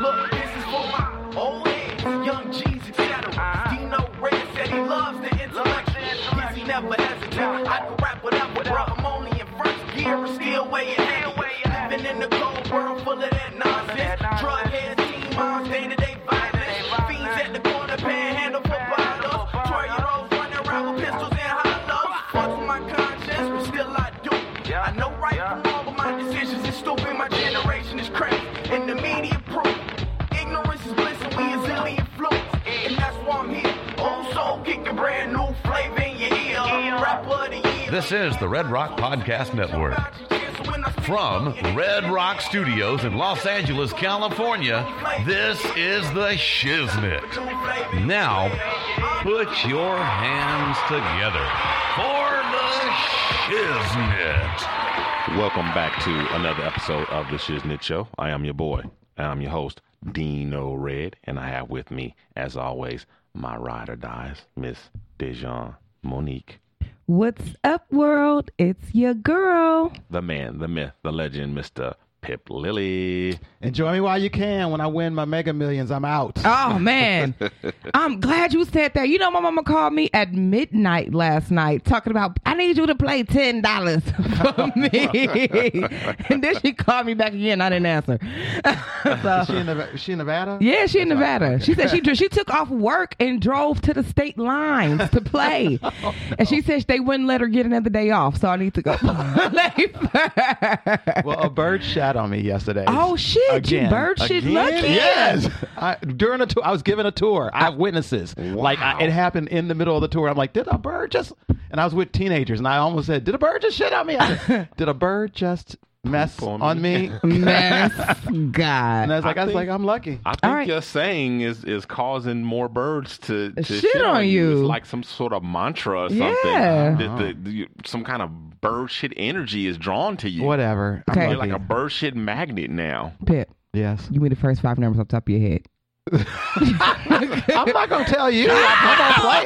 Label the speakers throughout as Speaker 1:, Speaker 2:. Speaker 1: Look, this is for my old head. Young Jeezy settle. Dino Red said he Uh-huh. loves the intellect. Yes, he never hesitates. I can rap whatever, bro. I'm only in first gear and still weighing heavy. Living in the cold world full of that nonsense. Drug heads, teen moms, day-to-day violence. Fiends at the corner, panhandle for bottles. Twelve-year-olds running around with pistols and hollows. Fucks with my conscience, but still I do. I know right from wrong, but my decisions is stupid. My generation is crazy, and the media proof. Ignorance is bliss, and we is illy influenced. And that's why I'm here. Old soul kicking brand new flavor in your ear. Rapper of the year.
Speaker 2: This is the Red Rock Podcast Network. From Red Rock Studios in Los Angeles, California, this is The Shiznit. Now, put your hands together for
Speaker 3: Welcome back to another episode of the Shiznit Show. I am your boy. I'm your host, Dino Red, and I have with me, as always, my ride or dies, Miss Dijon Monique,
Speaker 4: What's up, world? It's your girl.
Speaker 3: the man, the myth, the legend, Mr. Pip Lilly.
Speaker 5: Enjoy me while you can. When I win my Mega Millions, I'm out.
Speaker 4: Oh man, I'm glad you said that. You know, my mama called me at midnight last night talking about I need you to play ten dollars for me, and then she called me back again. I didn't answer. So-
Speaker 5: She in Nevada. She in Nevada?
Speaker 4: Uh, Yeah, she in Nevada. She said she dro- she took off work and drove to the state lines to play,
Speaker 3: Oh,
Speaker 4: and she said they wouldn't let her get another day off. So I need to go play first.
Speaker 5: Well, a bird shat on me yesterday.
Speaker 4: Oh shit!
Speaker 5: Again.
Speaker 4: You bird shit
Speaker 5: Again?
Speaker 4: lucky.
Speaker 5: Yes. I, during a tour, I was given a tour. I have witnesses. Like I, it happened in the middle of the tour. I'm like, did a bird just? And I was with teenagers, and I almost said, did a bird just shit on me? I said, did a bird just mess
Speaker 3: on
Speaker 5: on me?
Speaker 4: Mess
Speaker 5: And I
Speaker 4: God.
Speaker 5: was like, I, was
Speaker 3: think-
Speaker 5: like, I'm lucky.
Speaker 3: I think
Speaker 4: right.
Speaker 3: your saying is, is causing more birds to, to
Speaker 4: Shit on
Speaker 3: It's
Speaker 4: you.
Speaker 3: like some sort of mantra or something.
Speaker 4: Yeah.
Speaker 3: That the, the- some kind of bird shit energy is drawn to you.
Speaker 5: Whatever. I'm
Speaker 4: Okay.
Speaker 3: You're
Speaker 5: lucky.
Speaker 3: like a bird shit magnet now.
Speaker 4: Pip,
Speaker 5: yes.
Speaker 4: give me the first five numbers off the top of your head.
Speaker 5: I'm not gonna tell you. I'm gonna play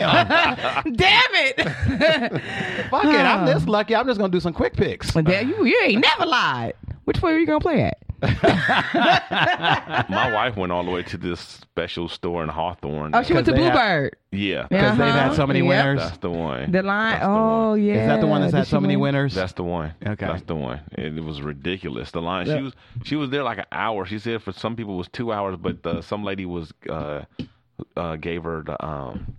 Speaker 5: 'em.
Speaker 4: Damn it!
Speaker 5: Fuck it. I'm this lucky. I'm just gonna do some quick picks.
Speaker 4: There you you ain't never lied. Which one are you gonna play at?
Speaker 3: My wife went all the way to this special store in Hawthorne.
Speaker 4: Ah. Oh, she went to
Speaker 5: they have-
Speaker 4: Bluebird.
Speaker 3: yeah.
Speaker 5: Because they've had
Speaker 4: Uh-huh.
Speaker 5: so many
Speaker 4: Yep.
Speaker 5: winners.
Speaker 3: That's the one.
Speaker 4: The line.
Speaker 3: the
Speaker 4: Oh yeah.
Speaker 5: Is that the one that's
Speaker 4: Did
Speaker 5: had so
Speaker 4: she
Speaker 5: many
Speaker 4: win?
Speaker 5: winners?
Speaker 3: That's the one.
Speaker 5: Okay.
Speaker 3: That's the one. It, it was ridiculous. The line. She was she was there like an hour. She said for some people it was two hours, but uh, some lady was uh, uh, gave her the um,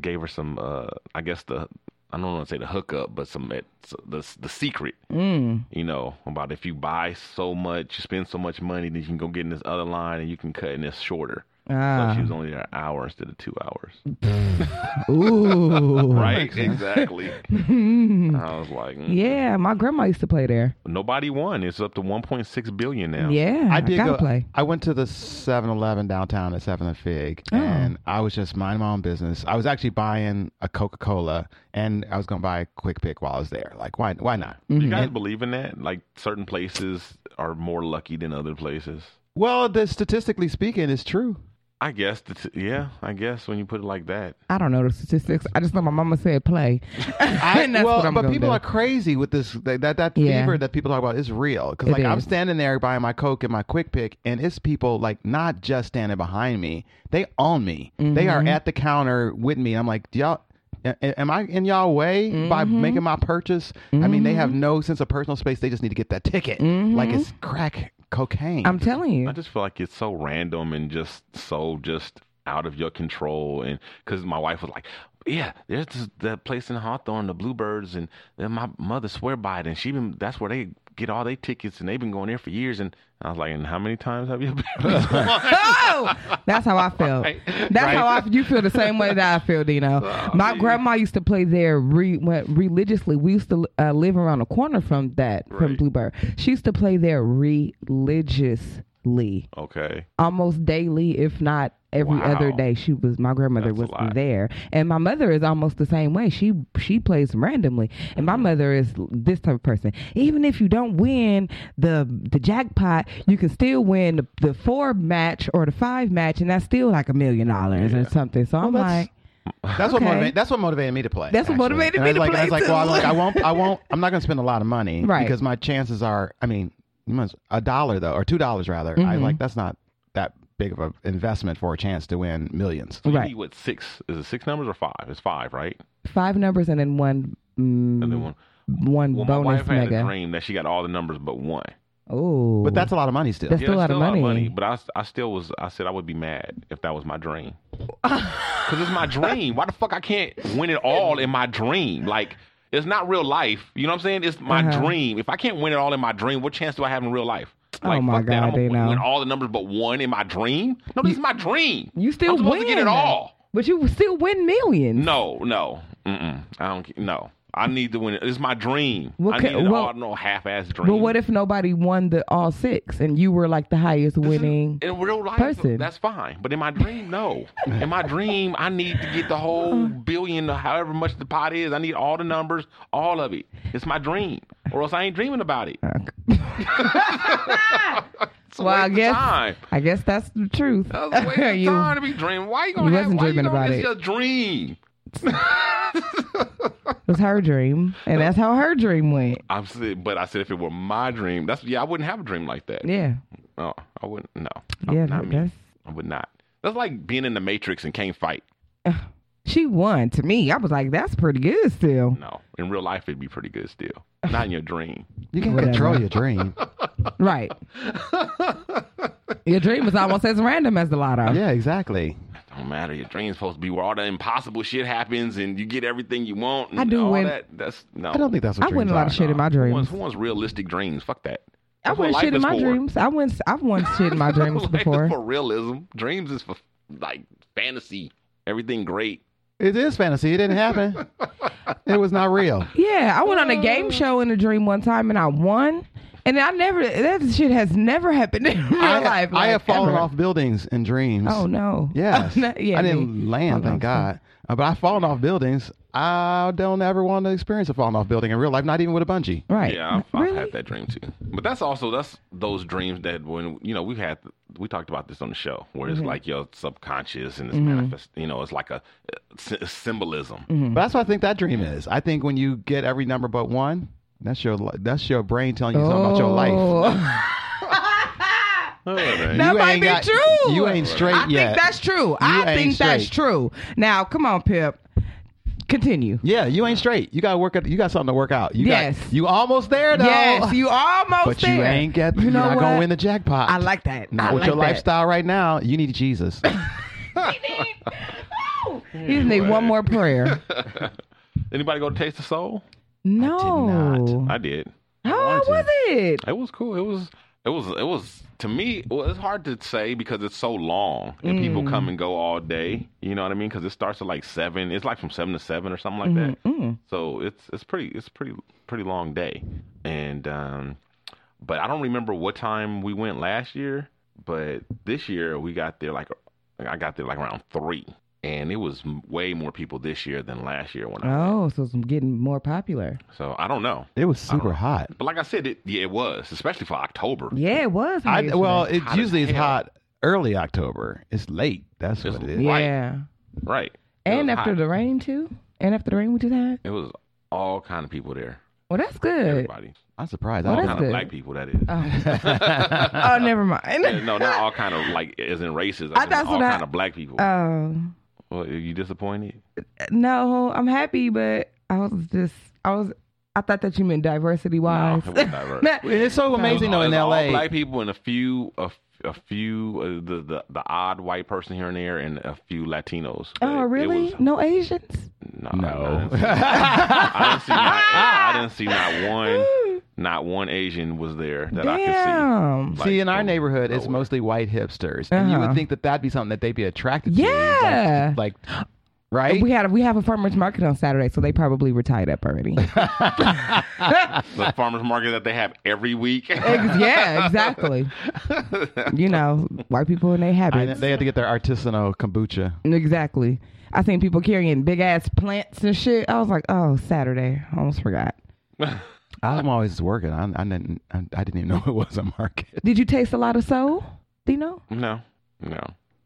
Speaker 3: gave her some uh, I guess the I don't want to say the hookup, but some it's the the secret.
Speaker 4: Mm.
Speaker 3: You know about if you buy so much, you spend so much money, then you can go get in this other line and you can cut and it's shorter.
Speaker 4: Ah.
Speaker 3: So she was only there an hour instead of two hours.
Speaker 4: Ooh.
Speaker 3: Right? Exactly. I was like, mm.
Speaker 4: Yeah, my grandma used to play there.
Speaker 3: nobody won. It's up to 1.6 billion now.
Speaker 4: Yeah,
Speaker 5: I did
Speaker 4: gotta
Speaker 5: go,
Speaker 4: play.
Speaker 5: I went to the 7-Eleven downtown at Seven and Fig,
Speaker 4: Oh.
Speaker 5: and I was just minding my own business. I was actually buying a Coca Cola, and I was going to buy a Quick Pick while I was there. Like, why? Why not?
Speaker 4: Mm.
Speaker 3: You
Speaker 4: Mm-hmm.
Speaker 3: guys believe in that? Like certain places are more lucky than other places.
Speaker 5: Well, the, statistically speaking, it's true.
Speaker 3: I guess. That's, yeah, I guess when you put it like that.
Speaker 4: I don't know the statistics. I just know my mama said play. and that's
Speaker 5: well,
Speaker 4: what I'm
Speaker 5: but
Speaker 4: gonna
Speaker 5: people
Speaker 4: do.
Speaker 5: are crazy with this. That that, that
Speaker 4: Yeah.
Speaker 5: fever that people talk about is real. Because
Speaker 4: It
Speaker 5: like I'm
Speaker 4: is.
Speaker 5: standing there buying my Coke and my Quick Pick, and it's people like not just standing behind me. They own me. They
Speaker 4: Mm-hmm.
Speaker 5: are at the counter with me. I'm like, y'all. a- a- Am I in y'all way by
Speaker 4: Mm-hmm.
Speaker 5: making my purchase? I mean, they have no sense of personal space. They just need to get that ticket, like it's crack cocaine.
Speaker 4: Mm-hmm. I'm telling you.
Speaker 3: I just feel like it's so random and just so just out of your control. And because my wife was like, "Yeah, there's this, that place in Hawthorne, the Bluebirds, and then my mother swear by it, and she been that's where they get all their tickets, and they've been going there for years." And I was like, "And how many times have you been?"
Speaker 4: oh, that's how I felt. That's how I you feel the same way that I feel, Dino. My grandma used to play there re, went religiously. We used to uh, live around the corner from that from Bluebird. She used to play there religiously. daily,
Speaker 3: Okay.
Speaker 4: almost daily, if not every
Speaker 3: Wow.
Speaker 4: other day. She was my grandmother
Speaker 3: That's a
Speaker 4: was
Speaker 3: lot.
Speaker 4: there, and my mother is almost the same way. She she plays randomly, and
Speaker 3: Mm-hmm.
Speaker 4: my mother is this type of person. Even if you don't win the the jackpot, you can still win the, the four match or the five match, and that's still like a million dollars or something. So I'm
Speaker 5: that's-
Speaker 4: like.
Speaker 5: That's what
Speaker 4: Okay.
Speaker 5: motivated. That's what motivated me to play.
Speaker 4: That's what motivated
Speaker 5: And
Speaker 4: me
Speaker 5: I was
Speaker 4: to
Speaker 5: like,
Speaker 4: play,
Speaker 5: I was like,
Speaker 4: too.
Speaker 5: well, look, I won't. I won't. I'm not going to spend a lot of money,
Speaker 4: Right.
Speaker 5: Because my chances are, I mean, you must- a dollar though, or two dollars rather. I
Speaker 4: Mm-hmm.
Speaker 5: like that's not that big of an investment for a chance to win millions.
Speaker 3: You
Speaker 4: Right.
Speaker 3: need, what six? Is it six numbers or five? It's five, right?
Speaker 4: five numbers and then one
Speaker 3: And
Speaker 4: mm,
Speaker 3: then one.
Speaker 4: one
Speaker 3: Well, my
Speaker 4: bonus
Speaker 3: wife had a
Speaker 4: mega.
Speaker 3: dream that she got all the numbers but one.
Speaker 4: Oh,
Speaker 5: But that's a lot of money still.
Speaker 4: That's- Still a lot of money.
Speaker 3: But I, I still was. I said I would be mad if that was my dream. Because it's my dream. Why the fuck I can't win it all in my dream? Like it's not real life. You know what I'm saying? It's my
Speaker 4: Uh-huh.
Speaker 3: dream. If I can't win it all in my dream, what chance do I have in real life?
Speaker 4: Oh
Speaker 3: Like,
Speaker 4: my
Speaker 3: fuck that.
Speaker 4: God,
Speaker 3: I'm gonna
Speaker 4: Dino.
Speaker 3: win all the numbers but one in my dream. No, this is my dream.
Speaker 4: you still
Speaker 3: I'm supposed
Speaker 4: win.
Speaker 3: to get it all.
Speaker 4: but you still win millions.
Speaker 3: No, no, mm-mm. I don't. ca- No, I need to win it. It's my dream.
Speaker 4: Well,
Speaker 3: I
Speaker 4: ca-
Speaker 3: need an
Speaker 4: well-
Speaker 3: all no half-ass dream.
Speaker 4: But what if nobody won the all six and you were like the highest
Speaker 3: This is-
Speaker 4: winning?
Speaker 3: in real life?
Speaker 4: person.
Speaker 3: That's fine. But in my dream, no. in my dream, I need to get the whole billion, or however much the pot is. I need all the numbers, all of it. It's my dream, or else I ain't dreaming about it. It's a
Speaker 4: Well, I
Speaker 3: waste of
Speaker 4: guess-
Speaker 3: time.
Speaker 4: I guess that's the truth.
Speaker 3: That was a waste of
Speaker 4: You-
Speaker 3: time to be dreaming. Why you gonna
Speaker 4: you
Speaker 3: have?
Speaker 4: wasn't
Speaker 3: why
Speaker 4: dreaming
Speaker 3: you gonna,
Speaker 4: about
Speaker 3: it's
Speaker 4: it.
Speaker 3: your dream.
Speaker 4: it was her dream, and that's how her dream went.
Speaker 3: I'm, saying- but I said if it were my dream, that's yeah, I wouldn't have a dream like that.
Speaker 4: Yeah,
Speaker 3: No, I wouldn't. No,
Speaker 4: yeah.
Speaker 3: not me.
Speaker 4: that's,
Speaker 3: I would not. That's like being in the Matrix and can't fight.
Speaker 4: she won to me. I was like, that's pretty good still.
Speaker 3: No, in real life it'd be pretty good still. Not in your dream.
Speaker 5: You can
Speaker 4: Whatever.
Speaker 5: control your dream.
Speaker 4: Right. Your dream was almost as random as the lotto.
Speaker 5: yeah, exactly.
Speaker 3: Don't matter. Your dream's supposed to be where all the impossible shit happens and you get everything you want. And
Speaker 4: I do
Speaker 3: all
Speaker 4: win.
Speaker 3: That. That's no.
Speaker 5: I don't think that's
Speaker 4: I
Speaker 5: what
Speaker 4: win
Speaker 5: dreams
Speaker 4: a lot
Speaker 5: are.
Speaker 4: of shit in my
Speaker 3: Who
Speaker 4: dreams.
Speaker 3: wants, who wants realistic dreams? Fuck that.
Speaker 4: I
Speaker 3: That's what
Speaker 4: won
Speaker 3: life
Speaker 4: shit in
Speaker 3: is
Speaker 4: my
Speaker 3: for.
Speaker 4: dreams. I won. I've won shit in my dreams
Speaker 3: Life
Speaker 4: before.
Speaker 3: Is for realism. Dreams is for like fantasy. Everything great.
Speaker 5: It is fantasy. It didn't happen. it was not real.
Speaker 4: Yeah, I went on a game show in a dream one time and I won. And I never that shit has never happened in real
Speaker 5: I,
Speaker 4: life.
Speaker 5: I
Speaker 4: like,
Speaker 5: have fallen
Speaker 4: ever.
Speaker 5: off buildings in dreams.
Speaker 4: Oh no.
Speaker 5: Yes.
Speaker 4: Not- yeah. Oh,
Speaker 5: I didn't
Speaker 4: me.
Speaker 5: land,
Speaker 4: Hold on.
Speaker 5: thank God. Uh, But I've fallen off buildings. I don't ever want to experience a falling off building in real life, not even with a bungee.
Speaker 4: Right.
Speaker 3: Yeah, I've,
Speaker 4: really?
Speaker 3: I've had that dream too. But that's also that's those dreams that when you know we had we talked about this on the show where
Speaker 4: Mm-hmm.
Speaker 3: it's like your subconscious and it's manifest. You know, it's like a uh, sy- symbolism.
Speaker 4: Mm-hmm.
Speaker 5: But that's what I think that dream is. I think when you get every number but one, that's your li- that's your brain telling you something about your life.
Speaker 4: Oh.
Speaker 3: Alright.
Speaker 4: that
Speaker 5: You
Speaker 4: might
Speaker 5: ain't
Speaker 4: be
Speaker 5: got-
Speaker 4: true.
Speaker 5: you ain't straight
Speaker 4: I
Speaker 5: yet.
Speaker 4: think that's true. I
Speaker 5: ain't
Speaker 4: think that's
Speaker 5: straight.
Speaker 4: true. Now, come on, Pip. Continue.
Speaker 5: Yeah, you ain't straight. You got to work. At, you got something to work out. You got-
Speaker 4: Yes.
Speaker 5: you almost there though.
Speaker 4: Yes, you almost
Speaker 5: but
Speaker 4: there.
Speaker 5: you ain't get. You are not gonna win the jackpot.
Speaker 4: I like that.
Speaker 5: Not
Speaker 4: I
Speaker 5: with
Speaker 4: like
Speaker 5: your
Speaker 4: that.
Speaker 5: lifestyle right now. You need Jesus.
Speaker 4: You just need one more prayer.
Speaker 3: Anybody go to Taste the Soul?
Speaker 4: No.
Speaker 3: I did.
Speaker 4: How was it?
Speaker 3: It was cool. It was it was it was to me. Well, it's hard to say because it's so long and people come and go all day. You know what I mean? Because it starts at like seven. It's like from seven to seven or something like that. So it's it's pretty it's pretty pretty long day. And um, but I don't remember what time we went last year. But this year we got there like I got there like around three, and it was way more people this year than last year when I.
Speaker 4: Oh, so it's getting more popular.
Speaker 3: So I don't know.
Speaker 5: It was super hot.
Speaker 3: But like I said, it yeah, it was especially for October.
Speaker 4: Yeah, it was.
Speaker 5: I,
Speaker 4: nice,
Speaker 5: well,
Speaker 4: man.
Speaker 5: it
Speaker 3: Hot as
Speaker 5: usually is
Speaker 3: hell.
Speaker 5: hot early October. It's late. That's what it is.
Speaker 3: right.
Speaker 4: yeah.
Speaker 3: Right. It
Speaker 4: And
Speaker 3: was
Speaker 4: after
Speaker 3: hot.
Speaker 4: the rain too. And after the rain, we just had.
Speaker 3: it was all kind of people there.
Speaker 4: Well, that's good.
Speaker 3: Everybody,
Speaker 5: I'm surprised.
Speaker 4: Well,
Speaker 5: I
Speaker 3: all
Speaker 5: don't
Speaker 4: that's
Speaker 3: kind
Speaker 4: good.
Speaker 3: of black people. That is.
Speaker 4: Oh. oh, never
Speaker 3: Yeah,
Speaker 4: mind.
Speaker 3: no, not all kind of like as in races.
Speaker 4: I
Speaker 3: I,
Speaker 4: thought
Speaker 3: mean,
Speaker 4: so
Speaker 3: all
Speaker 4: that-
Speaker 3: kind of black people.
Speaker 4: Um,
Speaker 3: well, are you disappointed?
Speaker 4: no, I'm happy, but I was just, I was, I thought that you meant diversity wise.
Speaker 3: No, it was diverse.
Speaker 5: And it's so amazing
Speaker 3: It
Speaker 5: though
Speaker 3: was
Speaker 5: in
Speaker 3: all
Speaker 5: LA.
Speaker 3: black people and a few a, a few uh, the, the the odd white person here and there and a few Latinos. But
Speaker 4: oh,
Speaker 3: it
Speaker 4: really?
Speaker 3: was-
Speaker 4: no Asians?
Speaker 3: no,
Speaker 5: No.
Speaker 3: I didn't see not, I didn't see not one not one Asian was there that I could see.
Speaker 4: Damn.
Speaker 3: Like,
Speaker 5: See, in our
Speaker 3: from
Speaker 5: neighborhood, it's
Speaker 6: Oh.
Speaker 3: nowhere.
Speaker 5: mostly white hipsters, and you
Speaker 4: Uh-huh.
Speaker 5: would think that that'd be something that they'd be attracted to.
Speaker 4: Yeah.
Speaker 5: like, like right?
Speaker 4: We had we have a farmers market on Saturday, so they probably were tied up already.
Speaker 6: the farmers market that they have every week.
Speaker 4: Ex- yeah, exactly. you know, white people and their
Speaker 5: I-
Speaker 4: habits.
Speaker 5: they had to get their artisanal kombucha.
Speaker 4: exactly. I seen people carrying big ass plants and shit. I was like, oh, Saturday. I almost forgot.
Speaker 5: I'm always working. I, I didn't. I, I didn't even know it was a market.
Speaker 4: Did you taste a lot of soul? Dino?
Speaker 6: no, no,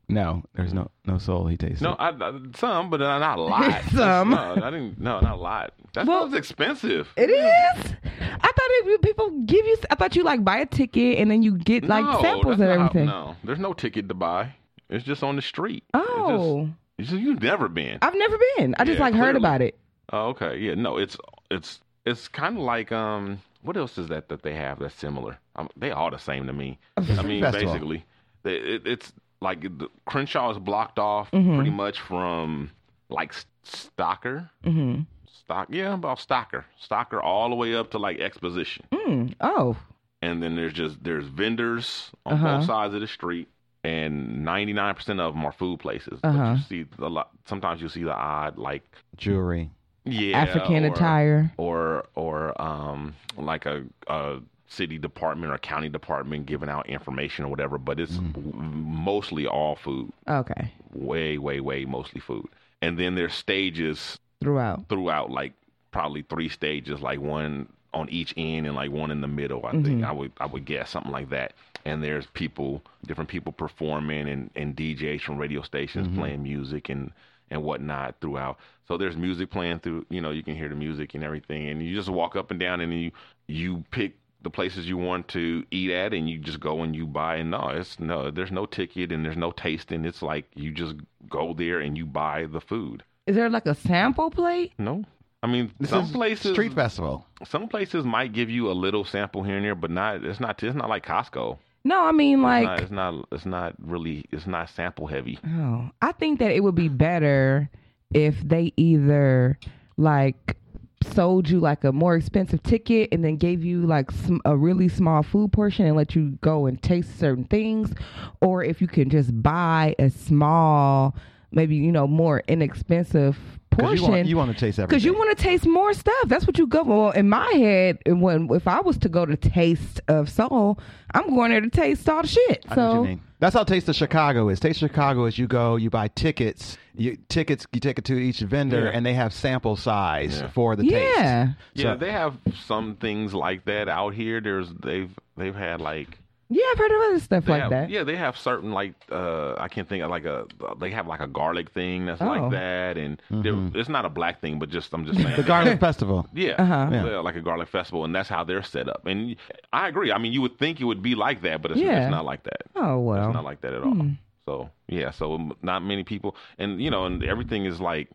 Speaker 5: No, there's no no soul. He tasted.
Speaker 6: no. I, I- some, but not a lot.
Speaker 4: Some.
Speaker 6: No, I didn't. No, not a lot. That
Speaker 4: Well-
Speaker 6: was expensive.
Speaker 4: It is. I thought it, you- people give you. I thought you like buy a ticket and then you get like
Speaker 6: no,
Speaker 4: samples
Speaker 6: that's not
Speaker 4: and
Speaker 6: how-
Speaker 4: everything.
Speaker 6: no, there's no ticket to buy. It's just on the street. It's just-
Speaker 4: Oh,
Speaker 6: it's just- you've never been.
Speaker 4: I've never been. I just
Speaker 6: Yeah,
Speaker 4: like heard
Speaker 6: clearly.
Speaker 4: about it.
Speaker 6: Oh, okay. Yeah. No, it's it's it's kind of like um, what else is that that they have that's similar? Um, they all the same to me. I mean,
Speaker 5: Festival.
Speaker 6: basically, they, it, it's like the, Crenshaw is blocked off pretty much from like S- Stocker,
Speaker 4: hmm
Speaker 6: Stock, yeah, about Stocker, Stocker, all the way up to like Exposition,
Speaker 4: Mm. Oh,
Speaker 6: and then there's just there's vendors on
Speaker 4: Uh-huh.
Speaker 6: both sides of the street. And ninety nine percent of them are food places. But
Speaker 4: Uh-huh.
Speaker 6: you see a lot. Sometimes you see the odd, like
Speaker 5: jewelry.
Speaker 6: yeah,
Speaker 4: African
Speaker 6: or-
Speaker 4: attire.
Speaker 6: or or um like a, a city department or county department giving out information or whatever but it's
Speaker 4: Mm.
Speaker 6: w- mostly all food
Speaker 4: Okay,
Speaker 6: way way way mostly food and then there's stages
Speaker 4: throughout.
Speaker 6: throughout like probably three stages like one on each end and like one in the middle i
Speaker 4: Mm-hmm.
Speaker 6: think i would i would guess something like that and there's people different people performing and and djs from radio stations playing music and and whatnot throughout so there's music playing through you know you can hear the music and everything and you just walk up and down and you you pick the places you want to eat at and you just go and you buy and no it's no there's no ticket and there's no tasting it's like you just go there and you buy the food
Speaker 4: Is there like a sample plate?
Speaker 6: no. I mean,
Speaker 5: This
Speaker 6: some
Speaker 5: is
Speaker 6: places
Speaker 5: street festival.
Speaker 6: some places might give you a little sample here and there, but not it's not it's not like Costco.
Speaker 4: No, I mean
Speaker 6: It's
Speaker 4: like.
Speaker 6: not- it's not it's not really it's not sample heavy.
Speaker 4: Oh, I think that it would be better if they either like sold you like a more expensive ticket and then gave you like sm- a really small food portion and let you go and taste certain things or if you can just buy a small maybe you know more inexpensive
Speaker 5: 'Cause
Speaker 4: portion
Speaker 5: you want, you want to taste everything.
Speaker 4: because you want to taste more stuff. That's what you go. Well, in my head, and when if I was to go to Taste of Soul, I'm going there to taste all the shit.
Speaker 5: I
Speaker 4: so
Speaker 5: know what you mean. That's how Taste of Chicago is. Taste of Chicago is you go, you buy tickets, you tickets, you take it to each vendor,
Speaker 6: Yeah.
Speaker 5: and they have sample size
Speaker 6: Yeah.
Speaker 5: for the taste.
Speaker 4: yeah,
Speaker 6: Yeah, they have some things like that out here. There's they've they've had like
Speaker 4: yeah, I've heard of other stuff
Speaker 6: they
Speaker 4: like
Speaker 6: have-
Speaker 4: that.
Speaker 6: Yeah, they have certain like uh I can't think of like a they have like a garlic thing that's
Speaker 4: Oh.
Speaker 6: like that and
Speaker 5: Mm-hmm.
Speaker 6: there- it's not a black thing, but just I'm just saying
Speaker 5: The Garlic Festival.
Speaker 6: Yeah,
Speaker 4: Uh-huh.
Speaker 5: Yeah.
Speaker 6: Yeah, like a garlic festival, and that's how they're set up. And I agree. I mean, you would think it would be like that, but it's,
Speaker 4: Yeah. Hmm.
Speaker 6: it's not like that.
Speaker 4: Oh well,
Speaker 6: It's not like that at all. So yeah, so m- not many people, and you know, and everything is like,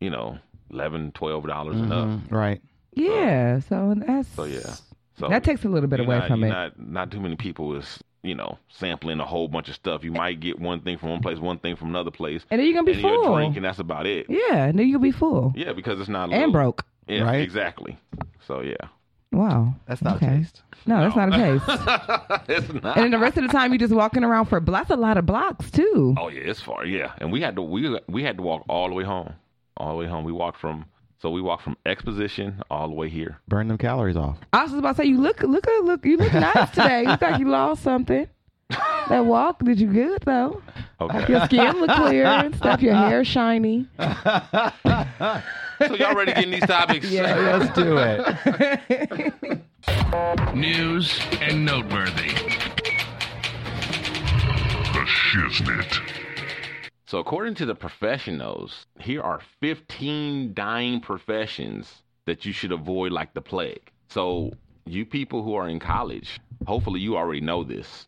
Speaker 6: you know, eleven, twelve dollars and
Speaker 4: Mm-hmm.
Speaker 6: up.
Speaker 5: Mhm, Right.
Speaker 4: yeah. So that's
Speaker 6: So yeah, so
Speaker 4: that takes a little bit
Speaker 6: you're
Speaker 4: away
Speaker 6: not,
Speaker 4: from
Speaker 6: you're
Speaker 4: it.
Speaker 6: Not not too many people is you know sampling a whole bunch of stuff. You might get one thing from one place, one thing from another place,
Speaker 4: and then you're gonna be
Speaker 6: and your
Speaker 4: full.
Speaker 6: drink, and that's about it.
Speaker 4: Yeah, and then you'll be full
Speaker 6: Yeah, because it's not
Speaker 4: and
Speaker 6: little-
Speaker 4: broke.
Speaker 6: Yeah,
Speaker 5: Right.
Speaker 6: exactly. So yeah,
Speaker 4: Wow,
Speaker 5: That's not
Speaker 4: okay.
Speaker 5: a taste.
Speaker 4: No, that's not a taste.
Speaker 6: it's not.
Speaker 4: and then the rest of the time, you're just walking around for that's a lot of blocks too.
Speaker 6: Oh yeah, it's far. Yeah, and we had to we we had to walk all the way home, all the way home. We walked from so we walked from exposition all the way here.
Speaker 5: Burn them calories off.
Speaker 4: I was just about to say, you look, look, look, you look nice today. You look like you lost something. That walk did you good though.
Speaker 6: Okay,
Speaker 4: Your skin look clear and stuff. Your hair shiny.
Speaker 6: so y'all ready to get in these topics?
Speaker 5: Let's do it.
Speaker 2: News and noteworthy.
Speaker 7: The Shiznit.
Speaker 6: So according to the professionals, here are 15 dying professions that you should avoid like the plague. So you people who are in college, hopefully you already know this.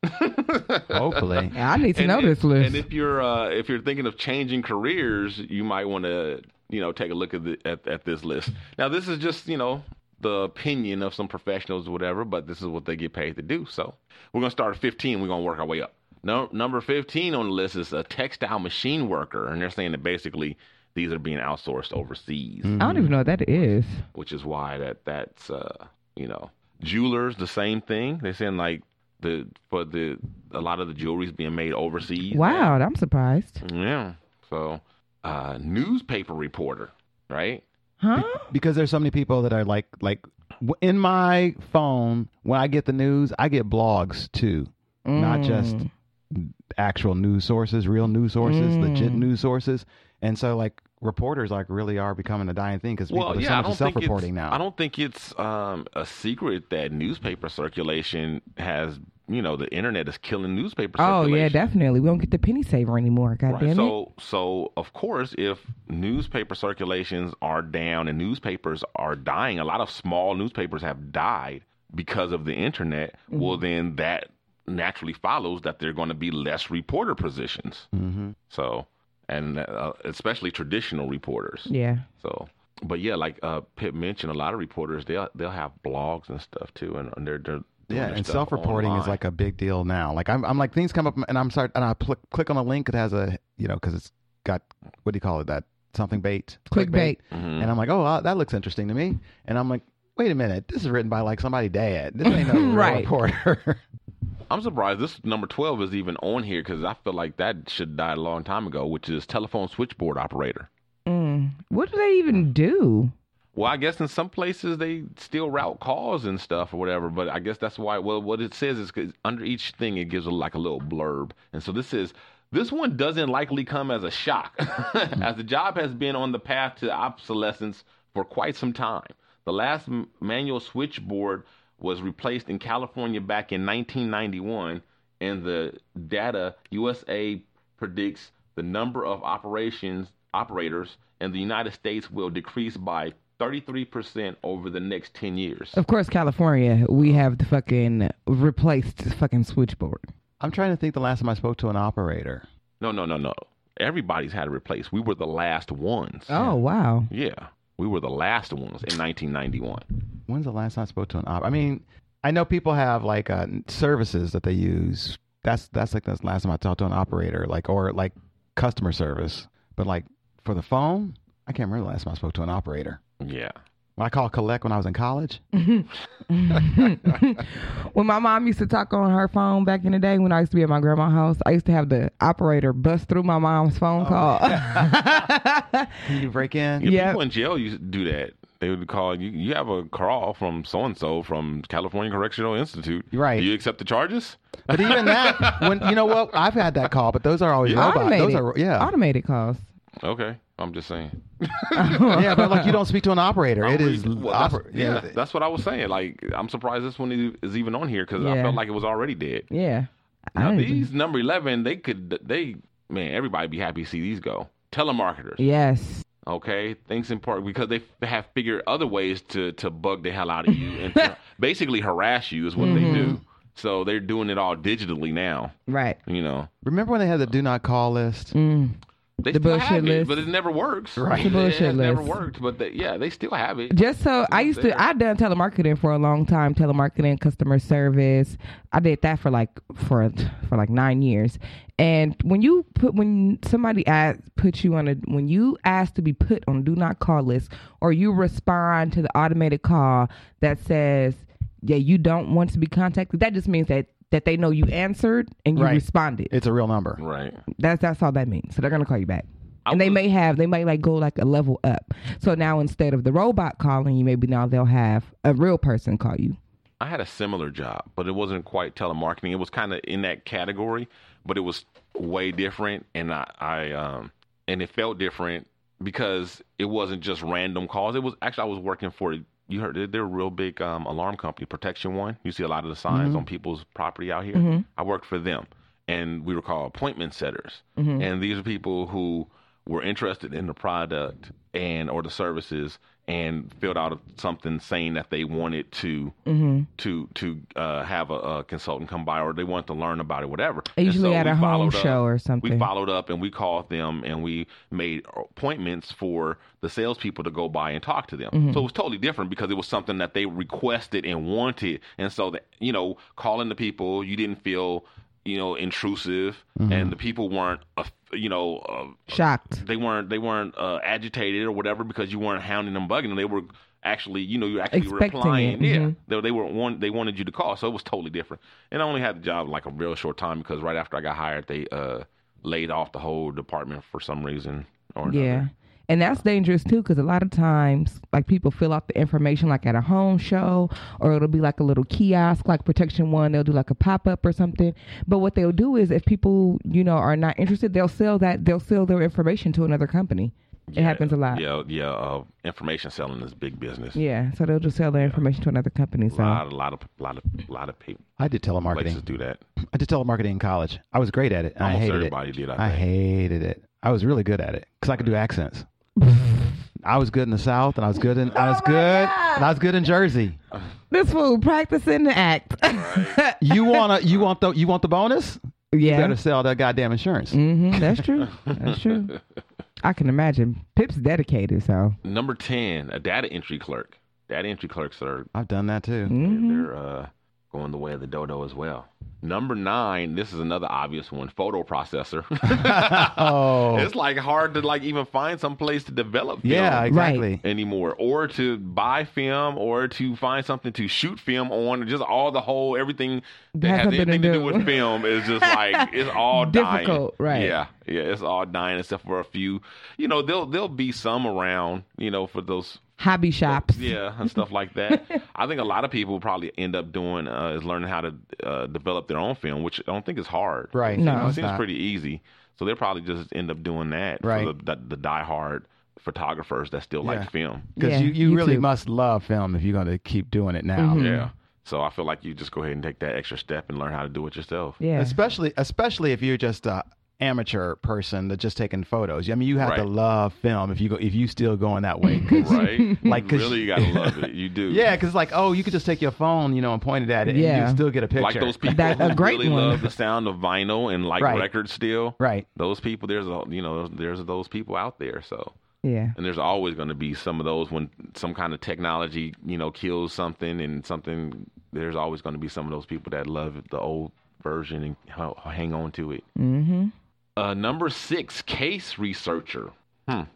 Speaker 5: Hopefully.
Speaker 4: Yeah, I need to know
Speaker 6: and
Speaker 4: this
Speaker 6: if,
Speaker 4: list.
Speaker 6: And if you're uh, if you're thinking of changing careers, you might want to you know take a look at, the, at at this list. Now, this is just you know the opinion of some professionals, or whatever, but this is what they get paid to do. So we're gonna start at 15. We're gonna work our way up. No, number 15 on the list is a textile machine worker, and they're saying that basically these are being outsourced overseas
Speaker 4: I don't even know what that is.
Speaker 6: which is why that that's uh you know jewelers the same thing they saying like the for the a lot of the jewelry's being made overseas
Speaker 3: Mm.
Speaker 4: Wow, I'm surprised.
Speaker 6: yeah so
Speaker 3: uh, newspaper reporter, right?
Speaker 4: Huh?
Speaker 5: because there's so many people that are like like w- in my phone when I get the news, I get blogs too, not just
Speaker 4: Mm.
Speaker 5: actual news sources, real news sources, legit news sources. And so like reporters like really are becoming a dying thing because people
Speaker 3: Well,
Speaker 5: there's
Speaker 3: yeah, I
Speaker 5: so much
Speaker 3: don't think
Speaker 5: self-reporting
Speaker 3: it's,
Speaker 5: now.
Speaker 3: I don't think it's um, a secret that newspaper circulation has, you know, the internet is killing newspaper
Speaker 4: Oh
Speaker 3: circulation.
Speaker 4: yeah, definitely. We don't get the penny saver anymore. God
Speaker 3: Right.
Speaker 4: damn it.
Speaker 3: So, so of course, if newspaper circulations are down and newspapers are dying, a lot of small newspapers have died because of the internet.
Speaker 4: Mm-hmm.
Speaker 3: Well, then that naturally follows that there are going to be less reporter positions.
Speaker 5: Mhm.
Speaker 3: So, and uh, especially traditional reporters.
Speaker 4: yeah.
Speaker 3: So, but yeah, like uh, Pip mentioned, a lot of reporters they'll they'll have blogs and stuff too, and, and they're, they're doing
Speaker 5: Yeah,
Speaker 3: their
Speaker 5: and
Speaker 3: stuff
Speaker 5: self-reporting
Speaker 3: online.
Speaker 5: is like a big deal now. Like I'm, I'm like things come up, and I'm sorry, and I pl- click on a link that has a, you know, because it's got what do you call it? That something bait,
Speaker 4: Clickbait.
Speaker 5: and I'm like, oh, uh, that looks interesting to me, and I'm like, wait a minute, this is written by like somebody dad. This ain't no real
Speaker 4: Right.
Speaker 5: reporter.
Speaker 3: I'm surprised this number 12 is even on here because I feel like that should die a long time ago, which is telephone switchboard operator.
Speaker 4: Mm. What do they even do?
Speaker 3: Well, I guess in some places they still route calls and stuff or whatever, but I guess that's why. Well, what it says is 'cause under each thing it gives a, like a little blurb, and so this is this one doesn't likely come as a shock, as the job has been on the path to obsolescence for quite some time. The last m- manual switchboard was replaced in California back in 1991, and the data USA predicts the number of operations operators in the United States will decrease by 33% over the next 10 years.
Speaker 4: Of course, California, we have the fucking replaced fucking switchboard.
Speaker 5: I'm trying to think the last time I spoke to an operator.
Speaker 3: No, no, no, no. Everybody's had to replace. We were the last ones.
Speaker 4: Oh wow.
Speaker 3: Yeah. We were the last ones in 1991.
Speaker 5: When's the last time I spoke to an op? I mean, I know people have like uh, services that they use. That's that's like the last time I talked to an operator, like or like customer service. But like for the phone, I can't remember the last time I spoke to an operator.
Speaker 3: Yeah.
Speaker 5: When I called collect when I was in college,
Speaker 4: When my mom used to talk on her phone back in the day, when I used to be at my grandma's house, I used to have the operator bust through my mom's phone
Speaker 3: Oh.
Speaker 4: call.
Speaker 5: can you break in?
Speaker 3: Yeah,
Speaker 4: Yeah.
Speaker 3: People in jail used to do that. They would call you. You have a call from so and so from California Correctional Institute.
Speaker 5: Right.
Speaker 3: Do you accept the charges?
Speaker 5: But even that, when you know what, I've had that call, but those are always robots.
Speaker 4: automated,
Speaker 5: Those are yeah,
Speaker 4: automated calls.
Speaker 3: Okay. I'm just saying.
Speaker 5: yeah. But like you don't speak to an operator. It is
Speaker 3: Well, that's-
Speaker 5: oper-
Speaker 3: yeah,
Speaker 5: yeah.
Speaker 3: that's what I was saying. Like, I'm surprised this one is- is even on here because I
Speaker 4: Yeah.
Speaker 3: felt like it was already dead.
Speaker 4: Yeah. I
Speaker 3: Now
Speaker 4: didn't-
Speaker 3: these number eleven, they could they man, everybody be happy to see these go. Telemarketers,
Speaker 4: Yes.
Speaker 3: okay, things important because they f- have figured other ways to to bug the hell out of you and to basically harass you is what they
Speaker 4: Mm-hmm.
Speaker 3: do. So they're doing it all digitally now.
Speaker 4: Right.
Speaker 3: You know,
Speaker 5: Remember when they had the do not call list?
Speaker 4: Mm.
Speaker 3: they
Speaker 4: The
Speaker 3: still
Speaker 4: bullshit
Speaker 3: have it,
Speaker 4: list.
Speaker 3: but it never works.
Speaker 5: Right.
Speaker 4: The
Speaker 3: It has
Speaker 4: bullshit
Speaker 3: never
Speaker 4: list.
Speaker 3: worked, but they, yeah, they still have it.
Speaker 4: Just so I used
Speaker 3: there.
Speaker 4: to, I done telemarketing for a long time. Telemarketing, customer service. I did that for like for for like nine years. And when you put when somebody ask, put you on a when you ask to be put on do not call list or you respond to the automated call that says yeah you don't want to be contacted, that just means that that they know you answered and you
Speaker 5: Right.
Speaker 4: responded.
Speaker 5: It's a real number.
Speaker 3: Right.
Speaker 4: That's that's all that means. So they're gonna call you back. And they may have they may like go like a level up. So now instead of the robot calling you, maybe now they'll have a real person call you.
Speaker 3: I had a similar job, but it wasn't quite telemarketing. It was kind of in that category, but it was way different, and I, I um, and it felt different because it wasn't just random calls. It was actually I was working for you heard they're- they're a real big um, alarm company, Protection One. You see a lot of the signs on people's property out here. I worked for them, and we were called appointment setters, and these are people who were interested in the product and or the services and filled out something saying that they wanted to to to uh, have a, a consultant come by or they wanted to learn about it, whatever.
Speaker 4: They
Speaker 3: And
Speaker 4: usually
Speaker 3: so
Speaker 4: at
Speaker 3: we
Speaker 4: a home
Speaker 3: followed
Speaker 4: show or
Speaker 3: We
Speaker 4: something.
Speaker 3: followed up and we called them and we made appointments for the salespeople to go by and talk to them.
Speaker 4: Mm-hmm.
Speaker 3: So it was totally different because it was something that they requested and wanted, and so that you know calling the people, you didn't feel you know intrusive, and the people weren't uh, you know. Uh,
Speaker 4: Shocked.
Speaker 3: they weren't they weren't uh, agitated or whatever because you weren't hounding them, bugging them. They were actually, you know, you were actually
Speaker 4: Expecting
Speaker 3: replying.
Speaker 4: it,
Speaker 3: Yeah,
Speaker 4: mhm.
Speaker 3: they, they were one. They wanted you to call, so it was totally different. And I only had the job like a real short time because right after I got hired, they uh, laid off the whole department for some reason or another.
Speaker 4: Yeah. And that's dangerous too, because a lot of times, like people fill out the information like at a home show, or it'll be like a little kiosk, like Protection One. They'll do like a pop up or something. But what they'll do is, if people you know are not interested, they'll sell that. They'll sell their information to another company. It happens a lot.
Speaker 3: Yeah, yeah. Uh, information selling is big business.
Speaker 4: Yeah, So they'll just sell their information to another company.
Speaker 3: A
Speaker 4: So
Speaker 3: lot, a lot of, lot of, lot of people
Speaker 5: I did telemarketing.
Speaker 3: places do that.
Speaker 5: I did telemarketing in college. I was great at it. and I
Speaker 3: Almost
Speaker 5: hated
Speaker 3: everybody
Speaker 5: it.
Speaker 3: did, I
Speaker 5: I
Speaker 3: think.
Speaker 5: hated it. I was really good at it because I could do accents. I was good in the South, and I was good in I was
Speaker 4: Oh my
Speaker 5: good,
Speaker 4: God.
Speaker 5: and I was good in Jersey.
Speaker 4: this fool practicing the act.
Speaker 5: You wanna you want the you want the bonus? You
Speaker 4: yeah,
Speaker 5: better sell that goddamn insurance.
Speaker 4: hmm that's true. That's true. I can imagine. Pip's dedicated, so
Speaker 3: Number ten, a data entry clerk. Data entry clerks are
Speaker 5: I've done that
Speaker 4: Mm-hmm.
Speaker 5: too.
Speaker 3: they're uh, going the way of the dodo as well. Number nine, this is another obvious one: photo processor.
Speaker 5: Oh,
Speaker 3: it's like hard to like even find some place to develop. Film.
Speaker 5: yeah, exactly.
Speaker 3: anymore or to buy film or to find something to shoot film on just all the whole everything that
Speaker 4: Has
Speaker 3: has
Speaker 4: something to
Speaker 3: anything to do.
Speaker 4: do.
Speaker 3: with film is just like it's all
Speaker 4: Difficult,
Speaker 3: dying.
Speaker 4: right.
Speaker 3: yeah yeah it's all dying except for a few you know there'll there'll be some around you know for those
Speaker 4: hobby shops.
Speaker 3: yeah and stuff like that i think a lot of people probably end up doing uh, is learning how to uh, develop their own film which i don't think is hard
Speaker 5: Right.
Speaker 3: You
Speaker 4: No,
Speaker 3: know, it
Speaker 5: it's
Speaker 3: seems
Speaker 5: not.
Speaker 3: pretty easy so they'll probably just end up doing that
Speaker 5: Right.
Speaker 3: for the, the, the diehard photographers that still
Speaker 5: Yeah.
Speaker 3: like film
Speaker 5: Because
Speaker 4: Yeah,
Speaker 5: you, you,
Speaker 4: you
Speaker 5: really
Speaker 4: too. Mm-hmm.
Speaker 5: must love film if you're going to keep doing it now.
Speaker 3: Yeah. So I feel like you just go ahead and take that extra step and learn how to do it yourself.
Speaker 4: Yeah.
Speaker 5: Especially especially if you're just a amateur person that's just taking photos. I mean, you have to
Speaker 3: Right.
Speaker 5: love film if you go if you still going that way. 'Cause-
Speaker 3: Right?
Speaker 5: Like, 'cause-
Speaker 3: really, you gotta love it. You do.
Speaker 5: yeah, because like oh, you could just take your phone, you know, and point it at it, and
Speaker 4: Yeah.
Speaker 5: you can still get a picture.
Speaker 3: Like those people
Speaker 4: That- a
Speaker 3: who
Speaker 4: great
Speaker 3: really
Speaker 4: one.
Speaker 3: love the sound of vinyl and like
Speaker 5: Right.
Speaker 3: records still.
Speaker 5: right?
Speaker 3: Those people, there's a you know, there's those people out there. So,
Speaker 4: Yeah.
Speaker 3: and there's always going to be some of those when some kind of technology, you know, kills something and something. There's always going to be some of those people that love the old version and ho- hang on to it.
Speaker 4: Mm-hmm.
Speaker 3: Uh, number six, case researcher.
Speaker 4: Okay.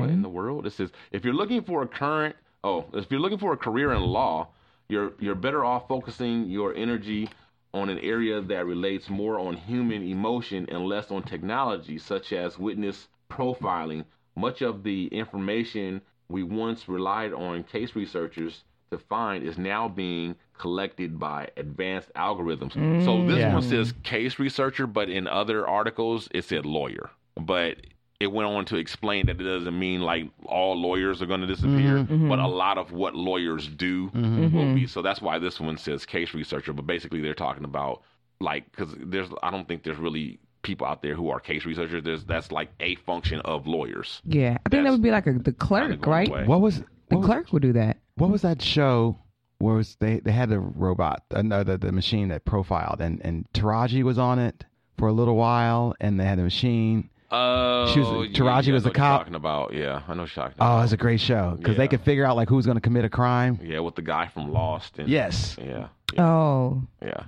Speaker 3: What in the world? This is if you're looking for a current oh, if you're looking for a career in law, you're you're better off focusing your energy on an area that relates more on human emotion and less on technology, such as witness profiling. Much of the information we once relied on case researchers to find is now being collected by advanced algorithms. so this
Speaker 5: Yeah.
Speaker 3: one says case researcher, but in other articles it said lawyer. But it went on to explain that it doesn't mean like all lawyers are going to disappear,
Speaker 4: Mm-hmm.
Speaker 3: but a lot of what lawyers do will be. So that's why this one says case researcher, but basically they're talking about like because there's I don't think there's really people out there who are case researchers. There's that's like a function of lawyers.
Speaker 4: Yeah, I think that
Speaker 3: That's
Speaker 4: would be like a, the
Speaker 3: going
Speaker 4: clerk, right?
Speaker 3: away.
Speaker 5: What was
Speaker 4: The
Speaker 5: what was,
Speaker 4: clerk would do that.
Speaker 5: what was that show? Where was they? They had the robot, uh, no, the, the machine that profiled, and and Taraji was on it for a little while, and they had the machine.
Speaker 3: Oh,
Speaker 5: She was- Taraji
Speaker 3: I
Speaker 5: was
Speaker 3: know
Speaker 5: the
Speaker 3: what you're
Speaker 5: cop.
Speaker 3: Talking about yeah, I know what you're talking
Speaker 5: Oh,
Speaker 3: about.
Speaker 5: it was a great show because they
Speaker 3: Yeah.
Speaker 5: could figure out like who's going to commit a crime.
Speaker 3: yeah, with the guy from Lost. And,
Speaker 5: Yes,
Speaker 3: Yeah. Yeah.
Speaker 4: Oh,
Speaker 3: yeah.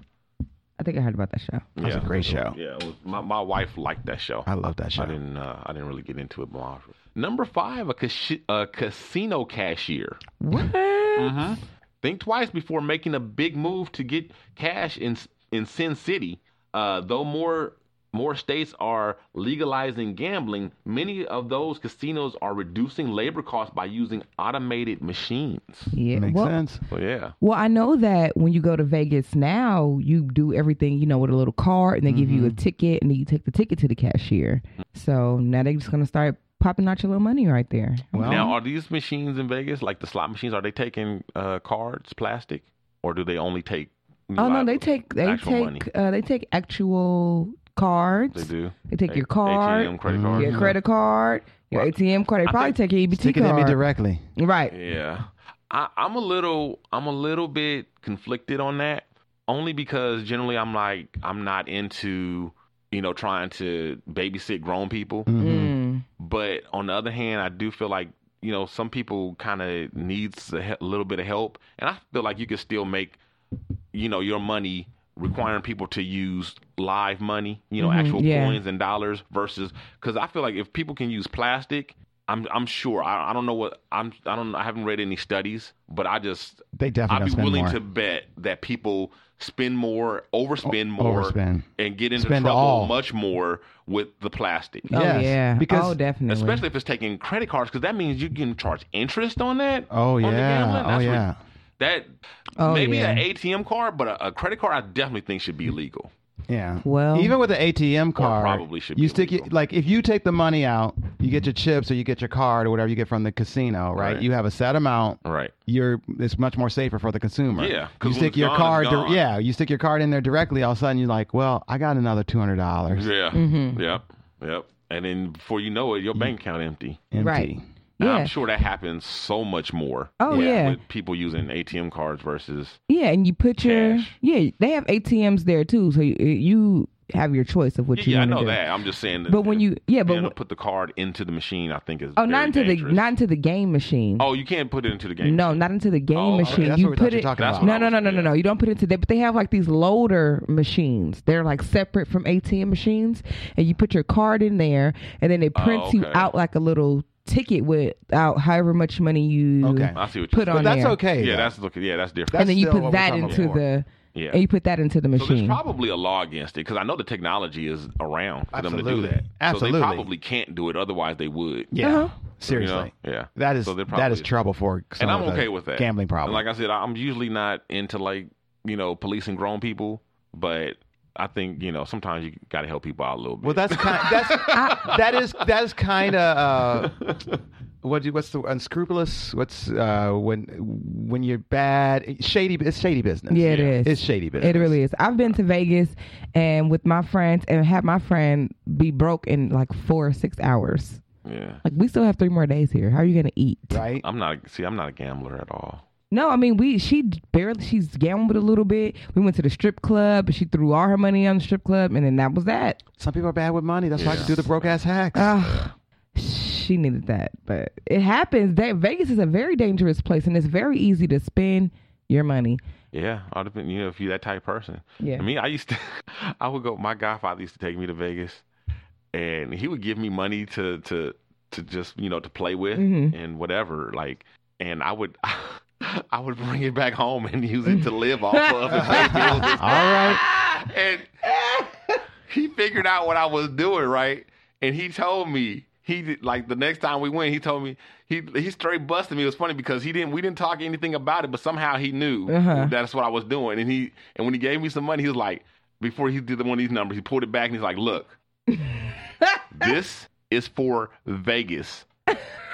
Speaker 4: I think I heard about that show.
Speaker 5: that was
Speaker 3: Yeah.
Speaker 5: a great show.
Speaker 3: Yeah, it was, my my wife liked that show.
Speaker 5: I love that show.
Speaker 3: I didn't uh, I didn't really get into it. More. Number five, a, cash- a casino cashier.
Speaker 4: What?
Speaker 3: Mm-hmm. Think twice before making a big move to get cash in in Sin City. Uh, though more more states are legalizing gambling, many of those casinos are reducing labor costs by using automated machines.
Speaker 4: Yeah.
Speaker 5: Makes
Speaker 4: well,
Speaker 5: sense.
Speaker 3: So yeah,
Speaker 4: well, I know that when you go to Vegas now, you do everything you know with a little card, and they give
Speaker 5: Mm-hmm.
Speaker 4: you a ticket, and then you take the ticket to the cashier. So now they're just gonna start popping out your little money right there.
Speaker 5: Well,
Speaker 3: now are these machines in Vegas like the slot machines? Are they taking uh, cards, plastic, or do they only take?
Speaker 4: Oh no,
Speaker 3: live-
Speaker 4: they take they
Speaker 3: actual money?
Speaker 4: take uh, they take actual cards.
Speaker 3: They do.
Speaker 4: They take
Speaker 3: A-
Speaker 4: your card,
Speaker 3: ATM credit card.
Speaker 4: your credit card, your ATM card. They probably take your EBT
Speaker 5: Stick Mm-hmm. it at me
Speaker 4: card.
Speaker 5: directly.
Speaker 4: Right.
Speaker 3: Yeah, I, I'm a little, I'm a little bit conflicted on that, only because generally I'm like, I'm not into, you know, trying to babysit grown people.
Speaker 5: Mm-hmm.
Speaker 4: Mm.
Speaker 3: But on the other hand, I do feel like, you know, some people kind of needs a he- little bit of help, and I feel like you can still make, you know, your money requiring people to use live money, you know, actual
Speaker 4: Mm. Mm-hmm. yeah.
Speaker 3: coins and dollars versus because I feel like if people can use plastic. I'm I'm sure I, I don't know what I'm I don't I haven't read any studies, but I just
Speaker 5: They definitely
Speaker 3: I'd
Speaker 5: don't
Speaker 3: be
Speaker 5: spend
Speaker 3: willing
Speaker 5: more.
Speaker 3: to bet that people spend more, overspend more,
Speaker 5: overspend.
Speaker 3: and get into
Speaker 5: Spend
Speaker 3: trouble
Speaker 5: all.
Speaker 3: much more with the plastic.
Speaker 4: Oh
Speaker 5: Yes,
Speaker 4: yeah.
Speaker 5: because-
Speaker 4: oh definitely.
Speaker 3: Especially if it's taking credit cards, because that means you can charge interest on that.
Speaker 5: Oh,
Speaker 3: on the
Speaker 5: yeah.
Speaker 3: gambling.
Speaker 5: Oh,
Speaker 3: That's
Speaker 5: yeah.
Speaker 3: rid- that
Speaker 4: Oh,
Speaker 3: maybe
Speaker 4: yeah.
Speaker 3: an ATM card, but a, a credit card, I definitely think should be legal.
Speaker 5: Yeah.
Speaker 4: Well-
Speaker 5: even with the ATM card,
Speaker 3: probably should
Speaker 5: you
Speaker 3: be
Speaker 5: stick your,
Speaker 3: illegal.
Speaker 5: like if you take the money out, you get your chips or you get your card or whatever you get from the casino, right?
Speaker 3: Right.
Speaker 5: You have a set amount.
Speaker 3: Right.
Speaker 5: You're it's much more safer for the consumer.
Speaker 3: Yeah, 'cause
Speaker 5: You
Speaker 3: when
Speaker 5: stick
Speaker 3: it's
Speaker 5: your
Speaker 3: gone, it's
Speaker 5: card. dir-
Speaker 3: gone.
Speaker 5: yeah. You stick your card in there directly. All of a sudden, you're like, well, I got another two hundred dollars.
Speaker 3: Yeah. Yep. Yep. And then before you know it, your bank account empty.
Speaker 4: Right.
Speaker 3: And
Speaker 4: Yeah.
Speaker 3: I'm sure that happens so much more.
Speaker 4: Oh,
Speaker 3: with-
Speaker 4: yeah.
Speaker 3: With people using ATM cards versus
Speaker 4: Yeah, and you put your
Speaker 3: Cash.
Speaker 4: yeah. They have ATMs there too, so you, you have your choice of what
Speaker 3: yeah,
Speaker 4: you
Speaker 3: I
Speaker 4: want to
Speaker 3: know
Speaker 4: do.
Speaker 3: that. I'm just saying. That
Speaker 4: But when you yeah,
Speaker 3: being
Speaker 4: but
Speaker 3: able to
Speaker 4: when-
Speaker 3: put the card into the machine, I think is
Speaker 4: oh, not
Speaker 3: very
Speaker 4: into
Speaker 3: dangerous.
Speaker 4: the not into the game machine.
Speaker 3: Oh, you can't put it into the game.
Speaker 4: no,
Speaker 3: machine.
Speaker 4: not into the game
Speaker 3: Oh, okay.
Speaker 4: machine.
Speaker 5: That's
Speaker 4: you
Speaker 5: what we thought
Speaker 4: put
Speaker 5: you were
Speaker 4: it.
Speaker 5: talking
Speaker 3: That's
Speaker 5: about.
Speaker 3: what
Speaker 4: No,
Speaker 3: I
Speaker 4: no,
Speaker 3: was-
Speaker 4: no, no, no,
Speaker 3: yeah.
Speaker 4: no. You don't put it into that, but they have like these loader machines. They're like separate from ATM machines, and you put your card in there, and then it
Speaker 5: Oh,
Speaker 4: prints you
Speaker 3: okay.
Speaker 4: out like a little ticket with out however much money you
Speaker 5: Okay.
Speaker 3: I see what you're
Speaker 4: put
Speaker 3: saying.
Speaker 4: on
Speaker 5: But that's
Speaker 4: there.
Speaker 5: okay.
Speaker 3: Yeah,
Speaker 5: though.
Speaker 3: that's look. Yeah, that's different.
Speaker 5: That's
Speaker 4: and then you
Speaker 5: still
Speaker 4: put
Speaker 5: what we're
Speaker 4: that
Speaker 5: talking
Speaker 4: into
Speaker 5: about.
Speaker 4: the
Speaker 3: Yeah.
Speaker 4: and you put that into the
Speaker 3: so there's
Speaker 4: machine.
Speaker 5: Mm-hmm.
Speaker 3: probably a law against it because I know the technology is around for them to
Speaker 5: Absolutely.
Speaker 3: do that. So
Speaker 5: Absolutely.
Speaker 3: they probably can't do it. Otherwise, they would.
Speaker 5: Yeah.
Speaker 4: Uh-huh.
Speaker 3: You know?
Speaker 5: Seriously.
Speaker 3: Yeah.
Speaker 5: That is
Speaker 3: So they're
Speaker 5: that is
Speaker 3: probably-
Speaker 5: trouble for some
Speaker 3: and I'm
Speaker 5: of the
Speaker 3: okay with that.
Speaker 5: gambling
Speaker 3: And
Speaker 5: problem.
Speaker 3: Like I said, I'm usually not into like you know policing grown people, but I think you know sometimes you got to help people out a little bit.
Speaker 5: Well, that's kind. That's that is that is kind of uh, what? do- What's the unscrupulous? What's uh, when when you're bad? Shady. It's shady business.
Speaker 4: Yeah, it Yeah. is.
Speaker 5: It's shady business.
Speaker 4: It really is. I've been to Vegas and with my friends and had my friend be broke in like four or six hours.
Speaker 3: yeah.
Speaker 4: Like we still have three more days here. How are you gonna eat?
Speaker 5: right.
Speaker 3: I'm not see. I'm not a gambler at all.
Speaker 4: No, I mean we. She barely. She's gambled a little bit. We went to the strip club. She threw all her money on the strip club, and then that was that.
Speaker 5: Some people are bad with money. That's why I do the broke ass hacks.
Speaker 4: Ugh. She needed that, but it happens. That Vegas is a very dangerous place, and it's very easy to spend your money.
Speaker 3: Yeah, I depend. You know, if you're that type of person.
Speaker 4: Yeah.
Speaker 3: I mean, I used to. I would go. My godfather used to take me to Vegas, and he would give me money to to to just you know to play with
Speaker 5: Mm-hmm.
Speaker 3: and whatever. Like, and I would. I would bring it back home and use it to live off of and pay bills
Speaker 5: Mm. All right.
Speaker 3: and he figured out what I was doing, right? And he told me he did, like the next time we went, he told me he he straight busted me. It was funny because he didn't we didn't talk anything about it, but somehow he knew that's what I was doing. And he and when he gave me some money, he was like, before he did the one of these numbers, he pulled it back and he's like, look, this is for Vegas.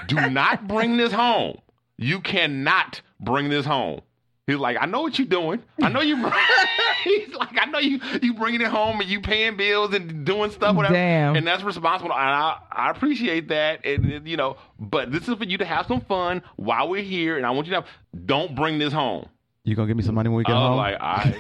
Speaker 3: Do not bring this home. You cannot bring this home. He's like, I know what you're doing. I know you. He's like, I know you. You bringing it home and you paying bills and doing stuff, whatever.
Speaker 4: Damn.
Speaker 3: And that's responsible. And I, I appreciate that. And and, you know, but this is for you to have some fun while we're here. And I want you to have, don't bring this home.
Speaker 5: You gonna give me some money when we get
Speaker 3: I was
Speaker 5: home?
Speaker 3: like, all right.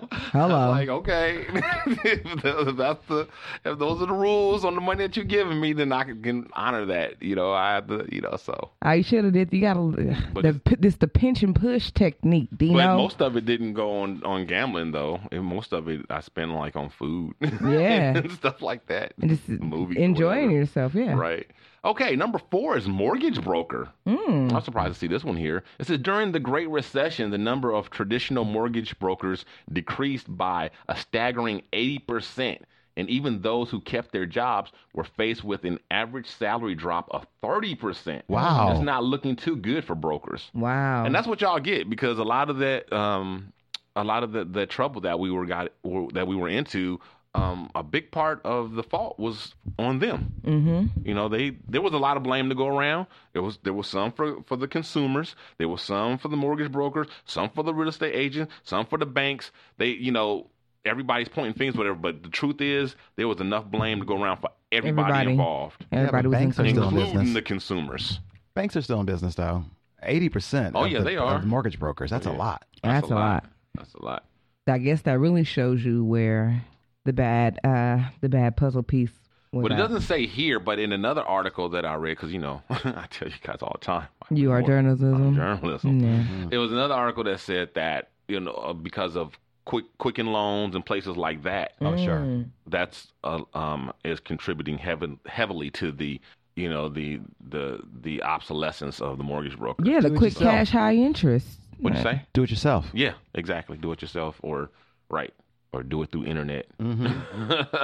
Speaker 3: So,
Speaker 4: Hello.
Speaker 3: I was like, okay. if, tho- that's the, if those are the rules on the money that you're giving me, then I can, can honor that. You know, I have to, you know, so.
Speaker 4: I should have did. You gotta.
Speaker 3: But
Speaker 4: the, this the pinch and push technique. Do you
Speaker 3: But
Speaker 4: know?
Speaker 3: most of it didn't go on, on gambling, though. And most of it I spent like on food.
Speaker 4: Yeah.
Speaker 3: and stuff like that.
Speaker 4: and just
Speaker 3: movies or
Speaker 4: enjoying
Speaker 3: whatever.
Speaker 4: yourself. Yeah.
Speaker 3: Right. Okay, number four is mortgage broker. I'm surprised to see this one here. It says during the Great Recession, the number of traditional mortgage brokers decreased by a staggering 80%. And even those who kept their jobs were faced with an average salary drop of 30%.
Speaker 5: Wow.
Speaker 3: It's not looking too good for brokers.
Speaker 4: Wow.
Speaker 3: And that's what y'all get because a lot of that, um, a lot of the, the trouble that we were got or that we were into, um, a big part of the fault was on them. Mm-hmm. You know, they there was a lot of blame to go around. There was there was some for for the consumers, there was some for the mortgage brokers, some for the real estate agents, some for the banks. They you know everybody's pointing fingers whatever, but the truth is there was enough blame to go around for everybody,
Speaker 4: Everybody.
Speaker 3: involved,
Speaker 4: Everybody
Speaker 5: Yeah, but
Speaker 4: was
Speaker 5: banks are
Speaker 4: included.
Speaker 5: still in
Speaker 3: including
Speaker 5: business.
Speaker 3: the consumers.
Speaker 5: Banks are still in business though. Eighty percent.
Speaker 3: Oh, yeah, they are.
Speaker 5: mortgage brokers. That's a lot.
Speaker 4: That's, a lot.
Speaker 3: That's a lot.
Speaker 4: I guess that really shows you where the bad uh the bad puzzle piece was.
Speaker 3: But it
Speaker 4: at.
Speaker 3: doesn't say here, but in another article that I read, because you know, I tell you guys all the time.
Speaker 4: You are
Speaker 3: I'm
Speaker 4: journalism.
Speaker 3: journalism.
Speaker 4: Yeah.
Speaker 3: It was another article that said that you know uh, because of quick quicken loans and places
Speaker 4: Mm-hmm.
Speaker 3: like that,
Speaker 4: Mm.
Speaker 5: Oh sure.
Speaker 3: that's uh, um is contributing heaven, heavily to the you know the the the obsolescence of the mortgage broker.
Speaker 4: Yeah, the
Speaker 5: Do it
Speaker 4: quick
Speaker 5: yourself.
Speaker 4: cash, high interest.
Speaker 3: What'd you say?
Speaker 5: Do it yourself.
Speaker 3: Yeah, exactly. Do it yourself or right or do it through internet.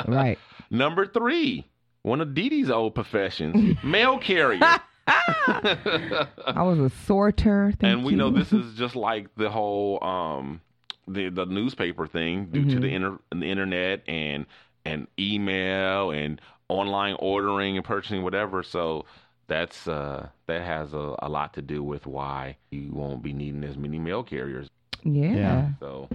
Speaker 4: Right.
Speaker 3: Number three, one of Dee Dee's old professions, mail carrier.
Speaker 4: I was a sorter. Thank
Speaker 3: and we know
Speaker 4: you.
Speaker 3: this is just like the whole um the the newspaper thing due to the,
Speaker 4: Mm-hmm.
Speaker 3: inter- the internet and and email and online ordering and purchasing whatever so that's uh that has a, a lot to do with why you won't be needing as many mail carriers
Speaker 4: Yeah.
Speaker 5: Yeah.
Speaker 3: so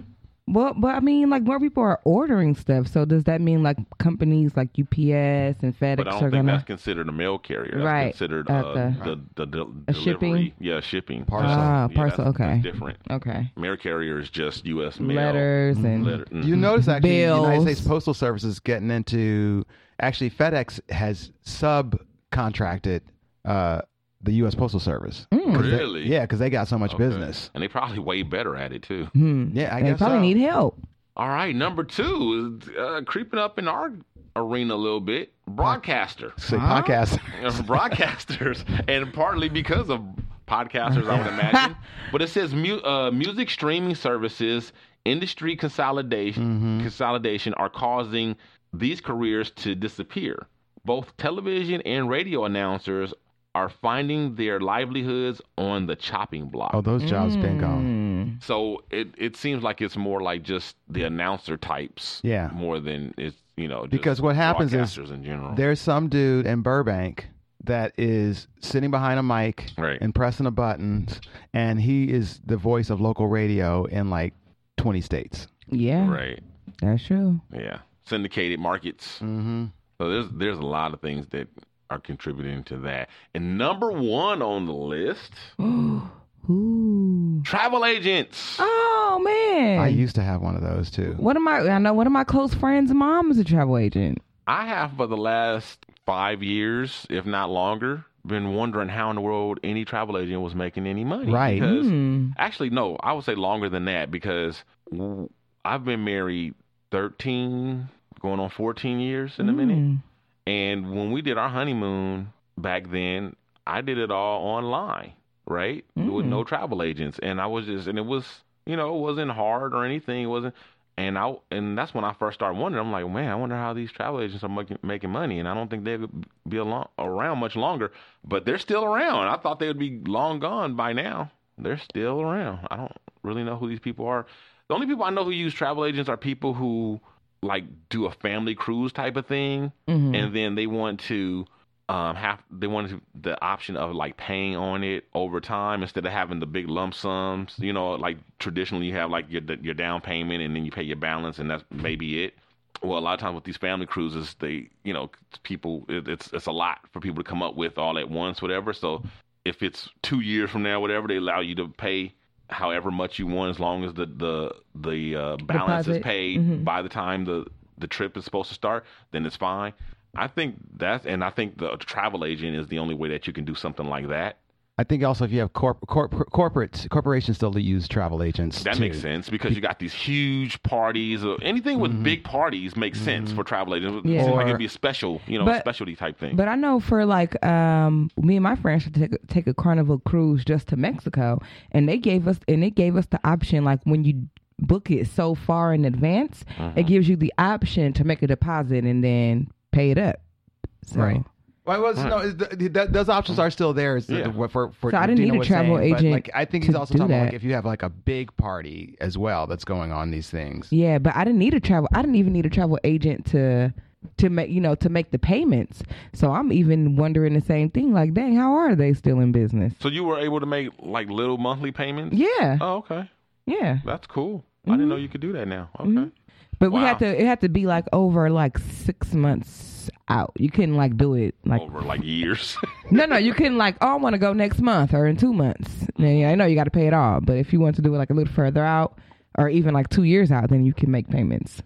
Speaker 4: Well, but I mean, like more people are ordering stuff. So does that mean like companies like UPS and FedEx
Speaker 3: but I
Speaker 4: are
Speaker 3: don't think
Speaker 4: gonna?
Speaker 3: that's considered a mail carrier. That's
Speaker 4: Right.
Speaker 3: considered
Speaker 4: At
Speaker 3: uh,
Speaker 4: the-
Speaker 3: the, the, del-
Speaker 4: A
Speaker 3: delivery.
Speaker 4: shipping?
Speaker 3: Yeah, shipping.
Speaker 5: Parcel.
Speaker 4: Ah,
Speaker 3: Yeah,
Speaker 4: parcel.
Speaker 3: that's-
Speaker 4: okay.
Speaker 3: That's different.
Speaker 4: Okay.
Speaker 3: Mail carrier is just U.S. mail.
Speaker 4: Letters and
Speaker 3: Letter- mm.
Speaker 5: You notice actually the United
Speaker 4: Bills.
Speaker 5: States Postal Service is getting into actually FedEx has subcontracted uh, the U.S. Postal Service.
Speaker 4: Mm.
Speaker 5: 'Cause they-
Speaker 3: Really?
Speaker 5: yeah, because they got so much
Speaker 3: Okay.
Speaker 5: business.
Speaker 3: And they probably way better at it too.
Speaker 5: Yeah, I
Speaker 4: Hmm. they
Speaker 5: guess
Speaker 4: probably
Speaker 3: uh,
Speaker 5: so.
Speaker 4: need help.
Speaker 3: All right, number two is uh, creeping up in our arena a little bit. Broadcaster,
Speaker 5: Say podcast.
Speaker 3: broadcasters, and partly because of podcasters, I would imagine. But it says mu- uh, music streaming services, industry consolidation, consolidation are causing these careers to disappear. Both television and radio announcers are finding their livelihoods on the chopping block.
Speaker 5: Oh, those jobs been gone.
Speaker 4: Mm.
Speaker 3: So it, it seems like it's more like just the announcer types,
Speaker 5: Yeah.
Speaker 3: more than it's you know just
Speaker 5: Because what happens is
Speaker 3: broadcasters in general.
Speaker 5: There's some dude in Burbank that is sitting behind a mic
Speaker 3: Right.
Speaker 5: and pressing a button, and he is the voice of local radio in like 20 states.
Speaker 4: Yeah,
Speaker 3: Right.
Speaker 4: that's true.
Speaker 3: Yeah. Syndicated markets.
Speaker 5: Mm-hmm.
Speaker 3: So there's there's a lot of things that are contributing to that. And number one on the list,
Speaker 4: Ooh.
Speaker 3: travel agents.
Speaker 4: Oh man.
Speaker 5: I used to have one of those too.
Speaker 4: one of my I know one of my close friends' mom is a travel agent.
Speaker 3: I have for the last five years, if not longer, been wondering how in the world any travel agent was making any money.
Speaker 5: Right.
Speaker 3: Because
Speaker 4: Hmm.
Speaker 3: Actually, no, I would say longer than that because w- I've been married 13, going on 14 years
Speaker 4: Mm.
Speaker 3: in a
Speaker 4: Hmm.
Speaker 3: minute. And when we did our honeymoon back then, I did it all online, right? With no travel agents. And I was just, and it was, you know, it wasn't hard or anything. It wasn't. And I and that's when I first started wondering. I'm like, man, I wonder how these travel agents are making, making money. And I don't think they'll be along, around much longer. But they're still around. I thought they would be long gone by now. They're still around. I don't really know who these people are. The only people I know who use travel agents are people who like do a family cruise type of thing, and then they want to um have they want to, the option of like paying on it over time instead of having the big lump sums. You know, like traditionally you have like your your down payment and then you pay your balance and that's maybe it. Well, a lot of times with these family cruises, they you know people it, it's it's a lot for people to come up with all at once, whatever. So if it's two years from now, whatever, they allow you to pay however much you want as long as the the the uh, balance is
Speaker 4: Deposit.
Speaker 3: paid by the time the the trip is supposed to start. Then it's fine. I think that's and I think the travel agent is the only way that you can do something like that.
Speaker 5: I think also if you have corp- corp- corporates, corporations still use travel agents.
Speaker 3: That
Speaker 5: too.
Speaker 3: makes sense because you got these huge parties or anything with big parties makes sense for travel agents. It
Speaker 4: Yeah.
Speaker 3: seems like
Speaker 5: Or-
Speaker 3: it'd be a special, you know,
Speaker 4: But-
Speaker 3: specialty type thing.
Speaker 4: But I know for like um, me and my friends should take a, take a carnival cruise just to Mexico, and they gave us and it gave us the option like when you book it so far in advance, it gives you the option to make a deposit and then pay it up. So,
Speaker 5: Right. Well, it was, no, it- th- th- those options are still there. is the-
Speaker 3: Yeah.
Speaker 5: what- for, for
Speaker 4: So I didn't
Speaker 5: Dina
Speaker 4: need a
Speaker 5: was
Speaker 4: travel
Speaker 5: saying, but,
Speaker 4: agent
Speaker 5: Like, I think
Speaker 4: to
Speaker 5: he's also
Speaker 4: do
Speaker 5: talking about
Speaker 4: that.
Speaker 5: like, if you have like a big party as well that's going on these things.
Speaker 4: Yeah, but I didn't need a travel. I didn't even need a travel agent to to make you know to make the payments. So I'm even wondering the same thing. Like, dang, how are they still in business?
Speaker 3: so you were able to make like little monthly payments?
Speaker 4: Yeah,
Speaker 3: Oh, okay.
Speaker 4: yeah.
Speaker 3: That's cool. I didn't know you could do that now. Okay.
Speaker 4: But we
Speaker 3: Wow.
Speaker 4: had to. It had to be like over like six months out. You couldn't like do it like
Speaker 3: Over like years.
Speaker 4: no no. You couldn't like oh I want to go next month or in two months. Then yeah, I know you got to pay it all. But if you want to do it like a little further out or even like two years out, then you can make payments.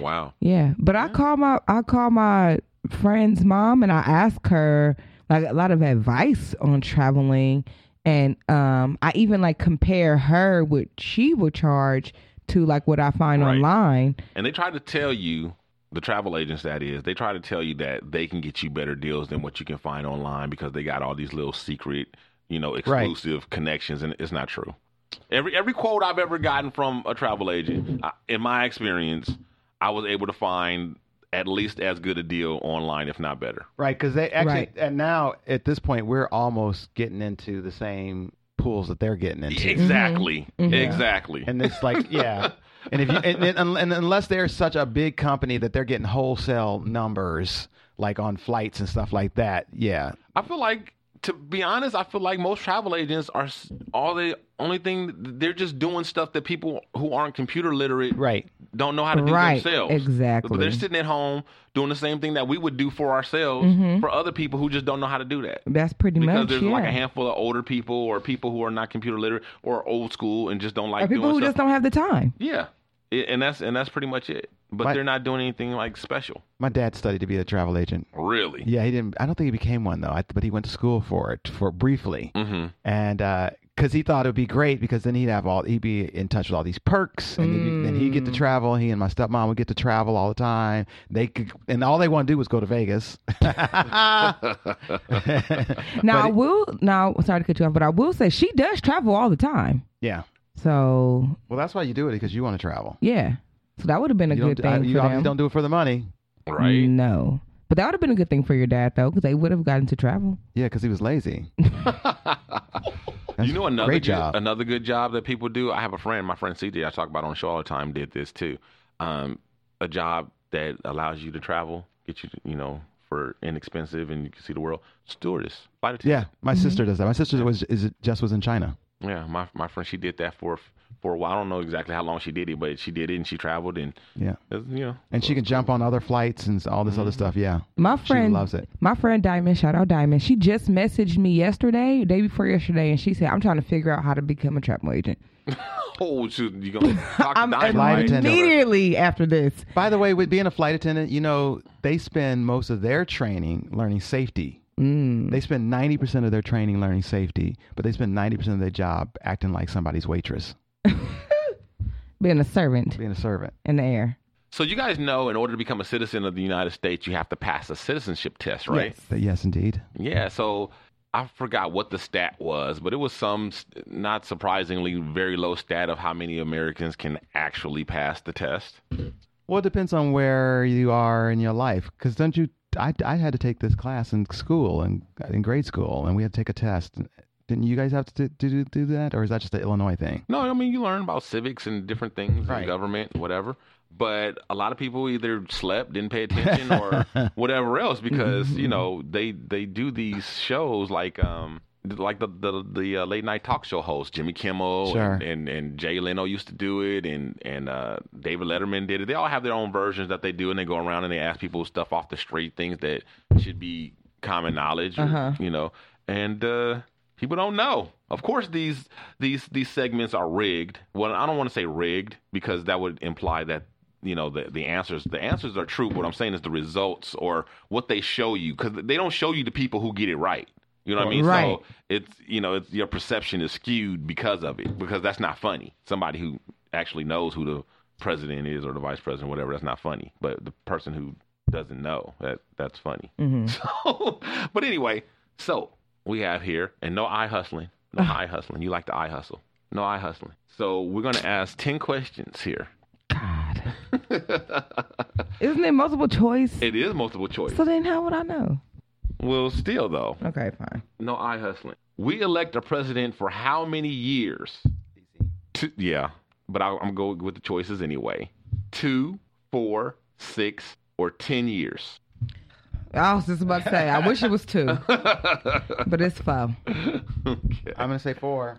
Speaker 3: wow.
Speaker 4: Yeah, but I call my I call my friend's mom and I ask her like a lot of advice on traveling, and um, I even like compare her what she would charge to like what I find
Speaker 3: Right.
Speaker 4: online.
Speaker 3: And they try to tell you the travel agents that is, they try to tell you that they can get you better deals than what you can find online because they got all these little secret, you know, exclusive connections, and it's not true. Every every quote I've ever gotten from a travel agent, I, in my experience, I was able to find at least as good a deal online, if not better.
Speaker 5: Right, because they actually
Speaker 4: Right.
Speaker 5: and now at this point we're almost getting into the same pools that they're getting into,
Speaker 3: Exactly, exactly.
Speaker 5: and it's like yeah. And if you and, and, and unless they're such a big company that they're getting wholesale numbers like on flights and stuff like that, yeah,
Speaker 3: I feel like, to be honest, I feel like most travel agents are s- all they only thing they're just doing stuff that people who aren't computer literate
Speaker 5: right,
Speaker 3: don't know how to do
Speaker 4: Right,
Speaker 3: themselves.
Speaker 4: exactly.
Speaker 3: But they're sitting at home doing the same thing that we would do for ourselves
Speaker 4: Mm-hmm.
Speaker 3: for other people who just don't know how to do that.
Speaker 4: That's pretty
Speaker 3: Because
Speaker 4: much
Speaker 3: there's
Speaker 4: yeah.
Speaker 3: like a handful of older people or people who are not computer literate or old school and just don't like
Speaker 4: or people
Speaker 3: doing
Speaker 4: who
Speaker 3: stuff.
Speaker 4: just don't have the time.
Speaker 3: yeah. It- and that's and that's pretty much it. But
Speaker 5: My-
Speaker 3: they're not doing anything like special.
Speaker 5: My dad studied to be a travel agent.
Speaker 3: Really.
Speaker 5: Yeah, he didn't. I don't think he became one though. I, but he went to school for it for briefly, mm-hmm. and because he thought it would be great because then he'd have all he'd be in touch with all these perks, and he'd- then he'd get to travel. He and my stepmom would get to travel all the time. They could, and all they want to do was go to Vegas.
Speaker 4: Now I will. Now sorry to cut you off, but I will say she does travel all the time.
Speaker 5: yeah.
Speaker 4: So
Speaker 5: Well, that's why you do it because you want to travel.
Speaker 4: yeah, so that would have been a
Speaker 5: You
Speaker 4: good
Speaker 5: don't.
Speaker 4: thing
Speaker 5: I,
Speaker 4: for
Speaker 5: you obviously
Speaker 4: them.
Speaker 5: don't do it for the money.
Speaker 3: Right.
Speaker 4: No, but that would have been a good thing for your dad though, because they would have gotten to travel.
Speaker 5: Yeah, because he was lazy.
Speaker 3: you know another
Speaker 5: great
Speaker 3: good,
Speaker 5: job.
Speaker 3: another good job that people do. I have a friend, my friend CJ, I talk about on the show all the time, did this too. Um, a job that allows you to travel, get you, to, you know, for inexpensive, and you can see the world. Stewardess, flight
Speaker 5: Yeah,
Speaker 3: attendant.
Speaker 5: my sister does that. My sister was is just was in China.
Speaker 3: Yeah, yeah. My my friend, she did that for for a while. I don't know exactly how long she did it, but she did it, and she traveled, and
Speaker 5: Yeah,
Speaker 3: it was, you know,
Speaker 5: and she can jump on other flights and all this other stuff. Yeah.
Speaker 4: My friend
Speaker 5: loves it.
Speaker 4: My friend Diamond, shout out Diamond. She just messaged me yesterday, day before yesterday, and she said, "I'm trying to figure out how to become a travel agent."
Speaker 3: oh, shoot, you gonna talk to
Speaker 4: I'm
Speaker 3: Diamond,
Speaker 5: Flight
Speaker 3: right?
Speaker 5: attendant.
Speaker 4: immediately after this.
Speaker 5: By the way, with being a flight attendant, you know, they spend most of their training learning safety. Mm. They spend 90% of their training learning safety, but they spend 90% of their job acting like somebody's waitress,
Speaker 4: Being a servant
Speaker 5: being a servant.
Speaker 4: in the air.
Speaker 3: So you guys know, in order to become a citizen of the United States, you have to pass a citizenship test, right?
Speaker 5: But yes, indeed.
Speaker 3: Yeah, so I forgot what the stat was, but it was some s- not surprisingly very low stat of how many Americans can actually pass the test.
Speaker 5: Well, it depends on where you are in your life. Because don't you, I, I had to take this class in school, and uh, in grade school, and we had to take a test. Didn't you guys have to do, do, do that? Or is that just the Illinois thing?
Speaker 3: No, I mean you learn about civics and different things,
Speaker 5: Right.
Speaker 3: and government, whatever. But a lot of people either slept, didn't pay attention, or whatever else, because you know they they do these shows like um like the the, the uh, late night talk show host Jimmy Kimmel
Speaker 5: Sure.
Speaker 3: and, and and Jay Leno used to do it, and and uh, David Letterman did it. They all have their own versions that they do, and they go around and they ask people stuff off the street, things that should be common knowledge, or, you know. And uh, people don't know. Of course, these these these segments are rigged. Well, I don't want to say rigged because that would imply that you know the the answers the answers are true. What I'm saying is the results or what they show you because they don't show you the people who get it right. You know what I mean?
Speaker 4: Right.
Speaker 3: So it's you know it's your perception is skewed because of it because that's not funny somebody who actually knows who the president is or the vice president whatever that's not funny but the person who doesn't know that that's funny so but anyway so we have here and no eye hustling no eye hustling you like the eye hustle no eye hustling so we're going to ask 10 questions here
Speaker 4: God. Isn't it multiple choice?
Speaker 3: it is multiple choice
Speaker 4: so then how would I know?
Speaker 3: well still though
Speaker 4: Okay, fine.
Speaker 3: No eye hustling. We elect a president for how many years? Two, yeah, but I, I'm going with the choices anyway. Two, four, six, or ten years.
Speaker 4: I was just about to say, I wish it was two, but it's four.
Speaker 3: okay.
Speaker 5: I'm going to say four.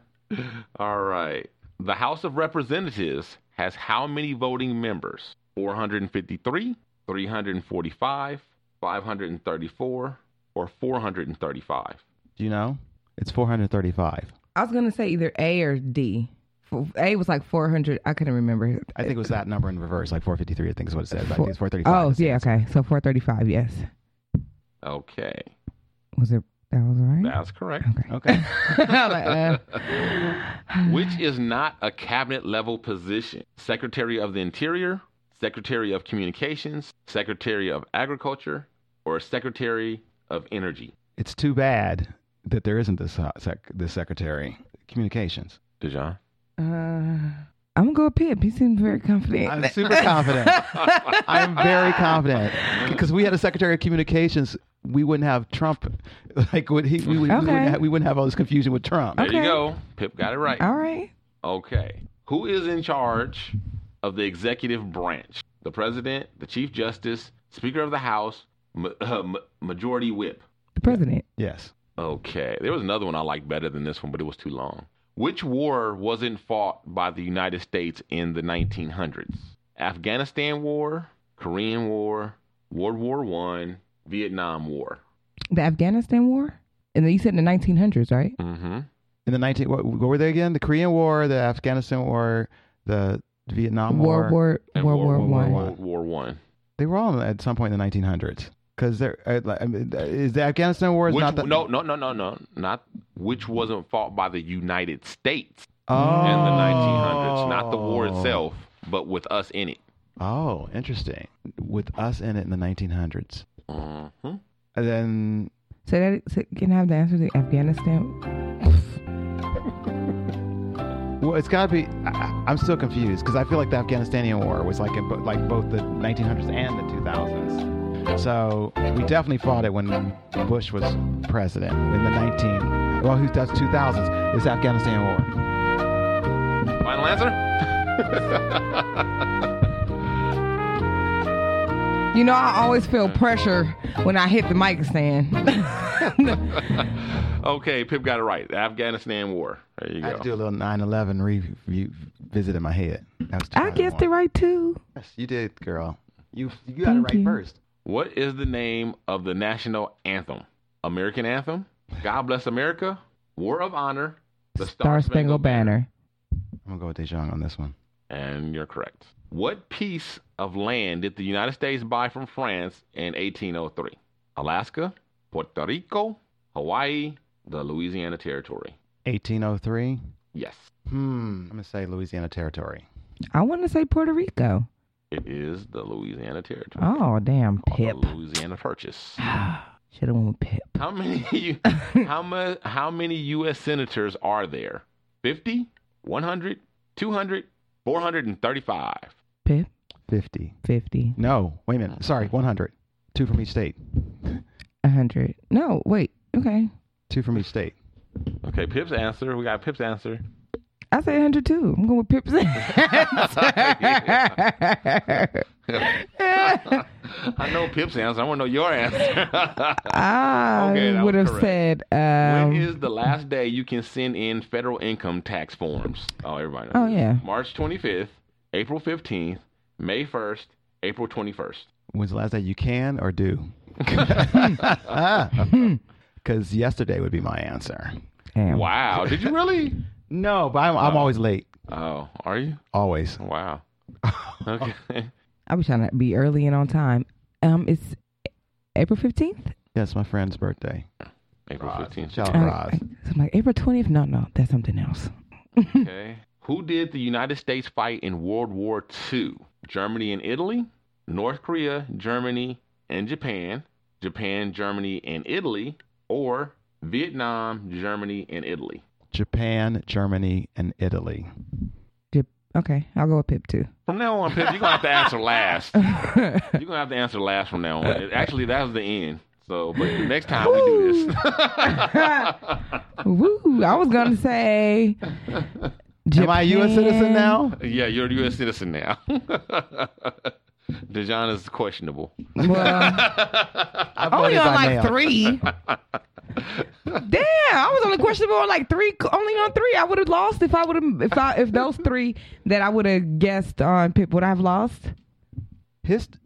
Speaker 3: All right. The House of Representatives has how many voting members? 453, 345, 534, or 435?
Speaker 5: Do you know? It's 435.
Speaker 4: I was gonna say either A or D. F- A was like four hundred. I couldn't remember.
Speaker 5: I think it was that number in reverse, like 453, I think is what it said. But I think it's 435.
Speaker 4: Oh
Speaker 5: is the
Speaker 4: yeah,
Speaker 5: answer.
Speaker 4: okay. So four thirty-five. Yes,
Speaker 3: Okay.
Speaker 4: was it? That was right.
Speaker 3: That's correct.
Speaker 5: Okay.
Speaker 4: I'm like, uh,
Speaker 3: which is not a cabinet level position. Secretary of the Interior,
Speaker 1: Secretary of Communications, Secretary of Agriculture, or Secretary of Energy?
Speaker 5: It's too bad that there isn't this uh, sec- this secretary communications.
Speaker 1: Dijon.
Speaker 4: Uh, I'm gonna go with Pip. He seems very confident.
Speaker 5: I'm super confident. I'm very confident because we had a secretary of communications. We wouldn't have Trump. Like would he? We, would, we,
Speaker 4: Okay.
Speaker 5: wouldn't have, we wouldn't have all this confusion with Trump.
Speaker 1: There you
Speaker 4: Okay.
Speaker 1: go. Pip got it right.
Speaker 4: All right.
Speaker 1: Okay. Who is in charge of the executive branch? The president, the chief justice, speaker of the house, ma- uh, ma- majority whip.
Speaker 4: The president.
Speaker 5: Yes.
Speaker 1: Okay. There was another one I liked better than this one, but it was too long. Which war wasn't fought by the United States in the 1900s? Afghanistan War, Korean War, World War One, Vietnam War.
Speaker 4: The Afghanistan war? And then you said in the 1900s, right?
Speaker 1: Mm-hmm.
Speaker 5: In the 19, what, what were they again? The Korean War, the Afghanistan War, the Vietnam
Speaker 4: World War World War
Speaker 5: War
Speaker 4: One.
Speaker 1: World War One.
Speaker 5: They were all at some point in the 1900s. Because there uh, like, I mean, uh, is the Afghanistan War is
Speaker 1: Which,
Speaker 5: not the
Speaker 1: Oh, no, no, no, no, no, not which wasn't fought by the United States.
Speaker 5: oh.
Speaker 1: in the 1900s, not the war itself, but with us in it.
Speaker 5: Oh, interesting. With us in it in the 1900s,
Speaker 1: Mm-hmm.
Speaker 5: and then
Speaker 4: So that so can I have the answer to Afghanistan?
Speaker 5: well, it's got to be. I- I, I'm still confused because I feel like the Afghanistanian War was like in, bo- like both the 1900s and the 2000s. So we definitely fought it when Bush was president in the 19. Well, who that's 2000s? It's Afghanistan War.
Speaker 1: Final answer?
Speaker 4: You know, I always feel pressure when I hit the mic stand.
Speaker 1: Okay, Pip got it right. Afghanistan War. There you
Speaker 5: I had to do
Speaker 1: go.
Speaker 5: a little 9/11 review visit in my head. That was
Speaker 4: I guessed it
Speaker 5: 2001.
Speaker 4: right too.
Speaker 5: Yes, you did, girl. You you got it
Speaker 4: Thank
Speaker 5: right
Speaker 4: you.
Speaker 5: first.
Speaker 1: What is the name of the national anthem? American anthem? God bless America? War of Honor? The
Speaker 4: Star Spangled Banner.
Speaker 5: I'm gonna go with Dejong on this one.
Speaker 1: And you're correct. What piece of land did the United States buy from France in 1803? Alaska, Puerto Rico, Hawaii, the Louisiana Territory.
Speaker 5: 1803.
Speaker 1: Yes,
Speaker 5: Hmm. I'm gonna say Louisiana Territory.
Speaker 4: I want to say Puerto Rico.
Speaker 1: it is the Louisiana Territory.
Speaker 4: Oh damn,
Speaker 1: on
Speaker 4: Pip.
Speaker 1: the Louisiana Purchase.
Speaker 4: Should have went with Pip.
Speaker 1: How many you, how much how many US senators are there? 50, 100, 200, 435.
Speaker 4: Pip.
Speaker 5: 50.
Speaker 4: 50,
Speaker 5: No, wait a minute. Sorry, 100. Two from each state.
Speaker 4: 100. No, wait. Okay.
Speaker 5: Two from each state.
Speaker 1: Okay, Pip's answer. We got Pip's answer.
Speaker 4: I say 100 too. I'm going with Pip's answer.
Speaker 1: I know Pip's answer. I want to know your answer.
Speaker 4: I
Speaker 1: Okay, that
Speaker 4: would
Speaker 1: was
Speaker 4: have said. Um,
Speaker 1: when is the last day you can send in federal income tax forms? Oh, everybody. knows
Speaker 4: Oh,
Speaker 1: this.
Speaker 4: yeah.
Speaker 1: March 25th, April 15th, May 1st, April 21st.
Speaker 5: When's the last day you can or do? Because yesterday would be my answer.
Speaker 4: damn.
Speaker 1: Wow, did you really?
Speaker 5: No, but I'm, I'm always late.
Speaker 1: Oh, are you?
Speaker 5: Always.
Speaker 1: Wow. Okay.
Speaker 4: I was trying to be early and on time. Um, It's April 15th?
Speaker 5: Yes, my friend's birthday.
Speaker 1: April 15th.
Speaker 5: Shout out
Speaker 4: Uh,
Speaker 5: Roz.
Speaker 4: so I'm like, April 20th? No, no, that's something else.
Speaker 1: Okay. Who did the United States fight in World War II? Germany and Italy, North Korea, Germany, and Japan, Japan, Germany, and Italy, or Vietnam, Germany, and Italy?
Speaker 5: Japan, Germany, and Italy.
Speaker 4: Jip- Okay, I'll go with Pip too.
Speaker 1: From now on, Pip, you're going to have to answer last. You're going to have to answer last from now on. Actually, that was the end. So, but next time we do this.
Speaker 4: Woo! I was going to say.
Speaker 5: Am I a U.S. citizen
Speaker 4: Japan.
Speaker 5: now?
Speaker 1: yeah, you're a U.S. citizen now. Dijon is questionable.
Speaker 4: Well,
Speaker 5: I
Speaker 4: only
Speaker 5: voted
Speaker 4: on
Speaker 5: by
Speaker 4: Oh, like
Speaker 5: mail.
Speaker 4: three. Damn, I was only questionable on like three. Only on three, I would have lost if I would have if I if those three that I would have guessed on Pip would I have lost.
Speaker 5: Hist-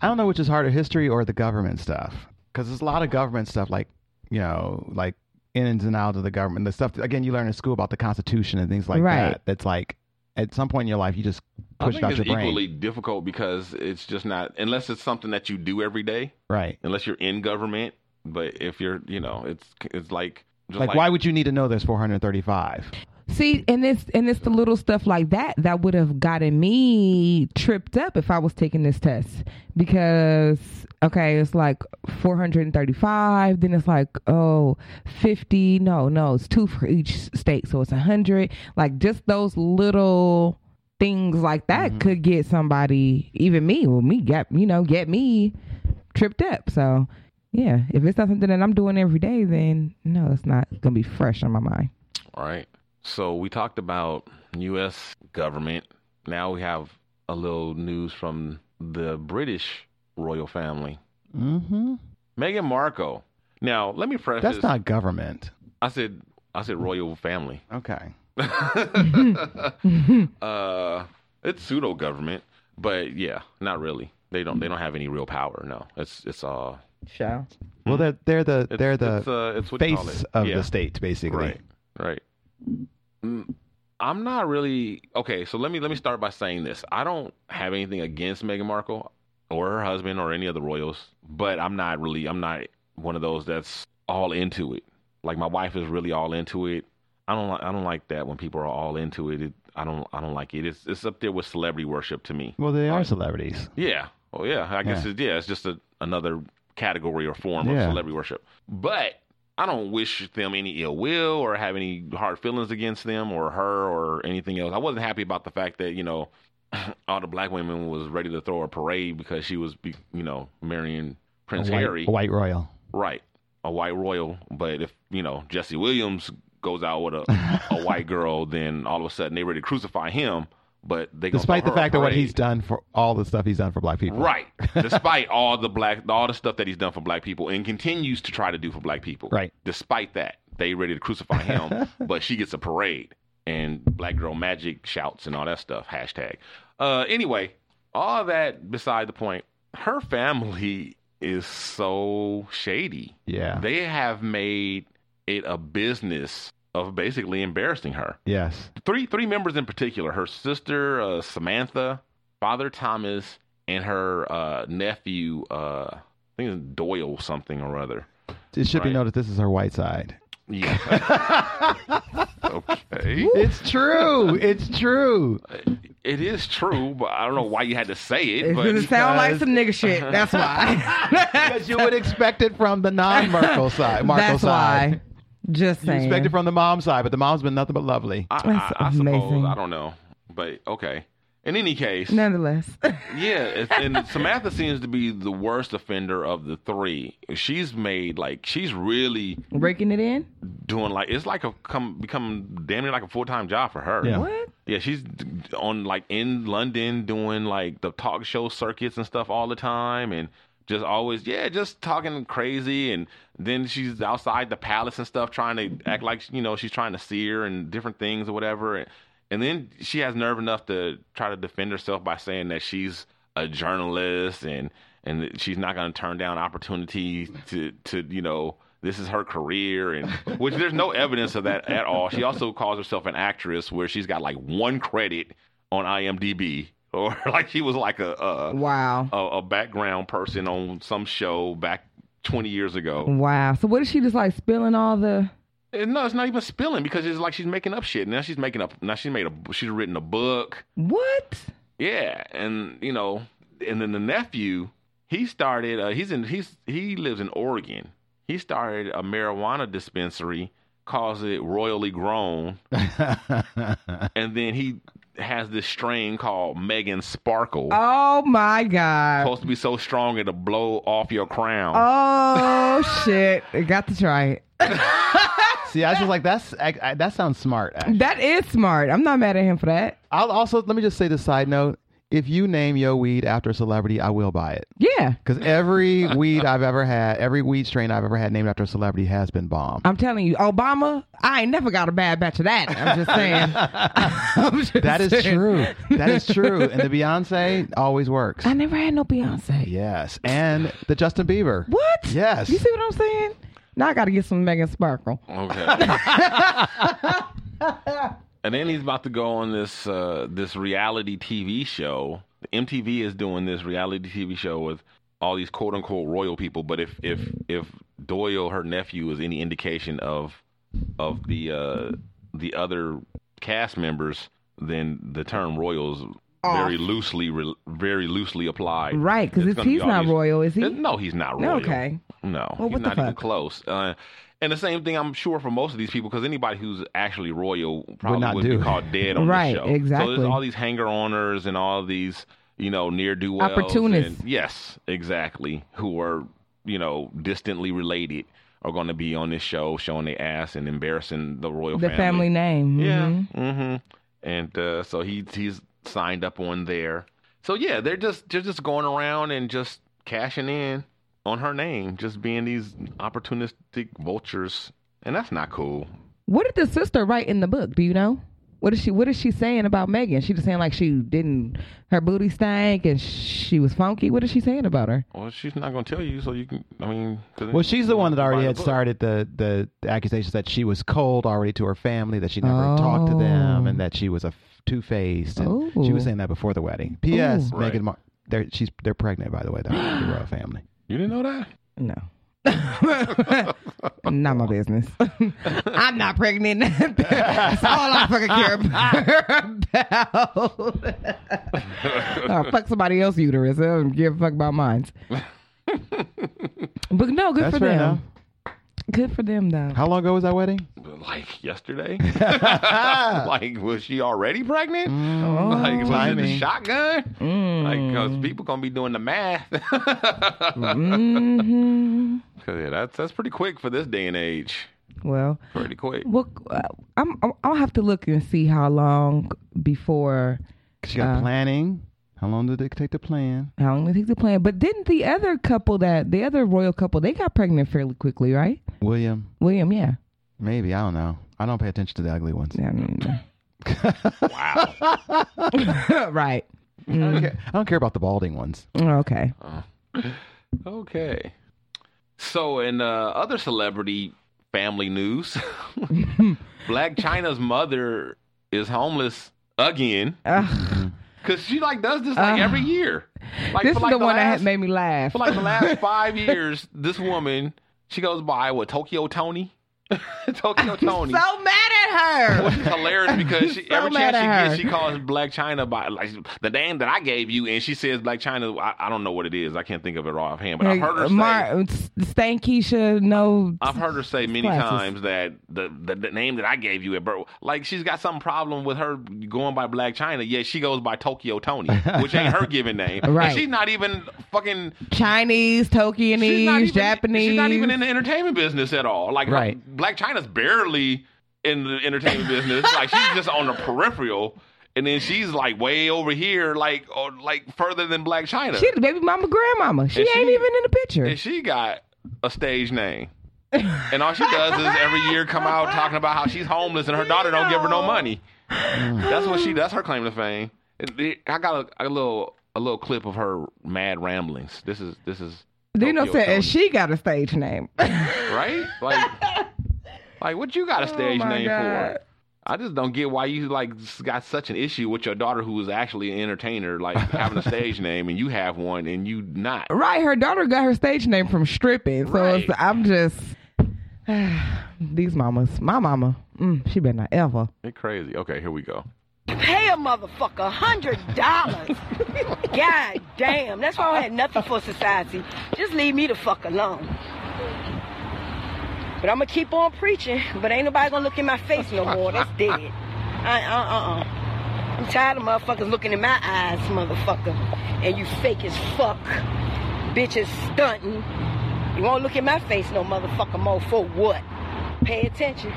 Speaker 5: I don't know which is harder, history or the government stuff, because there's a lot of government stuff, like you know, like ins and outs of the government, the stuff that, again you learn in school about the Constitution and things like
Speaker 4: Right.
Speaker 5: that. That's like at some point in your life you just push it
Speaker 1: I
Speaker 5: out
Speaker 1: think
Speaker 5: your
Speaker 1: it's
Speaker 5: brain,
Speaker 1: equally difficult because it's just not unless it's something that you do every day,
Speaker 5: right?
Speaker 1: unless you're in government. But if you're, you know, it's it's like just
Speaker 5: Like, why would you need to know there's 435?
Speaker 4: See, and it's and it's the little stuff like that that would have gotten me tripped up if I was taking this test because okay, it's like 435, then it's like oh, 50. No, no, it's two for each state, so it's 100. Like just those little things like that could get somebody, even me, well me get, you know, get me tripped up. So, yeah, if it's not something that I'm doing every day, then no, it's not going to be fresh on my mind.
Speaker 3: All right. So we talked about U.S. government. Now we have a little news from the British royal family.
Speaker 5: Mm-hmm.
Speaker 3: Meghan Markle. Now let me preface.
Speaker 5: That's not government.
Speaker 3: I said. I said royal family.
Speaker 5: Okay.
Speaker 3: Uh, it's pseudo government, but yeah, not really. They don't. They don't have any real power. No. It's it's uh.
Speaker 4: Show.
Speaker 1: Hmm.
Speaker 5: Well, they're they're the
Speaker 3: It's,
Speaker 5: they're
Speaker 3: it's,
Speaker 5: the
Speaker 3: uh, it's what you call
Speaker 5: face
Speaker 3: it.
Speaker 5: of
Speaker 3: Yeah.
Speaker 5: the state, basically.
Speaker 3: Right. Right. Mm, I'm not really okay. So let me let me start by saying this. I don't have anything against Meghan Markle or her husband or any of the royals, but I'm not really I'm not one of those that's all into it. Like my wife is really all into it. I don't like I don't like that when people are all into it. it I don't I don't like it. It's it's up there with celebrity worship to me.
Speaker 5: Well, they are celebrities.
Speaker 3: Yeah. Oh yeah. I guess
Speaker 5: Yeah.
Speaker 3: it, yeah. It's just a, another category or form
Speaker 5: Yeah.
Speaker 3: of celebrity worship. But I don't wish them any ill will or have any hard feelings against them or her or anything else. I wasn't happy about the fact that you know all the black women was ready to throw a parade because she was be- you know marrying Prince
Speaker 5: White,
Speaker 3: Harry,
Speaker 5: White royal.
Speaker 3: right? A white royal. But if you know Jesse Williams goes out with a, a white girl, then all of a sudden they ready to crucify him. But they gonna
Speaker 5: Despite
Speaker 3: throw
Speaker 5: the
Speaker 3: her a
Speaker 5: fact that what
Speaker 3: parade.
Speaker 5: he's done for all the stuff he's done for black people.
Speaker 3: Right. Despite all the black all the stuff that he's done for black people and continues to try to do for black people.
Speaker 5: Right.
Speaker 3: Despite that, they ready to crucify him, but she gets a parade and black girl magic shouts and all that stuff. Hashtag. Uh anyway, all that beside the point, her family is so shady.
Speaker 5: Yeah.
Speaker 3: They have made it a business of basically embarrassing her
Speaker 5: yes.
Speaker 3: three three members in particular her sister uh, samantha father thomas and her uh, nephew uh, i think it's doyle something or other
Speaker 5: It should be
Speaker 3: Right.
Speaker 5: noted this is her white side.
Speaker 3: yeah okay
Speaker 5: It's true. It's true.
Speaker 3: it is true but i don't know why you had to say it
Speaker 4: It's going to
Speaker 3: but
Speaker 4: sound like
Speaker 5: because-
Speaker 4: some nigga shit. That's why.
Speaker 5: Because you would expect it from the non-Merkel side. Merkel
Speaker 4: That's
Speaker 5: side.
Speaker 4: why. Just
Speaker 5: You
Speaker 4: saying.
Speaker 5: expect it from the mom's side, but the mom's been nothing but lovely.
Speaker 3: I, I, I
Speaker 4: That's
Speaker 3: suppose
Speaker 4: amazing.
Speaker 3: i don't know but okay in any case
Speaker 4: Nonetheless.
Speaker 3: Yeah, it's- and Samantha seems to be the worst offender of the three. She's made like she's really
Speaker 4: Breaking it in?
Speaker 3: doing like it's like a come become damn near like a full time job for her.
Speaker 5: Yeah.
Speaker 4: What?
Speaker 3: Yeah, she's d- on like in London doing like the talk show circuits and stuff all the time and just always yeah, just talking crazy and then she's outside the palace and stuff trying to act like you know she's trying to see her and different things or whatever and, and then she has nerve enough to try to defend herself by saying that she's a journalist and and that she's not going to turn down opportunities to to you know this is her career and which there's no evidence of that at all. She also calls herself an actress where she's got like one credit on IMDb or like she was like a a,
Speaker 4: Wow.
Speaker 3: a, a background person on some show back 20 years ago.
Speaker 4: Wow. So what is she just like spilling all the.
Speaker 3: And no, it's not even spilling because it's like she's making up shit. Now she's making up now she's made a she's written a book.
Speaker 4: What?
Speaker 3: Yeah, and you know, and then the nephew, he started. Uh, he's in. He's he lives in Oregon. He started a marijuana dispensary, calls it Royally Grown, and then he has this strain called Megan Sparkle,
Speaker 4: Oh my God.
Speaker 3: supposed to be so strong it'll blow off your crown.
Speaker 4: Oh shit. I got to try it.
Speaker 5: See, I was just like, that's I, I, that sounds smart. Actually.
Speaker 4: That is smart. I'm not mad at him for that.
Speaker 5: I'll also let me just say this side note: if you name your weed after a celebrity, I will buy it
Speaker 4: Yeah.
Speaker 5: because every weed I've ever had, every weed strain I've ever had named after a celebrity has been bomb.
Speaker 4: I'm telling you, Obama, I ain't never got a bad batch of that. I'm just saying. I'm just
Speaker 5: That is
Speaker 4: saying.
Speaker 5: true. That is true. And the Beyonce always works.
Speaker 4: I never had no Beyonce.
Speaker 5: Yes, and the Justin Bieber.
Speaker 4: What?
Speaker 5: Yes.
Speaker 4: You see what I'm saying? Now I got to get some Megan Sparkle.
Speaker 3: Okay. and then he's about to go on this uh, this reality TV show. MTV is doing this reality TV show with all these quote unquote royal people. But if if if Doyle, her nephew, is any indication of of the uh, the other cast members, then the term royals very loosely re- very loosely applied.
Speaker 4: Right, 'cause
Speaker 3: It's
Speaker 4: it's-
Speaker 3: gonna be
Speaker 4: he's
Speaker 3: all
Speaker 4: not
Speaker 3: these-
Speaker 4: royal, is he?
Speaker 3: No, he's not
Speaker 4: No,
Speaker 3: royal.
Speaker 4: okay.
Speaker 3: No,
Speaker 4: Well,
Speaker 3: Oh, he's
Speaker 4: what the
Speaker 3: not even
Speaker 4: fuck?
Speaker 3: close. Uh, and the same thing, I'm sure, for most of these people, because anybody who's actually royal probably
Speaker 5: not
Speaker 3: would
Speaker 5: do
Speaker 3: be
Speaker 5: it.
Speaker 3: called dead on
Speaker 4: Right,
Speaker 3: the show. So
Speaker 4: exactly.
Speaker 3: there's all these hanger-oners and all these, you know, near-do-wells.
Speaker 4: Opportunists.
Speaker 3: and- yes, exactly. Who are, you know, distantly related are going to be on this show showing their ass and embarrassing the royal
Speaker 4: The family name. mhm.
Speaker 3: yeah. Mm-hmm. And uh, so he he's signed up on there. So yeah, they're just they're just going around and just cashing in on her name, just being these opportunistic vultures, and that's not cool.
Speaker 4: What did the sister write in the book? Do you know? What is she What is she saying about Megan? She just saying like she didn't her booty stank and she was funky. What is she saying about her?
Speaker 3: Well, she's not going to tell you, so you can. I mean, 'cause
Speaker 5: Well, she's the one that
Speaker 3: you
Speaker 5: already
Speaker 3: buy
Speaker 5: had
Speaker 3: the book.
Speaker 5: started the, the, the accusations that she was cold already to her family, that she never talked to them, and that she was a two faced. She was
Speaker 4: Oh.
Speaker 5: saying that before the wedding. P.S.
Speaker 4: Ooh.
Speaker 3: Right.
Speaker 5: Megan, Mar- they're she's they're pregnant by the way, the, the royal family.
Speaker 3: You didn't know that?
Speaker 4: No. not my business. I'm not pregnant. That's all I fucking care about. or Uh, fuck somebody else's uterus. I don't give a fuck about mine. But no, good
Speaker 5: That's
Speaker 4: for
Speaker 5: fair
Speaker 4: them.
Speaker 5: enough.
Speaker 4: Good for them though.
Speaker 5: How long ago was that wedding?
Speaker 3: Like yesterday? like was she already pregnant?
Speaker 4: Mm-hmm.
Speaker 3: like was it
Speaker 5: timing.
Speaker 3: the shotgun? Like 'cause
Speaker 4: Mm.
Speaker 3: people gonna be doing the math. Cause yeah, that's that's pretty quick for this day and age.
Speaker 4: Well,
Speaker 3: Pretty quick.
Speaker 4: Well, uh, I'm, I'm- I'll have to look and see how long before
Speaker 5: She got
Speaker 4: Uh.
Speaker 5: planning. How long did it take to plan?
Speaker 4: how long it takes to plan. But didn't the other couple that the other royal couple they got pregnant fairly quickly, right?
Speaker 5: William,
Speaker 4: William, yeah.
Speaker 5: maybe I don't know. I don't pay attention to the ugly ones.
Speaker 4: yeah I mean,
Speaker 3: Wow.
Speaker 4: right.
Speaker 5: I,
Speaker 4: Mm.
Speaker 5: don't care, I don't care about the balding ones.
Speaker 4: Okay.
Speaker 3: okay. So in uh, other celebrity family news, Black China's mother is homeless again. Cause she like does this like every year. Like
Speaker 4: Ah. This
Speaker 3: for,
Speaker 4: is
Speaker 3: like,
Speaker 4: the, one that
Speaker 3: last-
Speaker 4: had made me laugh.
Speaker 3: for like the last five years, this woman she goes by what Tokyo Tony, Tokyo Tony.
Speaker 4: So mad at her.
Speaker 3: Which is hilarious because she,
Speaker 4: So
Speaker 3: every
Speaker 4: mad
Speaker 3: chance she
Speaker 4: at
Speaker 3: gets,
Speaker 4: her.
Speaker 3: she calls Black China by like the name that I gave you, and she says Black China. I, I don't know what it is. I can't think of it offhand, but I've heard her say.
Speaker 4: Mar- Stan Keisha, no.
Speaker 3: I've heard her say many
Speaker 4: Glasses.
Speaker 3: times that the, the the name that I gave you at birth, like she's got some problem with her going by Black China, yet she goes by Tokyo Tony, which ain't her given name.
Speaker 4: Right.
Speaker 3: And she's not even fucking
Speaker 4: Chinese, Tokyanese,
Speaker 3: she's not even,
Speaker 4: Japanese.
Speaker 3: She's not even in the entertainment business at all. Like,
Speaker 5: Right.
Speaker 3: Black China's barely in the entertainment business. Like, she's just on the peripheral, and then she's like way over here, like, or, like further than Black China.
Speaker 4: She the baby mama, grandmama. She
Speaker 3: And
Speaker 4: ain't
Speaker 3: she-
Speaker 4: even in the picture.
Speaker 3: and she got a stage name. and all she does is every year come out talking about how she's homeless and her daughter don't give her no money. That's what she. That's her claim to fame. And the- I got a, a little a little clip of her mad ramblings. This is this is.
Speaker 4: Dino
Speaker 3: Tokyo
Speaker 4: said,
Speaker 3: Tony.
Speaker 4: and she got a stage name.
Speaker 3: right? Like, like what you got a stage
Speaker 4: Oh my
Speaker 3: name
Speaker 4: God.
Speaker 3: for? I just don't get why you like s- got such an issue with your daughter who is actually an entertainer, like having a stage name and you have one and you not.
Speaker 4: right, her daughter got her stage name from stripping. So it's,
Speaker 3: Right.
Speaker 4: I'm just these mamas. My mama, mm, she better not ever.
Speaker 3: It's crazy. Okay, here we go.
Speaker 8: pay a motherfucker a hundred dollars. God damn, that's why I had nothing for society. Just leave me the fuck alone. But I'm gonna keep on preaching. But ain't nobody gonna look in my face no more. That's dead. I, uh, uh, uh. I'm tired of motherfuckers looking in my eyes, motherfucker. And you fake as fuck, bitches stunting. You won't look in my face no motherfucker more for what? Pay attention.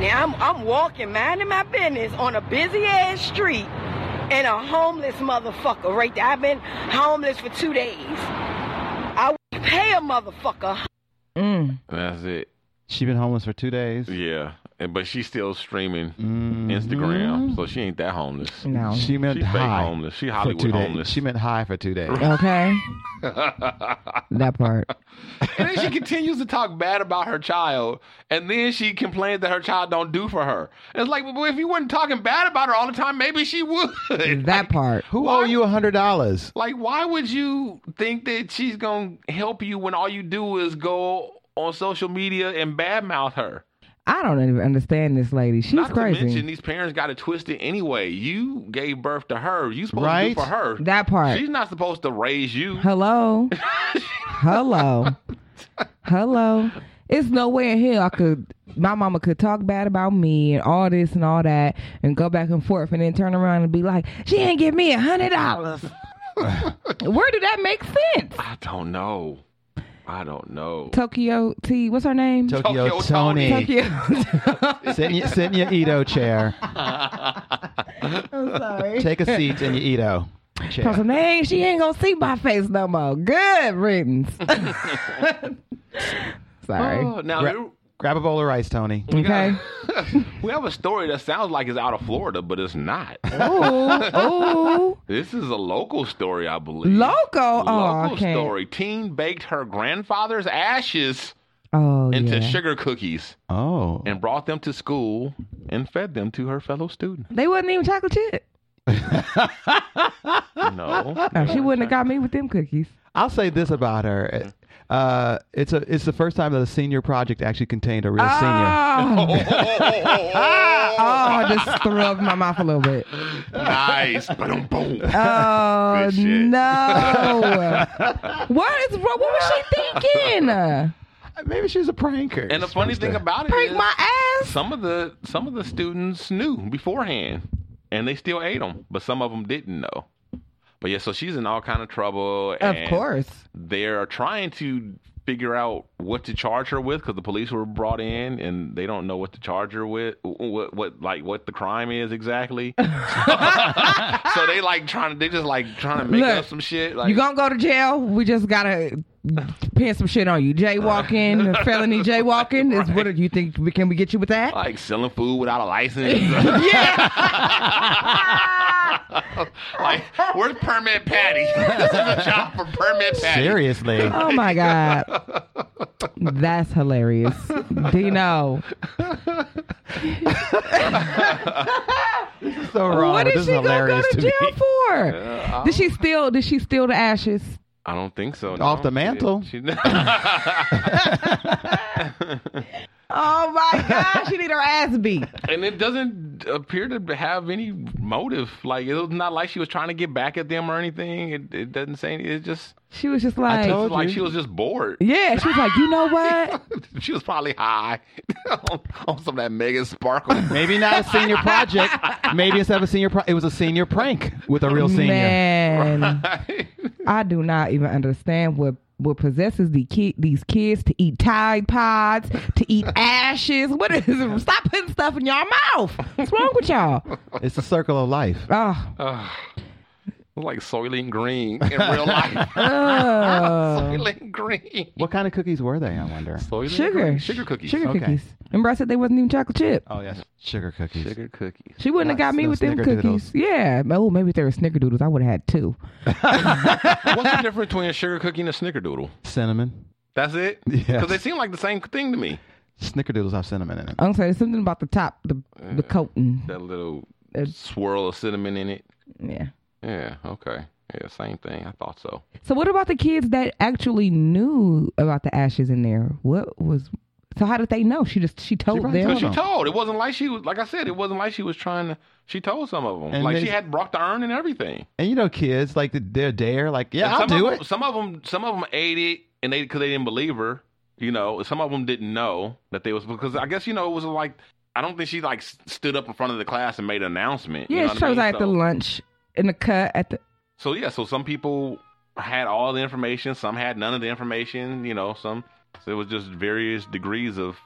Speaker 8: Now I'm, I'm walking, minding my business on a busy ass street, and a homeless motherfucker right there. I've been homeless for two days. I would pay a motherfucker.
Speaker 3: That's it.
Speaker 5: She been homeless for two days.
Speaker 3: Yeah, and, but she's still streaming Instagram, so she ain't that homeless.
Speaker 4: No.
Speaker 5: Mm-hmm. She meant
Speaker 3: She fake
Speaker 5: high
Speaker 3: homeless. She
Speaker 5: for
Speaker 3: Hollywood
Speaker 5: two days.
Speaker 3: homeless.
Speaker 5: She meant high for two days.
Speaker 4: Okay. that part.
Speaker 3: and then she continues to talk bad about her child, and then she complains that her child don't do for her. It's like, well, if you weren't talking bad about her all the time, maybe she would.
Speaker 4: That part.
Speaker 5: Who
Speaker 3: Why-
Speaker 5: owe you a hundred dollars?
Speaker 3: Like, why would you think that she's gonna help you when all you do is go on social media and badmouth her.
Speaker 4: I don't even understand this lady. She's
Speaker 3: Not
Speaker 4: crazy.
Speaker 3: to mention these parents got it twisted anyway. You gave birth to her. You supposed
Speaker 5: Right?
Speaker 3: to do for her.
Speaker 4: that part.
Speaker 3: She's not supposed to raise you.
Speaker 4: Hello. Hello. Hello. It's nowhere in hell I could my mama could talk bad about me and all this and all that and go back and forth and then turn around and be like, She ain't give me a hundred dollars. Where did that make sense?
Speaker 3: I don't know. I don't know.
Speaker 4: Tokyo T what's her name?
Speaker 5: Tokyo,
Speaker 3: Tokyo
Speaker 5: Tony.
Speaker 4: Tokyo.
Speaker 5: Sit in, your, sit in your Edo chair.
Speaker 4: I'm sorry.
Speaker 5: Take a seat in your Edo
Speaker 4: Tell
Speaker 5: chair.
Speaker 4: some, "Hey, she ain't gonna see my face no more. Good riddance. sorry.
Speaker 3: Oh, now
Speaker 5: Ra-
Speaker 3: there-
Speaker 5: Grab a bowl of rice, Tony.
Speaker 4: okay.
Speaker 3: we have a story that sounds like it's out of Florida, but it's not.
Speaker 4: Ooh, ooh.
Speaker 3: this is a local story, I believe.
Speaker 4: Local? Oh, I
Speaker 3: local
Speaker 4: can't.
Speaker 3: story. Teen baked her grandfather's ashes
Speaker 4: Oh,
Speaker 3: into
Speaker 4: yeah.
Speaker 3: sugar cookies
Speaker 5: Oh.
Speaker 3: and brought them to school and fed them to her fellow student.
Speaker 4: They wasn't even chocolate chip.
Speaker 3: No,
Speaker 4: No, she wouldn't have got me with them cookies.
Speaker 5: I'll say this about
Speaker 3: Mm-hmm.
Speaker 5: her. Uh, it's a it's the first time that a senior project actually contained a real
Speaker 3: Ah!
Speaker 5: senior.
Speaker 4: Oh, oh, I just threw up in my mouth a little bit.
Speaker 3: nice. Boom, boom.
Speaker 4: Oh
Speaker 3: Good shit.
Speaker 4: no! what is wrong? What was she thinking?
Speaker 5: Maybe she's a pranker.
Speaker 3: And the funny thing about it
Speaker 4: Break
Speaker 3: is
Speaker 4: my ass!
Speaker 3: some of the some of the students knew beforehand, and they still ate them, but some of them didn't know. But yeah, so she's in all kind of trouble.
Speaker 4: Of
Speaker 3: and
Speaker 4: course.
Speaker 3: they're trying to figure out what to charge her with because the police were brought in and they don't know what to charge her with, what what like what the crime is exactly. so they like trying to, they just like trying to make
Speaker 4: Look,
Speaker 3: up some shit. Like
Speaker 4: You gonna go to jail? We just gotta pin some shit on you. Jaywalking, felony jaywalking is what you think? we- Can we get you with that?
Speaker 3: like selling food without a license.
Speaker 4: yeah.
Speaker 3: like, where's Permit Patty? this is a job for Permit Patty.
Speaker 5: seriously,
Speaker 4: Oh my god, that's hilarious, Dino.
Speaker 5: so wrong.
Speaker 4: what
Speaker 5: but
Speaker 4: is
Speaker 5: this
Speaker 4: she
Speaker 5: is
Speaker 4: gonna go
Speaker 5: hilarious
Speaker 4: to,
Speaker 5: to,
Speaker 4: jail
Speaker 5: me.
Speaker 4: for? did she steal? Did she steal the ashes?
Speaker 3: I don't think so.
Speaker 5: Off the
Speaker 3: She-
Speaker 5: mantle.
Speaker 3: she-
Speaker 4: Oh my gosh, she need her ass beat.
Speaker 3: and it doesn't appear to have any motive. Like it was not like she was trying to get back at them or anything. It, it doesn't say. Any, it's just
Speaker 4: She was just like,
Speaker 3: it's like she was just bored.
Speaker 4: yeah, she was like, you know what?
Speaker 3: she was probably high on, on some of that Megan Sparkle.
Speaker 5: Maybe not a senior project. Maybe instead of a senior, pro- it was a senior prank with a real senior.
Speaker 4: Man, I do not even understand what what possesses the ki- these kids to eat Tide Pods, to eat ashes. What is? Stop putting stuff in y'all mouth. What's wrong with y'all?
Speaker 5: It's the circle of life.
Speaker 4: Oh,
Speaker 3: like Soylent Green in real life.
Speaker 4: Um,
Speaker 3: Soylent Green.
Speaker 5: What kind of cookies were they? I wonder.
Speaker 3: Soylent
Speaker 4: sugar,
Speaker 3: Green. Sugar cookies.
Speaker 4: sugar
Speaker 5: Okay.
Speaker 4: cookies. Remember, I said they wasn't even chocolate chip.
Speaker 5: Oh yes, sugar cookies.
Speaker 3: Sugar cookies.
Speaker 4: She wouldn't have
Speaker 5: Nice.
Speaker 4: got me
Speaker 5: Little
Speaker 4: with them
Speaker 5: snickerdoodles.
Speaker 4: cookies. Yeah. Oh, maybe if they were snickerdoodles, I would have had two.
Speaker 3: What's the difference between a sugar cookie and a snickerdoodle?
Speaker 5: Cinnamon.
Speaker 3: That's it?
Speaker 5: Yes.
Speaker 3: Because they seem like the same thing to me.
Speaker 5: Snickerdoodles have cinnamon in it.
Speaker 4: I'm gonna say there's something about the top, the the coating.
Speaker 3: That little
Speaker 4: Uh,
Speaker 3: swirl of cinnamon in it.
Speaker 4: Yeah.
Speaker 3: Yeah, okay. Yeah, same thing. I thought so.
Speaker 4: So what about the kids that actually knew about the ashes in there? What was so how did they know? She just she told
Speaker 5: probably
Speaker 4: them.
Speaker 5: told
Speaker 3: Because she
Speaker 5: Oh.
Speaker 3: told. It wasn't like she was, like I said, it wasn't like she was trying to, she told some of them.
Speaker 5: And
Speaker 3: like
Speaker 5: they-
Speaker 3: she had brought the urn and everything.
Speaker 5: And you know, kids like they're dare. Like, yeah,
Speaker 3: And
Speaker 5: I'll
Speaker 3: some
Speaker 5: do
Speaker 3: of,
Speaker 5: it.
Speaker 3: Some of them, some of them ate it, and they because they didn't believe her. You know, some of them didn't know that they was because I guess you know it was like I don't think she like s- stood up in front of the class and made an announcement. you
Speaker 4: yeah,
Speaker 3: know
Speaker 4: she
Speaker 3: what I
Speaker 4: shows
Speaker 3: mean?
Speaker 4: out at the
Speaker 3: So-
Speaker 4: lunch in the cut at the
Speaker 3: So yeah, so some people had all the information, some had none of the information. You know, some so it was just various degrees of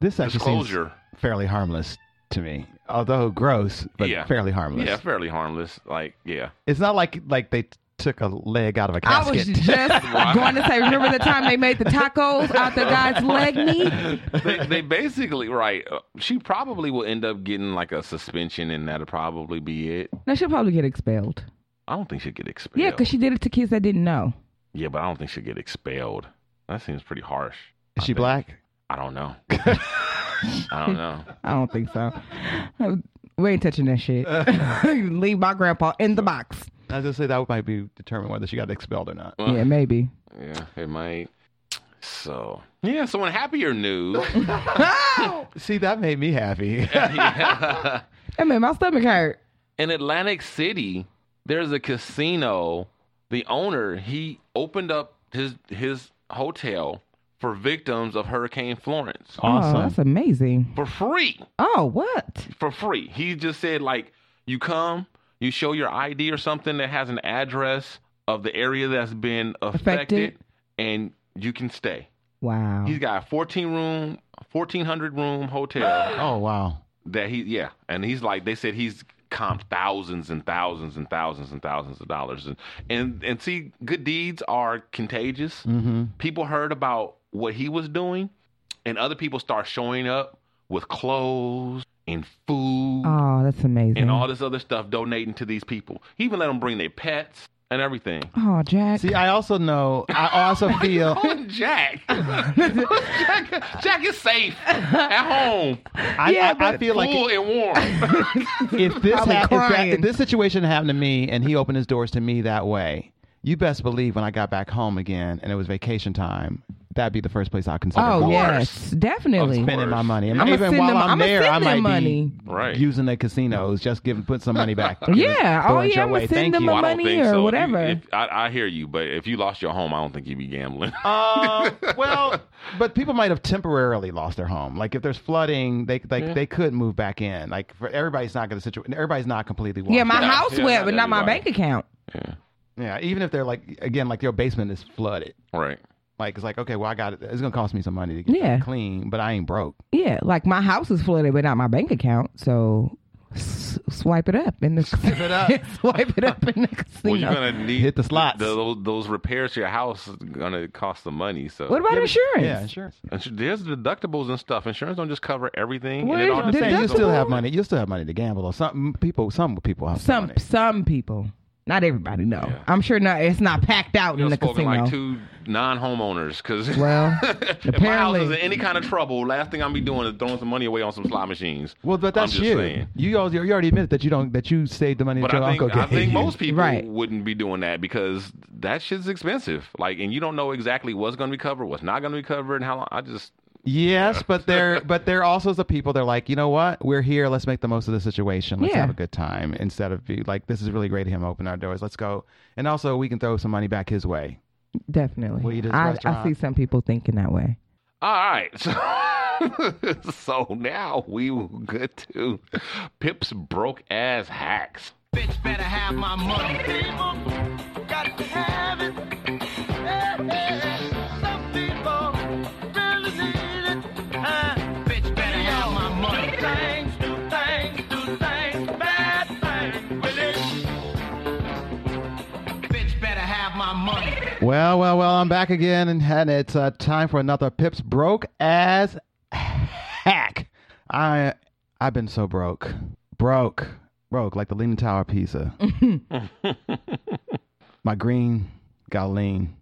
Speaker 5: This actually
Speaker 3: disclosure.
Speaker 5: seems fairly harmless to me, although gross, but
Speaker 3: Yeah.
Speaker 5: fairly harmless.
Speaker 3: Yeah, fairly harmless. Like yeah,
Speaker 5: It's not like like they took a leg out of a
Speaker 4: I
Speaker 5: casket.
Speaker 4: was just going to say, remember the time they made the tacos out the guy's leg meat?
Speaker 3: they, they basically right. uh, She probably will end up getting like a suspension, and that'll probably be it.
Speaker 4: No, she'll probably get expelled.
Speaker 3: I don't think she'll get expelled.
Speaker 4: Yeah, because she did it to kids that didn't know.
Speaker 3: Yeah, but I don't think she'll get expelled. That seems pretty harsh.
Speaker 5: Is she black?
Speaker 3: I don't know. I don't know.
Speaker 4: I don't think so. We ain't touching that shit. Leave my grandpa in the box.
Speaker 5: I was gonna say that might be determine whether she got expelled or not.
Speaker 3: Well,
Speaker 4: Yeah, maybe.
Speaker 3: yeah, it might. So yeah, so in happier news,
Speaker 5: See, that made me happy.
Speaker 4: That made my stomach hurt.
Speaker 3: in Atlantic City, there's a casino. The owner he opened up his his hotel for victims of Hurricane Florence
Speaker 4: Oh, that's amazing.
Speaker 3: for free.
Speaker 4: Oh, what?
Speaker 3: for free. He just said like you come, you show your ID or something that has an address of the area that's been affected,
Speaker 4: Affected.
Speaker 3: and you can stay.
Speaker 4: Wow.
Speaker 3: He's got a 14 room, 1400 room hotel
Speaker 5: oh wow.
Speaker 3: that he yeah, and he's like they said he's comped thousands and thousands and thousands and thousands of dollars and and and see good deeds are contagious.
Speaker 5: Mm-hmm.
Speaker 3: People heard about what he was doing, and other people start showing up with clothes and food
Speaker 4: Oh, that's amazing.
Speaker 3: and all this other stuff donating to these people. He even let them bring their pets and everything.
Speaker 4: oh, Jack.
Speaker 5: See, I also know. I also feel.
Speaker 3: Oh, Jack. Jack. Jack is safe at home,
Speaker 5: I,
Speaker 4: Yeah,
Speaker 5: I, I
Speaker 4: but-
Speaker 5: feel like
Speaker 3: cool and warm.
Speaker 5: if this
Speaker 4: Probably
Speaker 5: hap- if, that,
Speaker 4: crying.
Speaker 5: if this situation happened to me and he opened his doors to me that way, you best believe when I got back home again and it was vacation time, that'd be the first place I'd consider
Speaker 4: oh,
Speaker 5: going.
Speaker 4: yes. Definitely.
Speaker 3: Of course.
Speaker 5: spending my money. And
Speaker 4: I'ma
Speaker 5: even
Speaker 4: send
Speaker 5: while
Speaker 4: them-
Speaker 5: I'm,
Speaker 4: I'ma
Speaker 5: there,
Speaker 4: send
Speaker 5: I
Speaker 4: them
Speaker 5: might
Speaker 4: money.
Speaker 5: be
Speaker 3: Right.
Speaker 5: using the casinos, just give put some money back.
Speaker 4: Yeah. Oh,
Speaker 5: Throw it
Speaker 4: yeah.
Speaker 5: your
Speaker 4: I'm
Speaker 5: way.
Speaker 4: going to
Speaker 5: Thank
Speaker 4: send them
Speaker 5: you.
Speaker 4: my
Speaker 3: I don't
Speaker 4: money
Speaker 3: think so.
Speaker 4: or
Speaker 3: If you-
Speaker 4: whatever.
Speaker 3: if- I, I hear you, but if you lost your home, I don't think you'd be gambling.
Speaker 5: Um, well, but people might have temporarily lost their home. Like if there's flooding, they like they could move back in. Like for everybody's not going to situation. Everybody's not completely. Washed
Speaker 4: yeah, my
Speaker 5: out.
Speaker 4: house
Speaker 3: yeah,
Speaker 4: wet,
Speaker 3: not
Speaker 4: but not my
Speaker 3: everybody.
Speaker 4: bank account.
Speaker 5: yeah. Even if they're like again, like your basement is flooded.
Speaker 3: right.
Speaker 5: Like it's like okay, well I got it. It's going to cost me some money to get
Speaker 4: Yeah.
Speaker 5: that clean, but I ain't broke.
Speaker 4: Yeah, like my house is flooded, but not my bank account. So s- swipe it up in the swipe
Speaker 5: it up.
Speaker 4: swipe it up in the
Speaker 3: Well,
Speaker 4: casino.
Speaker 3: you're going to need
Speaker 5: Hit the slots.
Speaker 3: th- those, those repairs to your house is going to cost some money. So
Speaker 4: what about insurance?
Speaker 5: Yeah, insurance.
Speaker 3: And sh- there's deductibles and stuff. Insurance don't just cover everything.
Speaker 4: What
Speaker 3: and it
Speaker 4: is
Speaker 3: all
Speaker 5: I'm saying you
Speaker 3: depends on-
Speaker 5: still have money. You still have money to gamble or some people. Some people have
Speaker 4: Some
Speaker 5: money.
Speaker 4: some people, not everybody. No, I'm sure not. It's not packed out in
Speaker 3: I've
Speaker 4: the
Speaker 3: spoken
Speaker 4: casino.
Speaker 3: like two non-homeowners because
Speaker 4: Well,
Speaker 3: if my house is in
Speaker 4: apparently-
Speaker 3: any kind of trouble, last thing I'm be doing is throwing some money away on some slot machines.
Speaker 5: Well, but that's
Speaker 3: I'm just
Speaker 5: you.
Speaker 3: saying.
Speaker 5: You al- you already admitted that you don't that you saved the money
Speaker 3: But
Speaker 5: that your
Speaker 3: I think
Speaker 5: uncle
Speaker 3: I
Speaker 5: gave.
Speaker 3: think
Speaker 5: you.
Speaker 3: most people
Speaker 4: Right.
Speaker 3: wouldn't be doing that because that shit's expensive. Like, and you don't know exactly what's going to be covered, what's not going to be covered, and how long. I just
Speaker 5: Yes, but there but there also is the people that are like, you know what? We're here. Let's make the most of the situation. Let's
Speaker 4: Yeah.
Speaker 5: have a good time instead of be like, this is really great. of Him open our doors. Let's go. And also, we can throw some money back his way.
Speaker 4: Definitely.
Speaker 5: Well, you just
Speaker 4: I, I
Speaker 5: restaurant.
Speaker 4: see some people thinking that way.
Speaker 3: all right. So, so now we will get to Pip's broke ass hacks.
Speaker 1: Bitch better have my money. People got to have it. Yeah, yeah. Some people really need it. Uh, bitch better have my money. Do things, do things, do things, bad things with it. Bitch better have my money.
Speaker 5: Well, well, well. I'm back again, and, and it's uh, time for another Pips broke as hack. I I've been so broke, broke, broke, like the Leaning Tower of Pisa. My green got lean.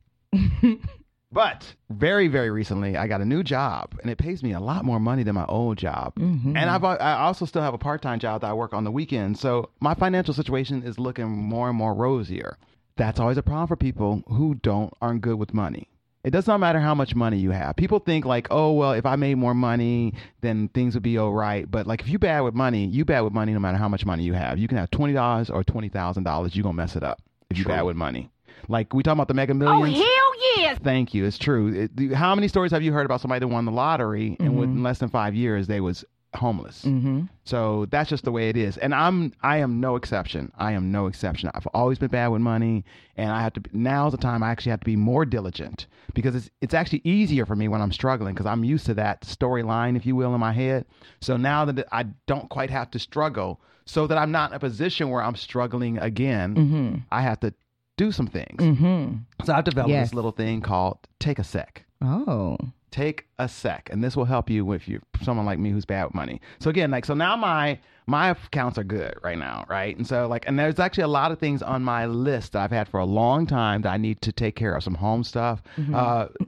Speaker 5: But very, very recently, I got a new job, and it pays me a lot more money than my old job.
Speaker 8: Mm-hmm.
Speaker 5: And I've, I also still have a part-time job that I work on the weekend, so my financial situation is looking more and more rosier. That's always a problem for people who don't aren't good with money. It does not matter how much money you have. People think like, oh well, if I made more money, then things would be all right. But like, if you bad with money, you bad with money no matter how much money you have. You can have twenty dollars or twenty thousand dollars, you gonna mess it up if you bad with money. Like we talking about the Mega
Speaker 8: Oh,
Speaker 5: Millions.
Speaker 8: hell yes.
Speaker 5: Thank you. It's true. It- the- how many stories have you heard about somebody that won the lottery and within less than five years they was homeless?
Speaker 4: Mm-hmm.
Speaker 5: So that's just the way it is. And I'm I am no exception. I am no exception. I've always been bad with money, and I have to. be- Now's the time I actually have to be more diligent because it's it's actually easier for me when I'm struggling because I'm used to that storyline, if you will, in my head. So now that I don't quite have to struggle, so that I'm not in a position where I'm struggling again, I have to do some things.
Speaker 4: Mm-hmm.
Speaker 5: So I've developed
Speaker 4: Yes.
Speaker 5: this little thing called take a sec.
Speaker 4: Oh.
Speaker 5: Take a sec, and this will help you if you're someone like me who's bad with money. So again, like so now my my accounts are good right now, right? And so like and there's actually a lot of things on my list that I've had for a long time that I need to take care of. Some home stuff. Uh,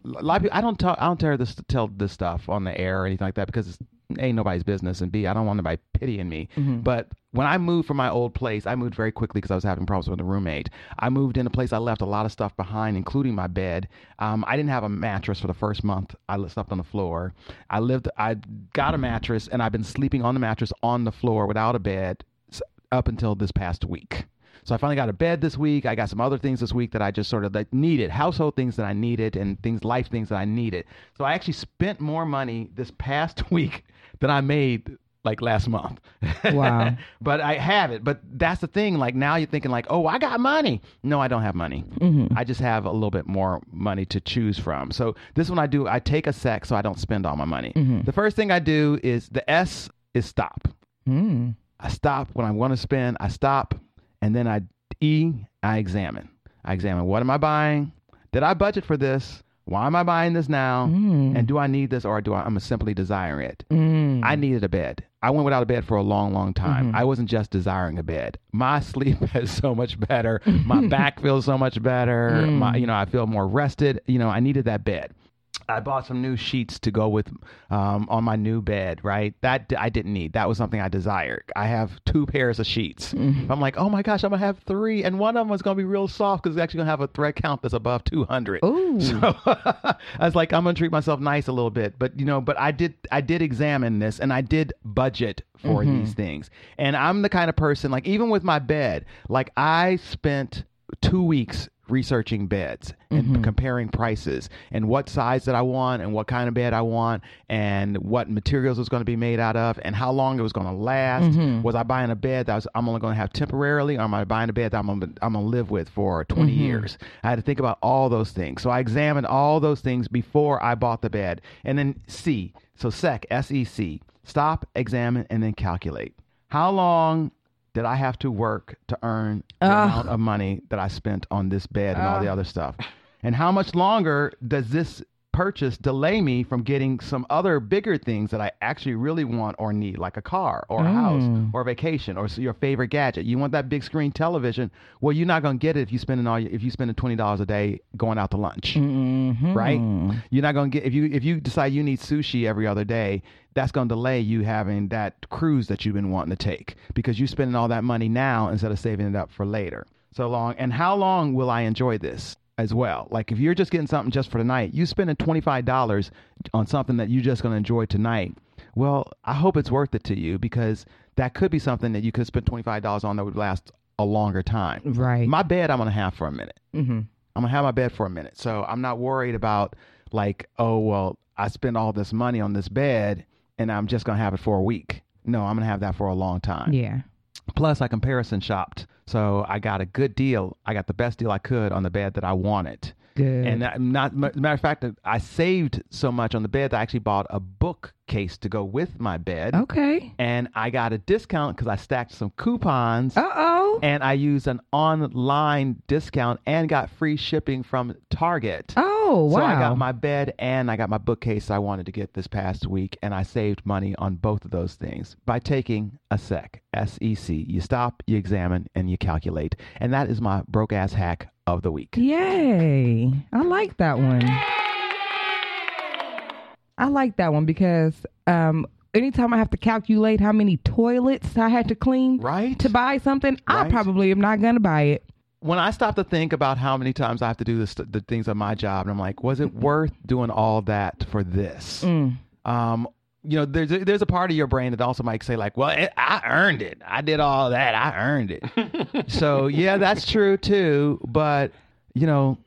Speaker 5: a lot of people, I don't tell I don't tell this tell this stuff on the air or anything like that because it's ain't nobody's business, and B, I don't want nobody pitying me. But when I moved from my old place, I moved very quickly because I was having problems with a roommate. I moved in a place I left a lot of stuff behind, including my bed. Um, I didn't have a mattress for the first month. I li- slept on the floor. I lived. I got a mattress, and I've been sleeping on the mattress on the floor without a bed s- up until this past week. So I finally got a bed this week. I got some other things this week that I just sort of like needed, household things that I needed and things life things that I needed. So I actually spent more money this past week than I made like last month.
Speaker 4: Wow.
Speaker 5: but I have it. But that's the thing. Like now you're thinking like, oh, I got money. No, I don't have money. I just have a little bit more money to choose from. So this one I do, I take a sec so I don't spend all my money. The first thing I do is the S is stop. I stop when I want to spend. I stop, and then I E. I examine. I examine what am I buying? Did I budget for this? Why am I buying this now? And do I need this or do I, I'm simply desiring it? I needed a bed. I went without a bed for a long, long time. I wasn't just desiring a bed. My sleep is so much better. My back feels so much better. My, you know, I feel more rested. You know, I needed that bed. I bought some new sheets to go with um, on my new bed. Right, that d- I didn't need. That was something I desired. I have two pairs of sheets. I'm like, oh my gosh, I'm gonna have three, and one of them is gonna be real soft because it's actually gonna have a thread count that's above 200.
Speaker 4: Ooh.
Speaker 5: So I was like, I'm gonna treat myself nice a little bit, but you know, but I did, I did examine this, and I did budget for these things, and I'm the kind of person like, even with my bed, like I spent two weeks researching beds and comparing prices and what size that I want and what kind of bed I want and what materials it's going to be made out of and how long it was going to last. Was I buying a bed that was, I'm only going to have temporarily or am I buying a bed that I'm going to, I'm going to live with for 20 years? I had to think about all those things. So I examined all those things before I bought the bed. And then C, so SEC, S-E-C, stop, examine, and then calculate. How long did I have to work to earn the amount of money that I spent on this bed and all the other stuff? And how much longer does this purchase delay me from getting some other bigger things that I actually really want or need, like a car or a house or a vacation or s- your favorite gadget? You want that big screen television? Well, you're not going to get it if you spending all your, if you spending twenty dollars a day going out to lunch right? You're not gonna get if you if you decide you need sushi every other day, that's gonna delay you having that cruise that you've been wanting to take because you're spending all that money now instead of saving it up for later. So long and how long will I enjoy this? As well, like if you're just getting something just for tonight, you spending twenty five dollars on something that you're just gonna enjoy tonight. Well, I hope it's worth it to you because that could be something that you could spend twenty five dollars on that would last a longer time.
Speaker 4: Right.
Speaker 5: My bed, I'm gonna have for a minute. I'm gonna have my bed for a minute. So I'm not worried about like, oh well, I spent all this money on this bed and I'm just gonna have it for a week. No, I'm gonna have that for a long time.
Speaker 4: Yeah.
Speaker 5: Plus, I comparison shopped, so I got a good deal. I got the best deal I could on the bed that I wanted.
Speaker 4: Good.
Speaker 5: And I'm not ma- matter of fact, uh, I saved so much on the bed that I actually bought a bookcase to go with my bed.
Speaker 4: Oh. Okay.
Speaker 5: And I got a discount because I stacked some coupons
Speaker 4: Uh oh.
Speaker 5: and I used an online discount and got free shipping from Target.
Speaker 4: Oh wow.
Speaker 5: So I got my bed and I got my bookcase I wanted to get this past week, and I saved money on both of those things by taking a sec, S E C. You stop, you examine, and you calculate, and that is my broke ass hack of the week.
Speaker 4: Yay. I like that one. I like that one because um anytime I have to calculate how many toilets I had to clean
Speaker 5: Right?
Speaker 4: to buy something, I
Speaker 5: Right.
Speaker 4: probably am not gonna buy it.
Speaker 5: when I stop to think about how many times I have to do this, the things on my job, and I'm like, was it worth doing all that for this? Um, you know, there's a, there's a part of your brain that also might say like, well, it, I earned it. I did all that. I earned it. so yeah, that's true too. But you know,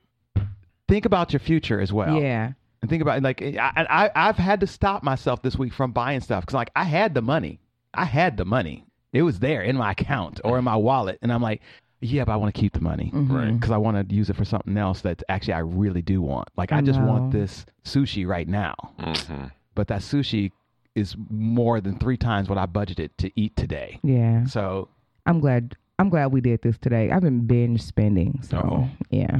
Speaker 5: think about your future as well.
Speaker 4: Yeah.
Speaker 5: And think about like I, I I've had to stop myself this week from buying stuff because like I had the money, I had the money, it was there in my account or in my wallet, and I'm like, yeah, but I want to keep the money, right?
Speaker 4: Mm-hmm.
Speaker 5: Because I want to use it for something else that actually I really do want. Like I just want
Speaker 4: know.
Speaker 5: this sushi right now,
Speaker 3: Mm-hmm.
Speaker 5: but that sushi is more than three times what I budgeted to eat today.
Speaker 4: Yeah.
Speaker 5: So
Speaker 4: I'm glad I'm glad we did this today. I've been binge spending. So yeah.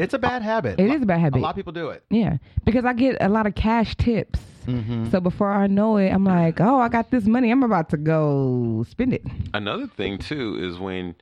Speaker 5: it's a bad habit.
Speaker 4: It is a bad
Speaker 5: A
Speaker 4: habit.
Speaker 5: lot of people do it.
Speaker 4: Yeah, because I get a lot of cash tips. So before I know it, I'm like, oh, I got this money. I'm about to go spend it.
Speaker 3: Another thing too is when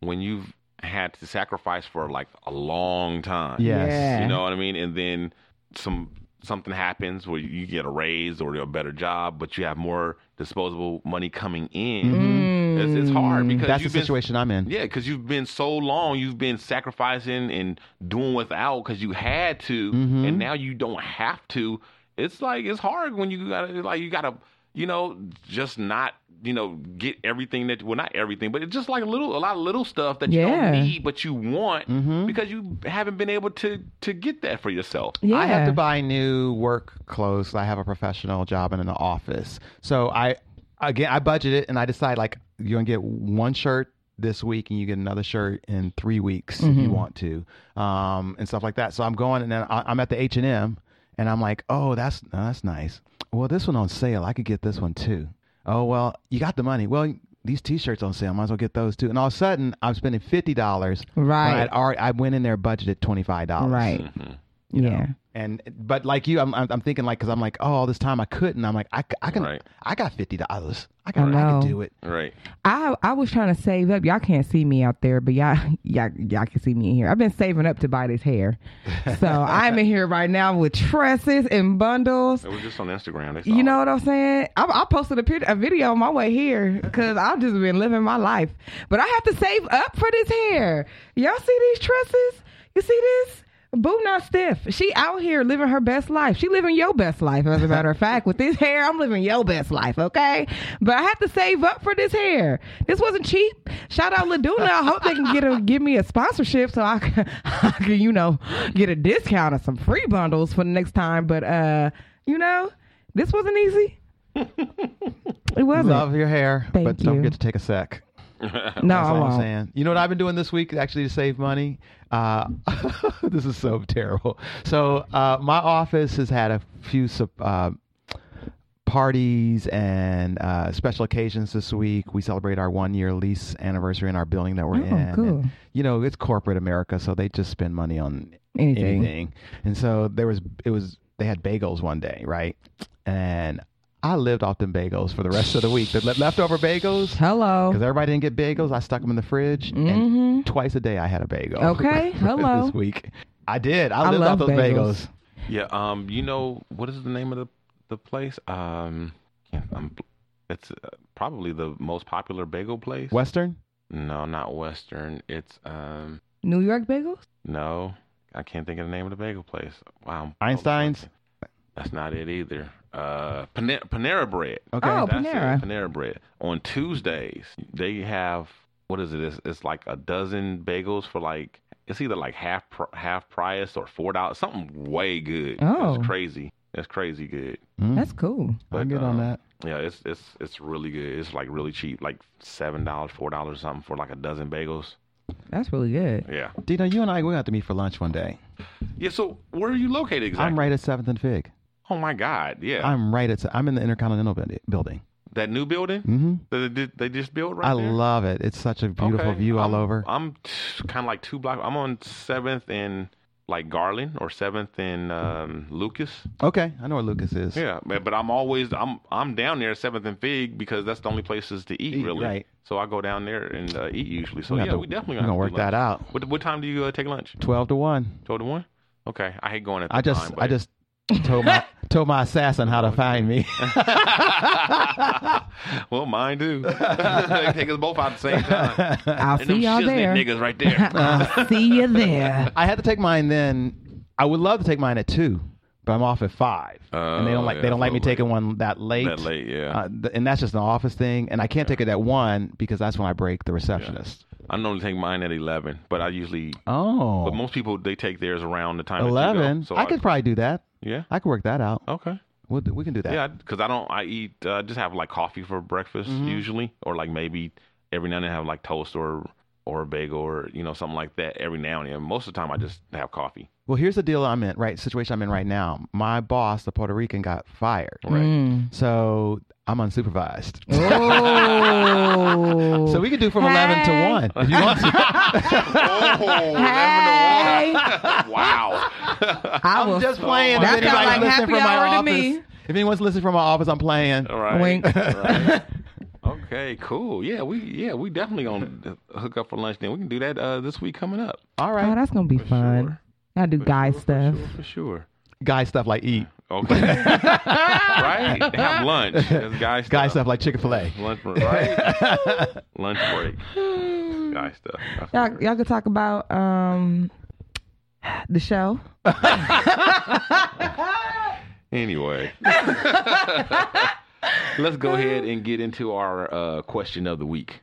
Speaker 3: when you've had to sacrifice for like a long time.
Speaker 5: Yes.
Speaker 4: Yeah.
Speaker 3: You know what I mean? And then some something happens where you get a raise or a better job, but you have more disposable money coming in. It's, it's hard because
Speaker 5: Mm-hmm. Mm. That's the
Speaker 3: you've been-
Speaker 5: situation I'm in.
Speaker 3: yeah, because you've been so long, you've been sacrificing and doing without because you had to, and now you don't have to. It's like it's hard when you gotta like you gotta you know just not you know get everything that well not everything but it's just like a little a lot of little stuff that you
Speaker 4: Yeah.
Speaker 3: don't need but you want because you haven't been able to to get that for yourself.
Speaker 4: Yeah.
Speaker 5: I have to buy new work clothes. I have a professional job and an office. So I, again, I budget it and I decide like you're gonna get one shirt this week and you get another shirt in three weeks if
Speaker 4: Mm-hmm.
Speaker 5: you want to, um, and stuff like that. So I'm going and then I, I'm at the H and M and I'm like, oh, that's oh, that's nice. Well, this one on sale. I could get this one too. Oh well, you got the money. Well. These T-shirts on sale. Might as well get those too. And all of a sudden, I'm spending fifty dollars.
Speaker 4: Right.
Speaker 5: I went in there budgeted twenty five dollars
Speaker 4: Right. Yeah.
Speaker 5: and but like you i'm i'm, I'm thinking like because i'm like oh all this time i couldn't i'm like i, c- I can
Speaker 3: Right.
Speaker 5: i got $50 i can
Speaker 4: I
Speaker 5: I,
Speaker 4: know.
Speaker 5: can do it
Speaker 3: Right.
Speaker 4: I I was trying to save up. Y'all can't see me out there, but y'all y'all y'all can see me in here. I've been saving up to buy this hair, so I'm in here right now with tresses and bundles.
Speaker 3: It was just on Instagram. They saw
Speaker 4: You know
Speaker 3: it.
Speaker 4: what I'm saying? I, I posted a, pid- a video on my way here because I've just been living my life. But I have to save up for this hair. Y'all see these tresses? You see this? Boo not stiff. She out here living her best life. She living your best life, as a matter of fact. With this hair, I'm living your best life, okay? But I have to save up for this hair. This wasn't cheap. Shout out Laduna. I hope they can get a give me a sponsorship so I can, I can you know, get a discount or some free bundles for the next time. But uh, you know, this wasn't easy. it wasn't.
Speaker 5: love your hair
Speaker 4: Thank
Speaker 5: but don't
Speaker 4: you.
Speaker 5: forget to take a sec
Speaker 4: no,
Speaker 5: that's
Speaker 4: I
Speaker 5: all
Speaker 4: won't.
Speaker 5: i'm saying you know what i've been doing this week actually to save money uh, this is so terrible so uh, my office has had a few sup- uh, parties and uh, special occasions this week. We celebrate our one year lease anniversary in our building that we're
Speaker 4: Oh,
Speaker 5: in. And,
Speaker 4: cool.
Speaker 5: you know, it's corporate America, so they just spend money on
Speaker 4: Anything.
Speaker 5: anything. And so there was, it was, they had bagels one day, right? And I lived off them bagels for the rest of the week. The le- leftover bagels, because
Speaker 4: Hello.
Speaker 5: everybody didn't get bagels, I stuck them in the fridge. And twice a day I had a bagel.
Speaker 4: Mm-hmm. Okay, hello.
Speaker 5: this week. I did. I,
Speaker 4: I
Speaker 5: lived
Speaker 4: love
Speaker 5: off those
Speaker 4: bagels.
Speaker 5: bagels.
Speaker 3: Yeah. Um. You know what is the name of the the place? Um. can't- I'm, it's uh, probably the most popular bagel place.
Speaker 5: Western?
Speaker 3: No, not Western. It's um.
Speaker 4: New York bagels?
Speaker 3: No, I can't think of the name of the bagel place. Wow. I'm-
Speaker 5: Einstein's?
Speaker 3: That's not it either. Uh, Panera, Panera Bread.
Speaker 5: Okay.
Speaker 4: Oh,
Speaker 3: That's it,
Speaker 4: Panera.
Speaker 3: Panera Bread. On Tuesdays, they have what is it? It's, it's like a dozen bagels for like it's either like half pr- half price or four dollars. Something way good.
Speaker 4: Oh.
Speaker 3: it's crazy. That's crazy good.
Speaker 4: That's cool.
Speaker 5: Hmm? I
Speaker 3: But,
Speaker 5: get on
Speaker 3: um,
Speaker 5: that.
Speaker 3: Yeah, it's it's it's really good. It's like really cheap, like seven dollars, four dollars, something for like a dozen bagels.
Speaker 4: That's really good.
Speaker 3: Yeah,
Speaker 5: Dino, you and I we have to meet for lunch one day.
Speaker 3: yeah. So where are you located exactly?
Speaker 5: I'm right at Seventh and Fig.
Speaker 3: Oh my God, yeah.
Speaker 5: I'm right at. I'm in the Intercontinental buil- building.
Speaker 3: that new building
Speaker 5: Mm-hmm.
Speaker 3: that they, they just built right
Speaker 5: I
Speaker 3: there?
Speaker 5: love it. It's such a beautiful
Speaker 3: Okay. Um,
Speaker 5: view all
Speaker 3: I'm-
Speaker 5: over.
Speaker 3: I'm t- kind of like two blocks. I'm on Seventh and like Garland or Seventh and um, Lucas.
Speaker 5: Okay, I know where Lucas is.
Speaker 3: Yeah, but, but I'm always I'm I'm down there at Seventh and Fig because that's the only places to eat,
Speaker 5: Eat,
Speaker 3: really.
Speaker 5: right.
Speaker 3: So I go down there and uh, eat usually. So
Speaker 5: We
Speaker 3: yeah,
Speaker 5: have to-
Speaker 3: we definitely
Speaker 5: we're gonna work that out.
Speaker 3: What what time do you uh, take lunch?
Speaker 5: Twelve to one.
Speaker 3: Twelve to one. Okay, I hate going at.
Speaker 5: I
Speaker 3: that
Speaker 5: just,
Speaker 3: time,
Speaker 5: I
Speaker 3: but-
Speaker 5: just told my told my assassin how to find me.
Speaker 3: well, mine do. they take us both out at the same time.
Speaker 4: I'll
Speaker 3: And
Speaker 4: see
Speaker 3: them
Speaker 4: y'all
Speaker 3: shiznit
Speaker 4: there.
Speaker 3: niggas right there.
Speaker 4: I'll see you there.
Speaker 5: I had to take mine then. I would love to take mine at two, but I'm off at five, and they
Speaker 3: Oh,
Speaker 5: don't like
Speaker 3: yeah,
Speaker 5: they don't like me
Speaker 3: that's a little
Speaker 5: taking one that late.
Speaker 3: That late, yeah.
Speaker 5: Uh, th- and that's just an office thing, and I can't take it at one because that's when I break the receptionist.
Speaker 3: I normally take mine at eleven, but I usually.
Speaker 5: Oh,
Speaker 3: But most people they take theirs around the time. that you go.
Speaker 5: 11
Speaker 3: So
Speaker 5: i could probably do that
Speaker 3: Yeah.
Speaker 5: i could work that out
Speaker 3: Okay.
Speaker 5: we'll do, we can do that
Speaker 3: Yeah, because I don't. I eat. uh, I just have like coffee for breakfast
Speaker 5: Mm-hmm.
Speaker 3: usually, or like maybe every now and then have like toast or or a bagel or you know something like that every now and then. Most of the time, I just have coffee.
Speaker 5: well here's the deal i'm in right situation i'm in right now my boss the puerto rican got fired
Speaker 3: Right.
Speaker 5: so i'm unsupervised
Speaker 4: Oh.
Speaker 5: so we could do from 11
Speaker 4: Hey.
Speaker 5: to 1 if you want to
Speaker 4: hey.
Speaker 3: wow.
Speaker 4: I
Speaker 5: i'm
Speaker 4: will
Speaker 5: just playing
Speaker 4: That
Speaker 5: if
Speaker 4: sounds like
Speaker 5: anybody's listening
Speaker 4: happy
Speaker 5: from my
Speaker 4: hour to
Speaker 5: office
Speaker 4: me.
Speaker 5: if anyone's listening from my office i'm playing
Speaker 3: All right.
Speaker 4: Wink.
Speaker 3: Right. Okay. Cool. Yeah. We. Yeah. We definitely gonna hook up for lunch. Then we can do that uh, this week coming up.
Speaker 5: all
Speaker 4: Oh,
Speaker 5: right
Speaker 4: that's gonna be fun.
Speaker 3: sure.
Speaker 4: I do guy
Speaker 3: For
Speaker 4: stuff.
Speaker 3: sure, for sure.
Speaker 5: guy stuff like eat.
Speaker 3: Okay. right? Have lunch. That's guy stuff.
Speaker 5: Guy stuff like Chick Fil A.
Speaker 3: Lunch break. Right? lunch break. Guy stuff. That's
Speaker 4: Y'all, y'all could talk about um the show.
Speaker 3: Anyway, let's go ahead and get into our uh, question of the week.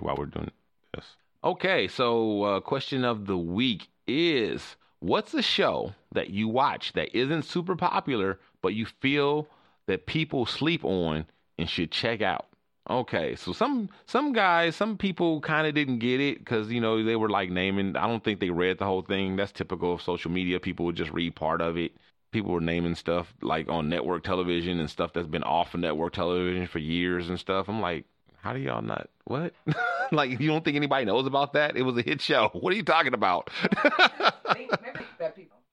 Speaker 3: While we're doing this. Okay, so uh, question of the week is what's a show that you watch that isn't super popular, but you feel that people sleep on and should check out? Okay, so some some guys, some people kind of didn't get it because you know they were like naming. I don't think they read the whole thing. That's typical of social media. People would just read part of it. People were naming stuff like on network television and stuff that's been off of network television for years and stuff. I'm like, how do y'all not what? like you don't think anybody knows about that? It was a hit show. What are you talking about?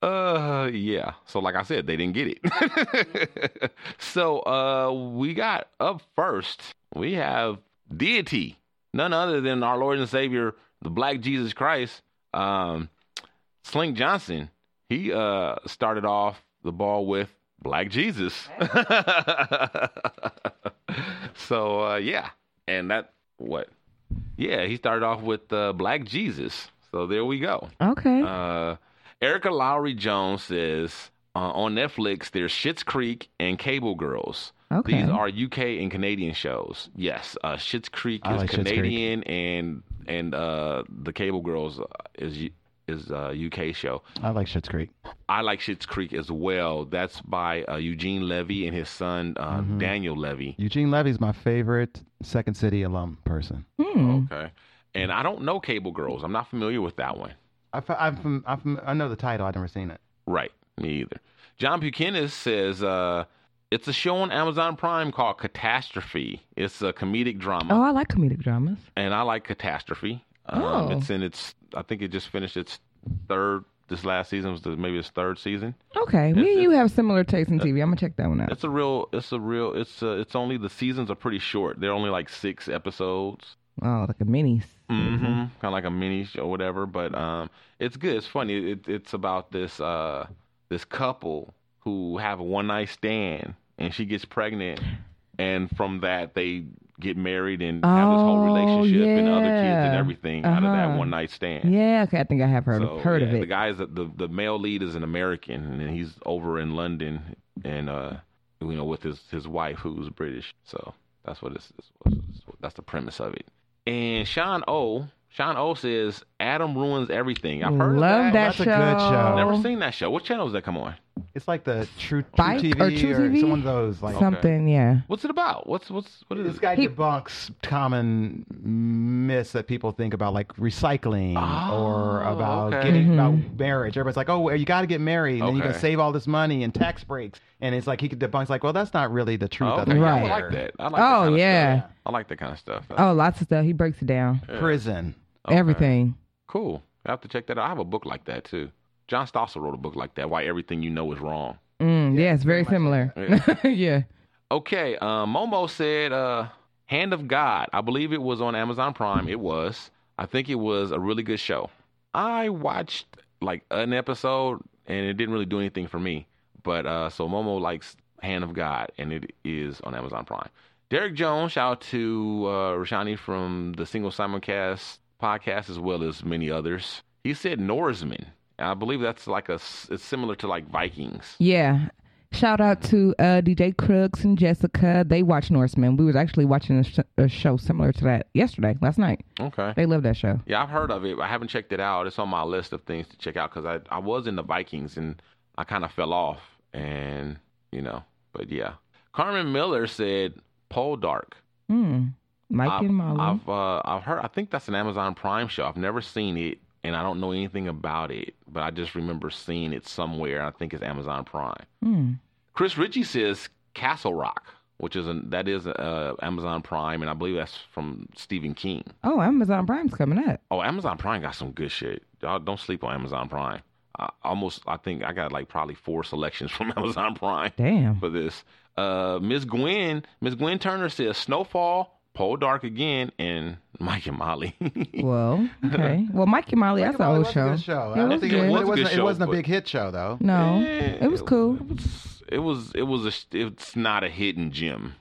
Speaker 3: Uh, yeah. So, like I said, they didn't get it. so, uh, we got up first. We have deity, none other than our Lord and Savior, the Black Jesus Christ. Um, Sling Johnson. He uh started off the ball with Black Jesus. so, uh, yeah, and that what? Yeah, he started off with uh, Black Jesus. So there we go.
Speaker 4: Okay.
Speaker 3: Uh, Erica Lowry Jones says uh, on Netflix there's Schitt's Creek and Cable Girls.
Speaker 4: Okay.
Speaker 3: These are UK and Canadian shows. Yes, uh, Schitt's Creek
Speaker 5: I
Speaker 3: is
Speaker 5: like Schitt's Creek.
Speaker 3: Canadian and and uh, the Cable Girls is U- is a UK show.
Speaker 5: I like Shit's Creek.
Speaker 3: I like Schitt's Creek as well. That's by uh, Eugene Levy and his son uh,
Speaker 5: Mm-hmm.
Speaker 3: Daniel Levy.
Speaker 5: Eugene Levy's my favorite Second City alum person.
Speaker 4: Mm-hmm.
Speaker 3: Okay. And I don't know Cable Girls. I'm not familiar with that one.
Speaker 5: I, f- I'm from, I'm from, I know the title. I've never seen it.
Speaker 3: Right. Me either. John Buchanan says uh, it's a show on Amazon Prime called Catastrophe. It's a comedic drama,
Speaker 4: oh, I like comedic dramas.
Speaker 3: and I like Catastrophe. Um,
Speaker 4: Oh.
Speaker 3: It's in its. I think it just finished its third. This last season was the, maybe its third season.
Speaker 4: Okay, me and you have similar tastes in TV. I'm gonna check that one out.
Speaker 3: It's a real. It's a real. It's a, It's only the seasons are pretty short. They're only like six episodes.
Speaker 4: Oh, like a mini.
Speaker 3: Mm-hmm. Kind of like a mini show or whatever, but um, it's good. It's funny. It, it's about this uh, this couple who have a one night stand, and she gets pregnant, and from that they get married and have this whole
Speaker 4: Oh,
Speaker 3: relationship and other kids and
Speaker 4: yeah.
Speaker 3: everything out of that
Speaker 4: Uh-huh.
Speaker 3: one night stand.
Speaker 4: Yeah, okay, I think I have heard
Speaker 3: So,
Speaker 4: heard
Speaker 3: yeah,
Speaker 4: of
Speaker 3: The
Speaker 4: it.
Speaker 3: guy's the the male lead is an American, and he's over in London, and uh, you know, with his his wife who's British. So that's what it's, it's- that's the premise of it. And Sean O. Sean O. says Adam ruins everything. I've heard
Speaker 4: Love
Speaker 3: of that.
Speaker 4: that
Speaker 5: That's a good show.
Speaker 3: Never seen that show. What channel does that come on?
Speaker 5: It's like the True, true
Speaker 4: Bike
Speaker 5: TV
Speaker 4: or True TV?
Speaker 5: some of those. Like
Speaker 4: Something, yeah.
Speaker 3: What's it about? What's what's what is
Speaker 5: this
Speaker 3: it?
Speaker 5: guy debunks common myths that people think about, like recycling or
Speaker 3: Oh,
Speaker 5: about
Speaker 3: okay. Mm-hmm.
Speaker 5: getting about marriage. Everybody's like, "Oh, well, you got to get married, and then you can
Speaker 3: Okay.
Speaker 5: save all this money and tax breaks." And it's like he debunks, like, "Well, that's not really the truth."
Speaker 3: Oh,
Speaker 5: of
Speaker 3: okay.
Speaker 5: it.
Speaker 3: Yeah, I
Speaker 4: Right.
Speaker 3: like that. I like that
Speaker 4: Oh,
Speaker 3: kind of
Speaker 4: yeah.
Speaker 3: Stuff. I like that kind of stuff.
Speaker 4: Oh, lots of stuff. He breaks it down.
Speaker 5: Prison.
Speaker 4: Everything.
Speaker 3: Cool. I have to check that out. I have a book like that too. John Stossel wrote a book like that. Why everything you know is wrong.
Speaker 4: Mm, yeah, it's very similar. yeah.
Speaker 3: Okay, uh, Momo said, uh, "Hand of God." I believe it was on Amazon Prime. It was. I think it was a really good show. I watched like an episode, and it didn't really do anything for me. But uh, so Momo likes Hand of God, and it is on Amazon Prime. Derek Jones, shout out to uh, Rashani from the Single Simulcast podcast, as well as many others. He said Norseman. I believe that's like a s- it's similar to like Vikings.
Speaker 4: Yeah. Shout out to uh, DJ Crooks and Jessica. They watch Norseman. We was actually watching a, sh- a show similar to that yesterday, last night.
Speaker 3: Okay.
Speaker 4: They love that show.
Speaker 3: Yeah, I've heard of it. but I haven't checked it out. It's on my list of things to check out because I, I was in the Vikings and I kind of fell off. And, you know, but yeah. Carmen Miller said Pole Dark.
Speaker 4: Mm. Mike
Speaker 3: I've,
Speaker 4: and Molly.
Speaker 3: I've, uh, I've heard, I think that's an Amazon Prime show. I've never seen it and I don't know anything about it, but I just remember seeing it somewhere. I think it's Amazon Prime.
Speaker 4: Mm.
Speaker 3: Chris Ritchie says Castle Rock, which is an, that is uh, Amazon Prime, and I believe that's from Stephen King.
Speaker 4: Oh, Amazon Prime's coming up.
Speaker 3: Oh, Amazon Prime got some good shit. Y'all don't sleep on Amazon Prime. I almost I think I got like probably four selections from Amazon Prime
Speaker 4: Damn.
Speaker 3: for this. Uh, Miss Gwen, Miss Gwen Turner says Snowfall, Pole Dark again, and Mike and Molly.
Speaker 4: Well, okay. Well, Mikey Molly, that's an old
Speaker 5: was a
Speaker 4: show.
Speaker 5: good show.
Speaker 4: It
Speaker 5: I
Speaker 4: was
Speaker 5: don't think it,
Speaker 4: good.
Speaker 5: it
Speaker 3: was a good
Speaker 5: wasn't,
Speaker 3: show,
Speaker 5: it wasn't a
Speaker 3: but-
Speaker 5: big hit show though.
Speaker 4: No,
Speaker 5: Eh,
Speaker 3: Yeah,
Speaker 4: it was cool.
Speaker 3: It was it was it was a sh- it's not a hidden gem.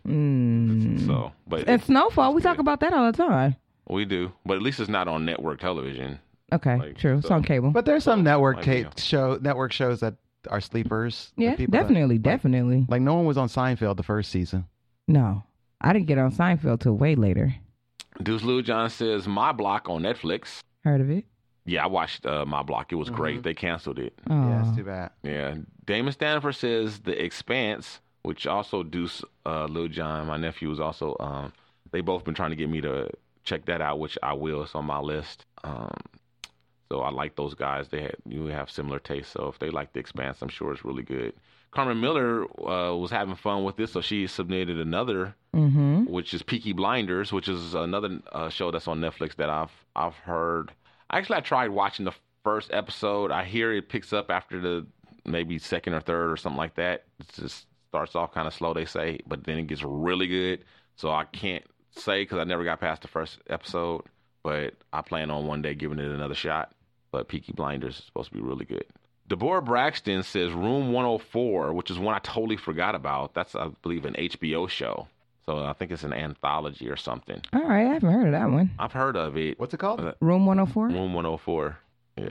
Speaker 3: So, but
Speaker 4: And Snowfall, we talk about that all the time.
Speaker 3: we do. But at least it's not on network television.
Speaker 4: Okay,
Speaker 3: Like,
Speaker 4: true. It's
Speaker 3: so-
Speaker 4: on cable.
Speaker 5: But there's some network
Speaker 3: Might be,
Speaker 5: tape show network shows that are sleepers. the
Speaker 4: yeah,
Speaker 5: people that-
Speaker 4: definitely, definitely.
Speaker 5: like no one was on Seinfeld the first season.
Speaker 4: No, I didn't get on Seinfeld till way later.
Speaker 3: Deuce Lou John says My Block on Netflix.
Speaker 4: Heard of it?
Speaker 3: Yeah, I watched uh, My Block. It was great. They canceled it.
Speaker 4: Oh,
Speaker 5: Yeah, it's too bad.
Speaker 3: Yeah. Damon Stanford says The Expanse, which also Deuce uh, Lil John, my nephew, was also. Um, they both been trying to get me to check that out, which I will. It's on my list. Um, so I like those guys. They had, you have similar tastes. So if they like The Expanse, I'm sure it's really good. Carmen Miller uh, was having fun with this, so she submitted another, which is Peaky Blinders, which is another uh, show that's on Netflix that I've I've heard. Actually, I tried watching the first episode. I hear it picks up after the maybe second or third or something like that. It just starts off kind of slow, they say, but then it gets really good. So I can't say because I never got past the first episode, but I plan on one day giving it another shot. But Peaky Blinders is supposed to be really good. Deborah Braxton says Room 104, which is one I totally forgot about. That's, I believe, an HBO show. So I think it's an anthology or something.
Speaker 4: all right. I haven't heard of that one.
Speaker 3: I've heard of it.
Speaker 5: What's it called?
Speaker 3: Uh,
Speaker 4: Room 104.
Speaker 3: Room 104. Yeah.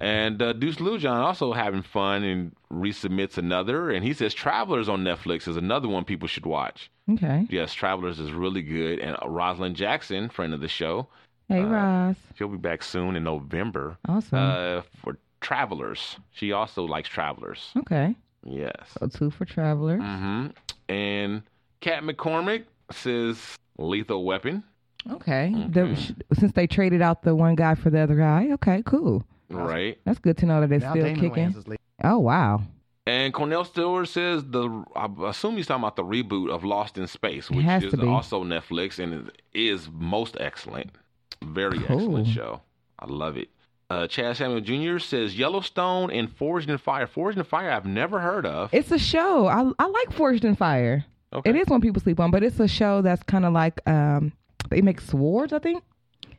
Speaker 3: And uh, Deuce Lujan also having fun and resubmits another. And he says Travelers on Netflix is another one people should watch.
Speaker 4: Okay.
Speaker 3: Yes, Travelers is really good. And uh, Rosalind Jackson, friend of the show,
Speaker 4: Hey,
Speaker 5: Uh,
Speaker 4: Ross.
Speaker 3: she'll be back soon in November
Speaker 4: Awesome.
Speaker 3: uh, for Travelers. She also likes Travelers.
Speaker 4: okay.
Speaker 3: Yes.
Speaker 4: So two for Traveler.
Speaker 3: hmm And Kat McCormick says Lethal Weapon.
Speaker 4: Okay.
Speaker 5: Mm-hmm.
Speaker 4: The, sh- since they traded out the one guy for the other guy. Okay, cool.
Speaker 3: Right.
Speaker 4: That's good to know that they're
Speaker 5: Now
Speaker 4: still
Speaker 5: Damon
Speaker 4: kicking.
Speaker 5: Wayans is leaving.
Speaker 4: Oh wow.
Speaker 3: And Cornell Stewart says the I assume he's talking about the reboot of Lost in Space, which
Speaker 4: has
Speaker 3: is
Speaker 4: to be.
Speaker 3: also Netflix and is most excellent. Very
Speaker 4: Cool.
Speaker 3: excellent show. I love it. Uh, Chad Samuel Jr. says Yellowstone and Forged in Fire. Forged in Fire, I've never heard of.
Speaker 4: It's a show. I I like Forged in Fire.
Speaker 3: Okay.
Speaker 4: It is one people sleep on, but it's a show that's kind of like um they make swords, I think.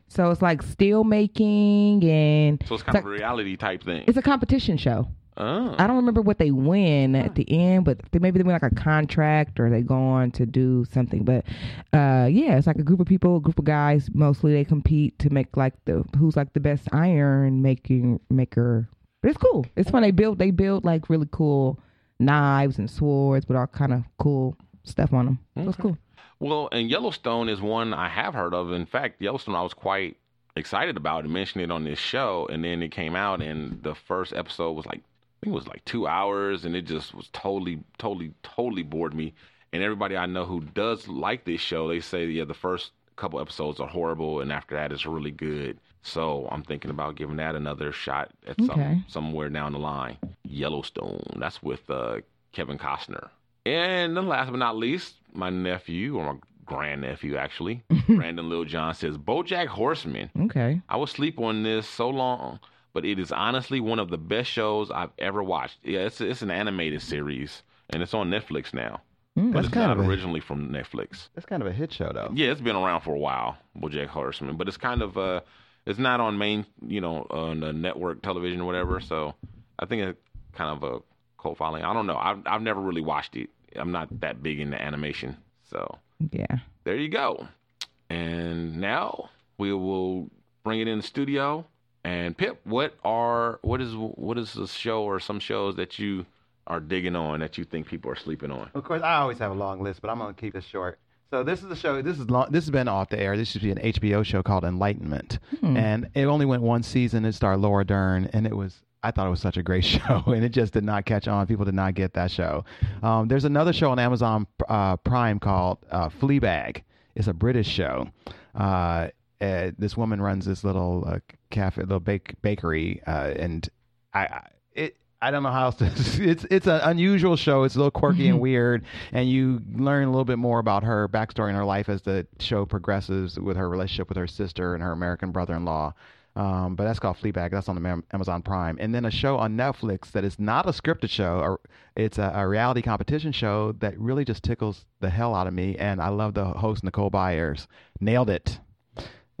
Speaker 4: So it's like steel making and
Speaker 3: So it's kind of
Speaker 4: it's
Speaker 3: a
Speaker 4: like-
Speaker 3: reality type thing.
Speaker 4: it's a competition show.
Speaker 3: Oh,
Speaker 4: I don't remember what they win at the end, but they maybe they win like a contract or they go on to do something. But uh, yeah, it's like a group of people, a group of guys mostly. They compete to make like the who's like the best iron making maker. But it's cool. It's fun. They build they build like really cool knives and swords with all kind of cool stuff on them. So It's cool.
Speaker 3: Well, and Yellowstone is one I have heard of. In fact, Yellowstone I was quite excited about and mentioned it on this show, and then it came out, and the first episode was like I think it was like two hours, and it just was totally, totally, totally bored me. And everybody I know who does like this show, they say yeah, the first couple episodes are horrible, and after that it's really good. So I'm thinking about giving that another shot at
Speaker 4: Okay.
Speaker 3: some somewhere down the line. Yellowstone. That's with uh, Kevin Costner. And then last but not least, my nephew, or my grandnephew actually, Brandon Lil John says, Bojack Horseman.
Speaker 4: Okay.
Speaker 3: I was sleep on this so long, but it is honestly one of the best shows I've ever watched. Yeah, it's it's an animated series and it's on Netflix now. but
Speaker 5: Hmm, That's
Speaker 3: it's
Speaker 5: kind
Speaker 3: not
Speaker 5: of a-
Speaker 3: originally from Netflix.
Speaker 5: That's kind of a hit show though.
Speaker 3: Yeah, it's been around for a while, BoJack Horseman, but it's kind of uh, it's not on main, you know, on the network television or whatever. So I think it's kind of a cult following. I don't know. I've I've never really watched it. I'm not that big into animation, so
Speaker 4: Yeah.
Speaker 3: there you go. And now we will bring it in the studio. And Pip, what are what is what is the show or some shows that you are digging on that you think people are sleeping on?
Speaker 5: Of course, I always have a long list, but I'm gonna keep this short. So this is a show. This is long, this has been off the air. This should be an HBO show called Enlightenment, and it only went one season. It starred Laura Dern, and it was I thought it was such a great show, and it just did not catch on. People did not get that show. Um, there's another show on Amazon uh, Prime called uh, Fleabag. It's a British show. Uh, uh, this woman runs this little uh, cafe, little bake bakery, uh, and I, I it I don't know how else to. It's it's an unusual show. It's a little quirky
Speaker 4: Mm-hmm.
Speaker 5: and weird, and you learn a little bit more about her backstory and her life as the show progresses with her relationship with her sister and her American brother-in-law. Um, but that's called Fleabag. That's on the Am- Amazon Prime. And then a show on Netflix that is not a scripted show. Or it's a, a reality competition show that really just tickles the hell out of me. And I love the host Nicole Byers. Nailed it.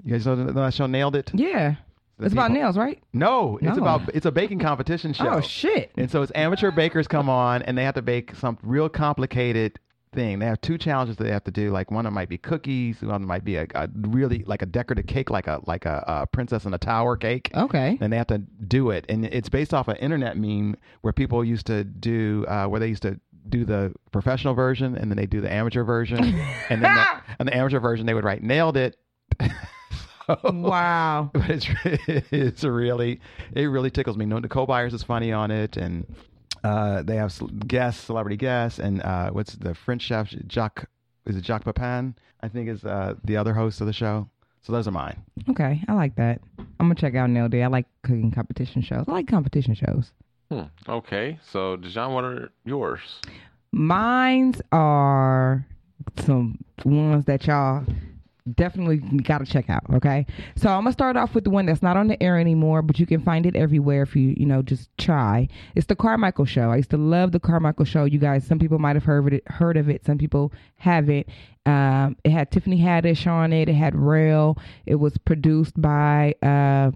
Speaker 5: You guys know that that show Nailed It?
Speaker 4: Yeah.
Speaker 5: The
Speaker 4: it's about
Speaker 5: people-
Speaker 4: nails, right?
Speaker 5: No, it's
Speaker 4: No.
Speaker 5: about it's a baking competition show.
Speaker 4: Oh shit.
Speaker 5: And so it's amateur bakers come on and they have to bake some real complicated thing. They have two challenges that they have to do. Like one of them might be cookies, one of them might be a, a really like a decorative cake, like a like a, uh princess in a tower cake.
Speaker 4: Okay.
Speaker 5: And they have to do it. And it's based off an internet meme where people used to do uh, where they used to do the professional version and then they do the amateur version. and then the, and the amateur version they would write nailed it.
Speaker 4: Wow.
Speaker 5: but it's it's really it really tickles me. No, Nicole Byers is funny on it, and uh, they have cel- guests, celebrity guests, and uh, what's the French chef Jacques is it Jacques Pepin? I think is uh, the other host of the show. So those are mine.
Speaker 4: Okay, I like that. I'm gonna check out Nail Day. I like cooking competition shows. I like competition shows.
Speaker 3: Hmm. Okay, so Dijon, what are yours?
Speaker 4: Mines are some ones that y'all definitely got to check out. Okay, so I'm gonna start off with the one that's not on the air anymore, but you can find it everywhere if you you know just try. It's the Carmichael Show. I used to love the Carmichael Show. You guys, some people might have heard of it, heard of it. Some people haven't. Um, it had Tiffany Haddish on it. It had Rail. It was produced by. Uh,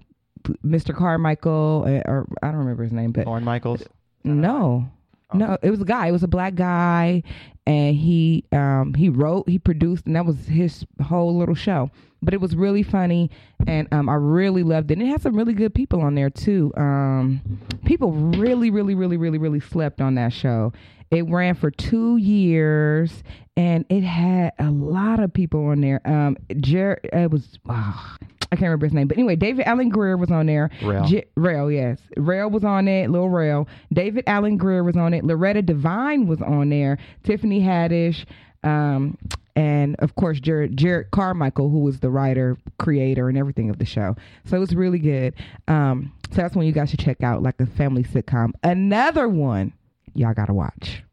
Speaker 4: Mr. Carmichael, uh, or I don't remember his name, but
Speaker 5: Lauren Michaels.
Speaker 4: no. No, it was a guy. It was a black guy and he um he wrote, he produced and that was his whole little show. But it was really funny and um I really loved it. And it had some really good people on there too. Um people really really really really really slept on that show. It ran for 2 years and it had a lot of people on there. Um Jer- it was ah, I can't remember his name, but anyway, David Allen Greer was on there.
Speaker 5: Rel.
Speaker 4: J- Rail, yes. Rail was on it, Lil Rail. David Allen Greer was on it. Loretta Devine was on there. Tiffany Haddish. Um, and of course, Jared, Jared Carmichael, who was the writer, creator, and everything of the show. So it was really good. Um, so that's one you guys should check out, like a family sitcom. Another one y'all got to watch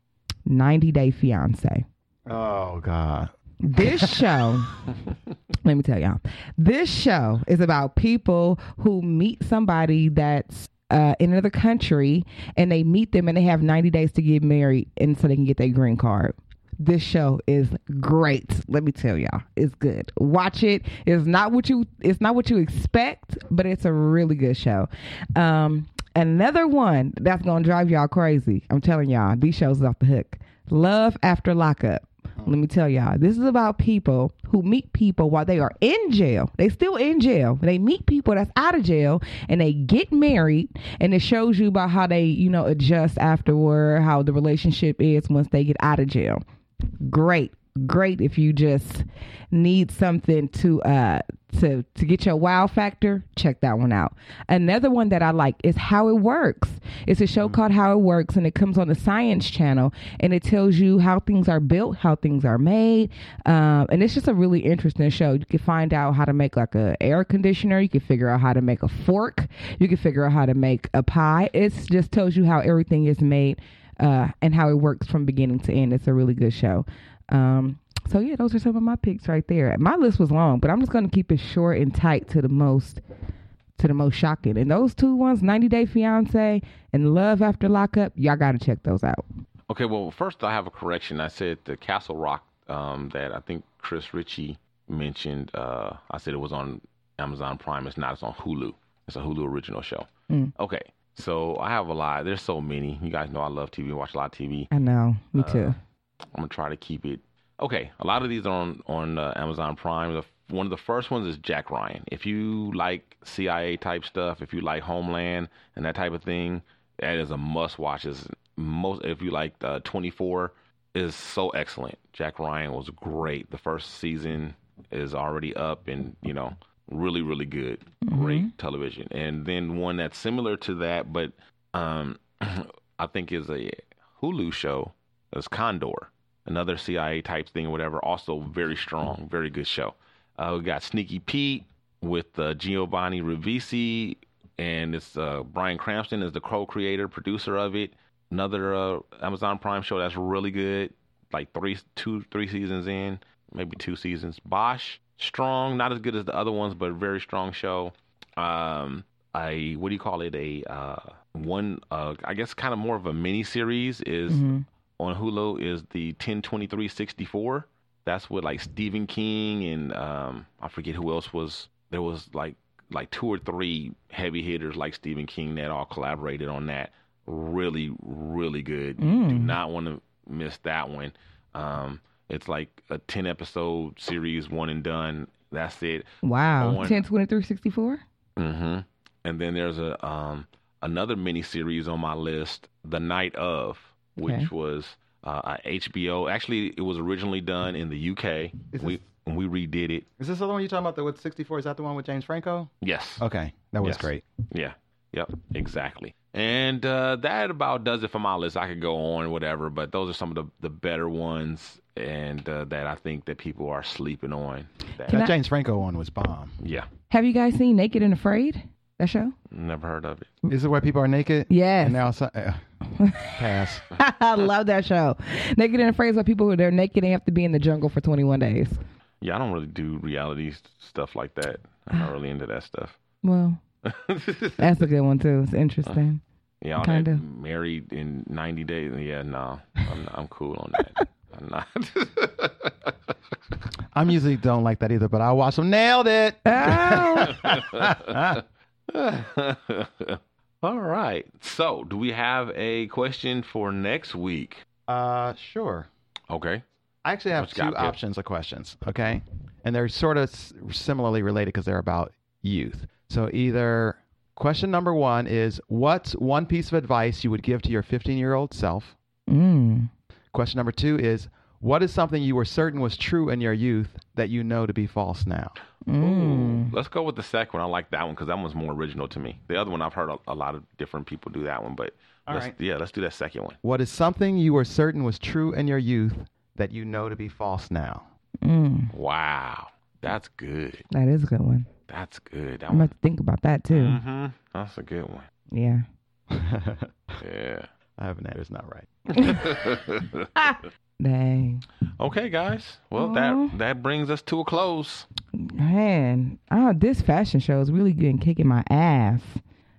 Speaker 4: 90 Day Fiancé
Speaker 5: Oh God.
Speaker 4: this show let me tell y'all this show is about people who meet somebody that's uh, in another country and they meet them and they have 90 days to get married and so they can get their green card this show is great let me tell y'all it's good watch it it's not what you it's not what you expect but it's a really good show um another one that's gonna drive y'all crazy i'm telling y'all these shows is off the hook love after lockup let me tell y'all, this is about people who meet people while they are in jail. They still in jail. They meet people that's out of jail and they get married and it shows you about how they, you know, adjust afterward, how the relationship is once they get out of jail. Great. Great if you just need something to uh to to get your wow factor, check that one out. Another one that I like is How It Works. It's a show called How It Works, and it comes on the Science Channel, and it tells you how things are built, how things are made, um, and it's just a really interesting show. You can find out how to make like a air conditioner. You can figure out how to make a fork. You can figure out how to make a pie. It just tells you how everything is made uh, and how it works from beginning to end. It's a really good show. Um, so yeah, those are some of my picks right there. My list was long, but I'm just gonna keep it short and tight to the most to the most shocking. And those two ones, 90 Day Fiance and Love After Lockup, y'all gotta check those out.
Speaker 3: Okay, well, first I have a correction. I said the Castle Rock um, that I think Chris Ritchie mentioned. Uh, I said it was on Amazon Prime. It's not. It's on Hulu. It's a Hulu original show. Okay, so I have a lot. There's so many. You guys know I love TV. Watch a lot of TV.
Speaker 4: I know, me too.
Speaker 3: I'm gonna try to keep it. Okay, a lot of these are on on uh, Amazon Prime. The, one of the first ones is Jack Ryan. If you like CIA type stuff, if you like Homeland and that type of thing, that is a must watch. Is most if you like uh, 24 is so excellent. Jack Ryan was great. The first season is already up, and you know really really good, great television. And then one that's similar to that, but um, I think is a Hulu show is Condor, another CIA type thing, or whatever. Also very strong, very good show. Uh, we got Sneaky Pete with uh, Giovanni Ribisi, and it's uh, Brian Cranston is the co-creator, producer of it. Another uh, Amazon Prime show that's really good, like three, two, three seasons in, maybe two seasons. Bosch, strong, not as good as the other ones, but very strong show. um a what do you call it a uh one uh I guess kind of more of a mini series is on Hulu is the 102364 that's with like Stephen King and um I forget who else was there was like like two or three heavy hitters like Stephen King that all collaborated on that really really good you do not want to miss that one um it's like a 10 episode series one and done that's it
Speaker 4: Wow.
Speaker 3: On-
Speaker 4: 10, 23, 64?
Speaker 5: Mm-hmm.
Speaker 3: hmm And then there's a um another miniseries on my list, The Night of, which
Speaker 4: Okay.
Speaker 3: was uh, a HBO. Actually, it was originally done in the UK.
Speaker 5: Is
Speaker 3: we
Speaker 5: this-
Speaker 3: we redid it.
Speaker 5: Is this the one you're talking about? The with 64? Is that the one with James Franco?
Speaker 3: Yes.
Speaker 5: Okay, that was
Speaker 3: Yes.
Speaker 5: great.
Speaker 3: Yeah. Yep. Exactly. And uh, that about does it for my list. I could go on, whatever, but those are some of the, the better ones, and uh, that I think that people are sleeping on. That-
Speaker 4: Can
Speaker 5: that
Speaker 4: I-
Speaker 5: James Franco one was bomb.
Speaker 3: yeah,
Speaker 4: Have you guys seen Naked and Afraid? That show?
Speaker 3: never heard of it.
Speaker 5: Is it where people are naked?
Speaker 4: Yes.
Speaker 5: And they're outside. Uh, pass.
Speaker 4: I love that show. Naked and Afraid is where people who they're naked and have to be in the jungle for 21 days.
Speaker 3: Yeah, I don't really do reality s- stuff like that. I'm not really into that stuff.
Speaker 4: Well, that's a good one too. It's interesting.
Speaker 3: Yeah, all
Speaker 4: Kinda.
Speaker 3: that married in ninety days. Yeah, no, I'm not, I'm cool on that. I'm not.
Speaker 5: I'm usually don't like that either, but I watch them. Nailed it.
Speaker 4: Oh,
Speaker 3: all right. So, do we have a question for next week?
Speaker 5: Uh, sure.
Speaker 3: Okay.
Speaker 5: I actually have
Speaker 3: What you got,
Speaker 5: two
Speaker 3: Pip?
Speaker 5: options of questions. Okay, and they're sort of s- similarly related because they're about youth. So either question number one is what's one piece of advice you would give to your 15 year old self.
Speaker 4: mm.
Speaker 5: Question number two is what is something you were certain was true in your youth that you know to be false now.
Speaker 3: Ooh,
Speaker 5: Mm.
Speaker 3: let's go with the second one. I like that one because that one's more original to me. The other one I've heard a, a lot of different people do that one, but let's,
Speaker 5: right.
Speaker 3: yeah, let's do that second one.
Speaker 5: What is something you were certain was true in your youth that you know to be false now?
Speaker 3: Wow, that's good.
Speaker 4: mm. That is a good one.
Speaker 3: That's good. That
Speaker 4: I'm going
Speaker 3: one.
Speaker 4: to think about that too.
Speaker 3: Mm-hmm. That's a good one.
Speaker 4: Yeah.
Speaker 5: I
Speaker 3: Yeah.
Speaker 5: have an It's not right.
Speaker 4: Dang.
Speaker 3: Okay, guys. Well,
Speaker 4: Aw.
Speaker 3: that that brings us to a close.
Speaker 4: Man, oh, this fashion show is really getting kicking my ass.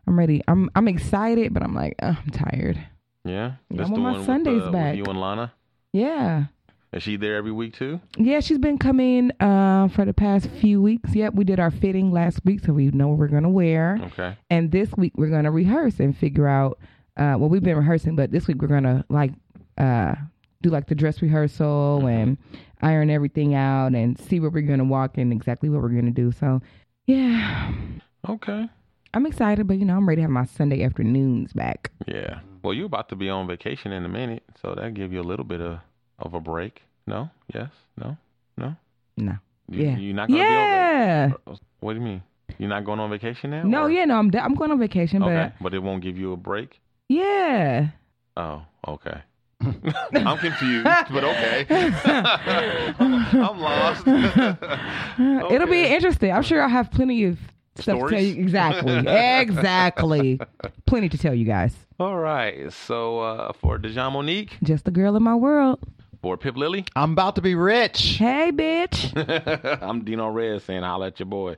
Speaker 4: I'm ready. I'm I'm excited, but I'm like, uh, I'm tired.
Speaker 3: Yeah,
Speaker 4: Yeah,
Speaker 3: that's
Speaker 4: I want
Speaker 3: the
Speaker 4: my
Speaker 3: one with,
Speaker 4: Sundays
Speaker 3: uh, with
Speaker 4: back.
Speaker 3: you and Lana.
Speaker 4: Yeah.
Speaker 3: Is she there every week too?
Speaker 4: Yeah, she's been coming uh, for the past few weeks. Yep, we did our fitting last week, so we know what we're gonna wear.
Speaker 3: Okay.
Speaker 4: And this week we're gonna rehearse and figure out. Uh, well, we've been rehearsing, but this week we're gonna like uh, do like the dress rehearsal
Speaker 3: Mm-hmm.
Speaker 4: and iron everything out and see where we're gonna walk and exactly what we're gonna do. So, yeah,
Speaker 3: Okay.
Speaker 4: I'm excited, but you know I'm ready to have my Sunday afternoons back.
Speaker 3: Yeah. Well, you're about to be on vacation in a minute, so that give you a little bit of of a break. No. Yes. No. No.
Speaker 4: No.
Speaker 3: You,
Speaker 4: Yeah.
Speaker 3: You're not gonna
Speaker 4: Yeah.
Speaker 3: be on. vac- What do you mean? You're not going on vacation now?
Speaker 4: No,
Speaker 3: or-
Speaker 4: yeah, no, I'm I'm going on vacation, but
Speaker 3: Okay, but it won't give you a break.
Speaker 4: yeah.
Speaker 3: Oh, okay. I'm confused, but okay. I'm lost.
Speaker 4: It'll be
Speaker 3: Okay.
Speaker 4: interesting. I'm sure I'll have plenty of stuff to tell
Speaker 3: Stories?
Speaker 4: you. Exactly. exactly. Plenty to tell you guys.
Speaker 3: All right. So uh, for Dejan Monique,
Speaker 4: Just the girl in my world.
Speaker 3: for Pip Lily,
Speaker 5: I'm about to be rich.
Speaker 4: Hey, bitch.
Speaker 3: I'm Dino Red saying, holla at your boy.